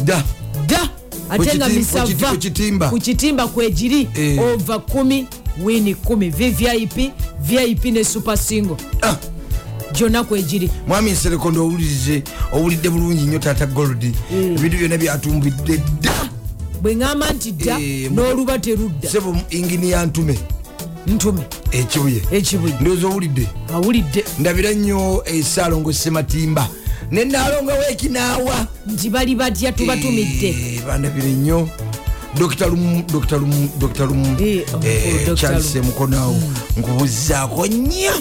da dda ate nga Ku kiti- misava ku kiti- ku kitimba. ku kitimba kwegiri Eh. ova 1 wini 1 vvip vip ne super single Ah. gyonna kwegiri mwami nserekondo owulirize owulidde bulungi nnyo tata goldi ebintu byonna byatumbidde dda bwe ŋŋamba nti dda Eh, mu- n'oluba terudda sebo inginiya ntume ntume ekibuye ekibuye ndowooza owulidde awulidde ndabira nnyo esaalongo sematimba nenaalongawo ekinaawa nti bali batya tubatumidde Eh, bandabire nnyo dokita lumu dokita lumu dokita lumu Eh, omukulu eh, Dr. charles Lumu. mukonawo Mm. nkubuzaako nnyo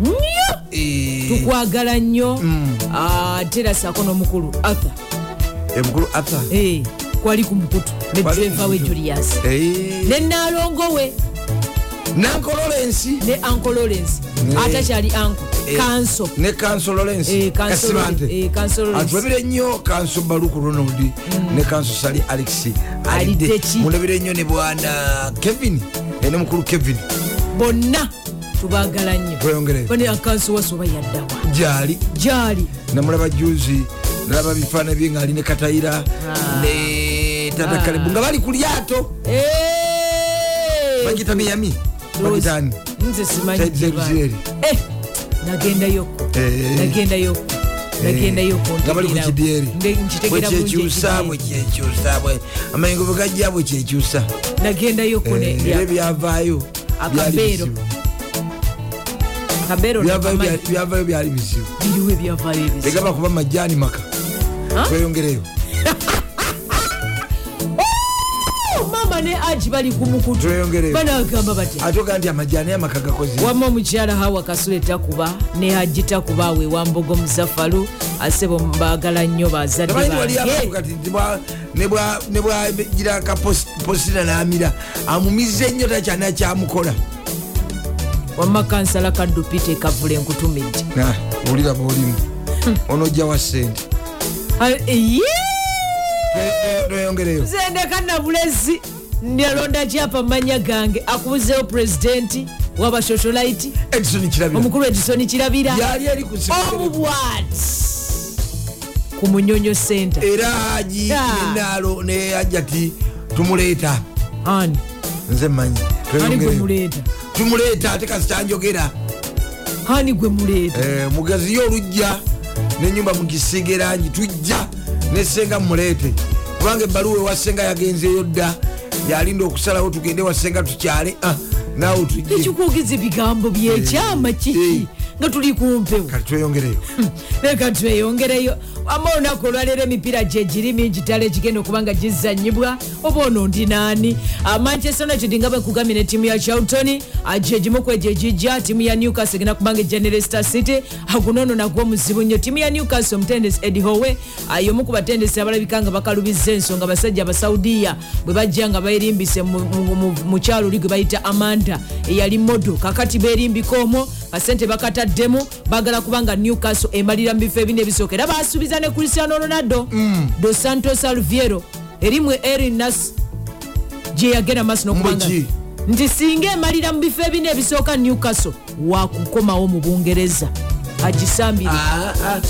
nnyo Eh, tukwagala nnyo Mm. ate saako n'omukulu arthur eh, mukulu arthur Eh, kwali ku mukutu ne Kwali ku dreva we mukutu. julius Eh, ne naalongowe nankololensi ne anko lawrence Eh. atakyali anko kanso ne kanso lorensi Eh, Kanso kasibante Lawrence, eh, Kanso Lawrence. Mm. atulabire nnyo kanso baluku ronald ne kanso sali alex Alidde ki? mulabire nnyo ne bwana kevin eh, ne mukulu kevin bonna tubagala nnyo Tweyongereyo. bane akanso wasoba yaddawa gyali gyali namulaba juzi nalaba bifaana bye ngaali ne katayira ne tata kalebu nga bali ku lyato Eh, bagita miyami bagitani nze simanyi Ted Zebzieri. gyebaali. Eh, nagendayoko Eh. nagendayoko nagendayoko nga bali ku kidyeri bwekyekyusa bwekyekyusa amayengo bwe gajja bwekyekyusa nagendayoko era ebyavaayo byali Akabeero. bizibu. kabero Byavaayo nakamanyi byali- byavaayo byali bizibu biriwo ebyavaayo ebizi tegaba kuba majjaani maka tweyongereyo Oh, mama ne aji bali ku mukutu Tweyongereyo. banagamba batya ate ogaa nti amajaani amaka gakozi wama omukyala hawa kasule takuba ne hajji takuba we wambogo muzafalu asebo mbaagala nnyo bazadde tamanyi wali abantu bange kati tibwa- nebwa- nebwagira kaposita namira amumize nnyo takyana kyamukola wamma kansala kaddu pite kavule nkutumidde Na, wulira bolimu Hmm. onojja wa sente Ah, ye! noyongereyo zendeka nabulezi ndalonda kyapa mumanya gange akubuzeewo pulezidenti wabashosholaiti edison kirabira omukulu edisoni kirabira yali eri ku simu obubwati ku munyonyo senta era aji Ya. nenalo ne ajja ti tumuleeta ani nze mmanyi ani gwe Tweyongereyo. muleeta tumuleeta ate kasitanjogera ani gwe muleeta Eh, mugaziyo olujja nenyumba mugisiige rangi tujja nesenga mumuleete kubanga ebbaluwa ewasenga yagenzeyo dda yalinda okusalawo tugende wasenga tukyale Ah, naawe tujje tekikuwugiza ebigambo byekyama kiki nga tuli kumpewo kati tweyongereyo leka tweyongereyo ama olunaku olwaleero emipiira gyegiri mingi tala egigenda okuba nga gizanyibwa oba ono ndi naani Ah, manchester united nga bwekugambye ne tiimu ya charlton ah, gyegimu kwegyo egijja tiimu ya newcastle egenda kubanga egenera star city Ah, guno ono nagwo muzibu nnyo tiimu ya newcastle omutendesi edi howe ah, y'omu ku batendesi abalabika nga bakalubiza ensonga basajja abasaudiya bwe bajja nga beerimbise mu- mu- mu- mu kyalo luli gwe bayita amanda eyali modo kakati beerimbika omwo kasente bakataddemu bagala kubanga newcastle emalira mu bifo ebina ebisooka era basuubiza ne cristiano ronaldo dos santos alviero erimwe erinas gye yagenda maaso nokubanga Mbwe ki? nti singa emalira mu bifo ebina ebisooka newcastle wakukomawo mu bungereza agisambire Ah.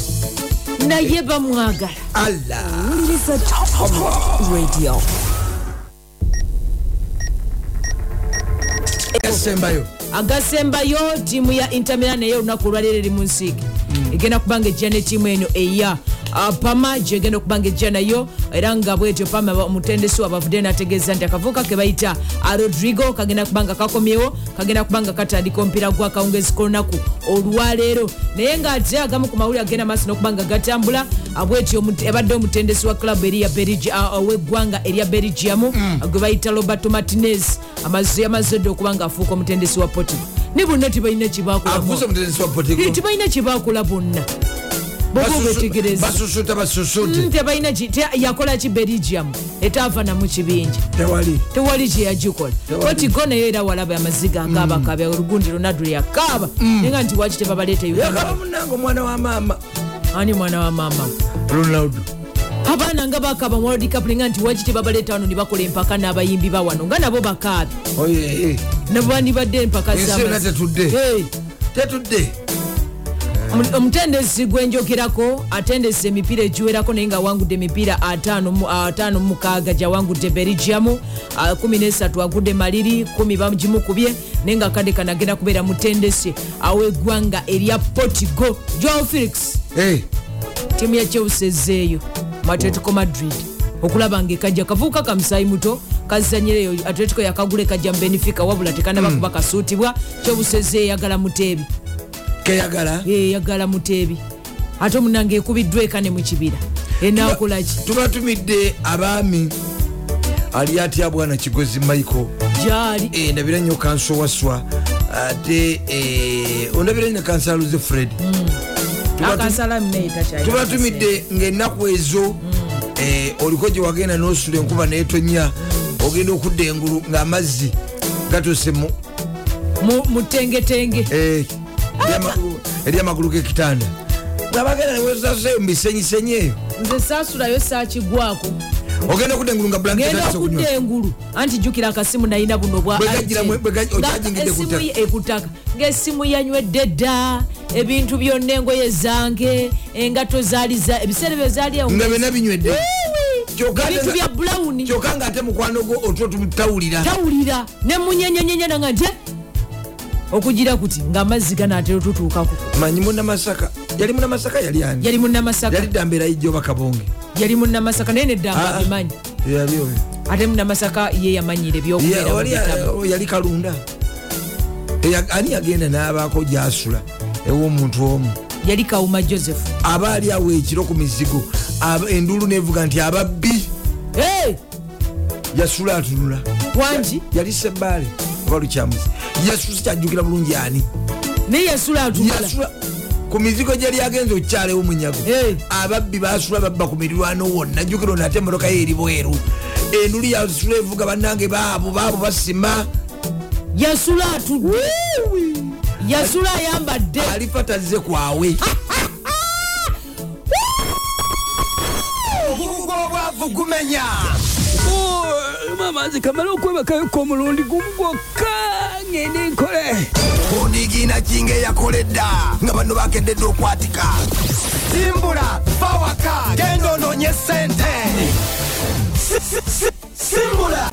naye bamwagala alla Lisa Top, top, top Radio. esembayo agasembayo tiimu ya intermilan naye olunaku olwaleero eri mu nsiike egenda kuba nga ejja netiimu eno eya ah, pama gyegenda okuba nga ejja nayo era nga bwetyo pama omutendesi wabavudde nategeeza nti akavuuka ke bayita ah, rodrigo kagenda kuba nga kakomyewo kagenda kuba nga katandika omupiira gwa kawungezi kolunaku olwaleero naye ngaate agamu ku mawulire agenda maaso n'okuba nga gatambula ah, bwetyo omute- abadde omutendesi wa klabu eriya Belgi- ah, ow'eggwanga erya belgium ah, gwe bayita roberto martinez amaze amazedde okuba nga afuuka omutendesi wa portugal ne bonna tebalina kibakola afuze omutendesi wa potego tebalina kyebakola bonna bwoba obwetegereza basusuta basusute Mm, tebalina yakola ki belgium etaava namu kibingi tewali tewali kyeyagikola oti go nayo era walaba amaziga Mm. agabakabi olugundi ronaldo yakaaba naye nga nti waki tebabaleeta uganda yakaba munange omwana wa maama ani mwana wa maama ronaldo abaana nga bakaba mu world cup nenga nti waki tebabaleeta wano ne bakola empaka n'abayimbi ba wano nga nabo bakaabi oye eh. nabandibadde empaka ensi yonna tetudde Hey. tetudde Omu- omutendesi gwenjogerako atendesa emipiira egiwerako naye nga awangudde emipiira 56 gyawangudde belgium ah, 13 agudde maliri 1 bagimukubye naye nga kadde kano agenda kubeera mutendesi aweeggwanga erya portigo joao felix Eh, ttiimu ya chelsea ezzeeyo mu atletico madrid okulaba nga ekajja kavuuka kamusaayi muto kazanyira eyo atletico yakagula ekajja mu benefica wabula tekanaba kuba kasuutibwa chelsea ezzeeyo eyagala muteebi keyagala yeyagala mutebi ate omunange ekubiddwa ekane mu kibira enakolaki tubatumidde abaami ali atya bwana kigozi michael gyali Eh, ndabira nnyo kansowaswa ate eh, ondabira nnyo kansaluze fred Mm, Tuba tu- akasalamu tubatumidde ngaennaku ezo Mm. eh, oliko gye wagenda nosula enkuba netonya ogenda okudda engulu ng'amazzi gatuse mu mutengetenge eh, ery'amagulu- eryamagulu g'ekitanda nga bagenda newesaseyo mubisenyisenyi eyo nze saasulayo saakigwako ogenda okudda engulu nga genda blanket okudda engulu anti jjukira akasimu nalina buno bwa Bwe gajjira Itel. mwe- bwe gaj- Nga okyajingidde ku esimu ye- ekutaka ngaesimu yanywedde dda ebintu byonna engoye zange engato zaali za- ebiseere byo zaali awo nga byonna binywedde Kyokka ebintu ate- bya bulawuni kyokka ngaate mukwano gwo otwo tawulira tawulira nemunyenyenyenyenanga nti "Eh, okugira kuti ngaamazzi ganaatera otutuukako manyi munamasaka yali munamasaka yali ani yali munamasaka yali dambera yijoba kabonge yali munamasaka naye neddaanga Ah. abimanyi yali oyo ate munamasaka ye yamanyira Ye- ebyokubeera mu wali- bitabo. oh, yali kalunda Eya- ani yagenda n'abaako gyasula ew'omuntu omu yali kawuma joseph aba ali awo ekiro ku mizigo Aba- enduulu nevuga nti ababbi Eh, yasula atunula wangi yali sebbaale oba lukyamuzi yasula sikyajjukira bulungi ani naye yasula atula yasula ku mizigo gyali agenza okukyalawo munyago Eh. ababbi basula babba ku mirirwano wonna jjukira ono ate emmotoka ye eri bweru enduli yasula evuga bannange baabo baabo basima yasula atudde yasula ayambadde alifa tazze kwawe obukugu obwavu gumenya oluma amazzi kamale okwebakayoko omulundi gumu gwokka ngende nkole onigiina kinga eyakoledda nga bano bakededde okwatika simbula fawaka genda onoonye sente Si- si- si- simbula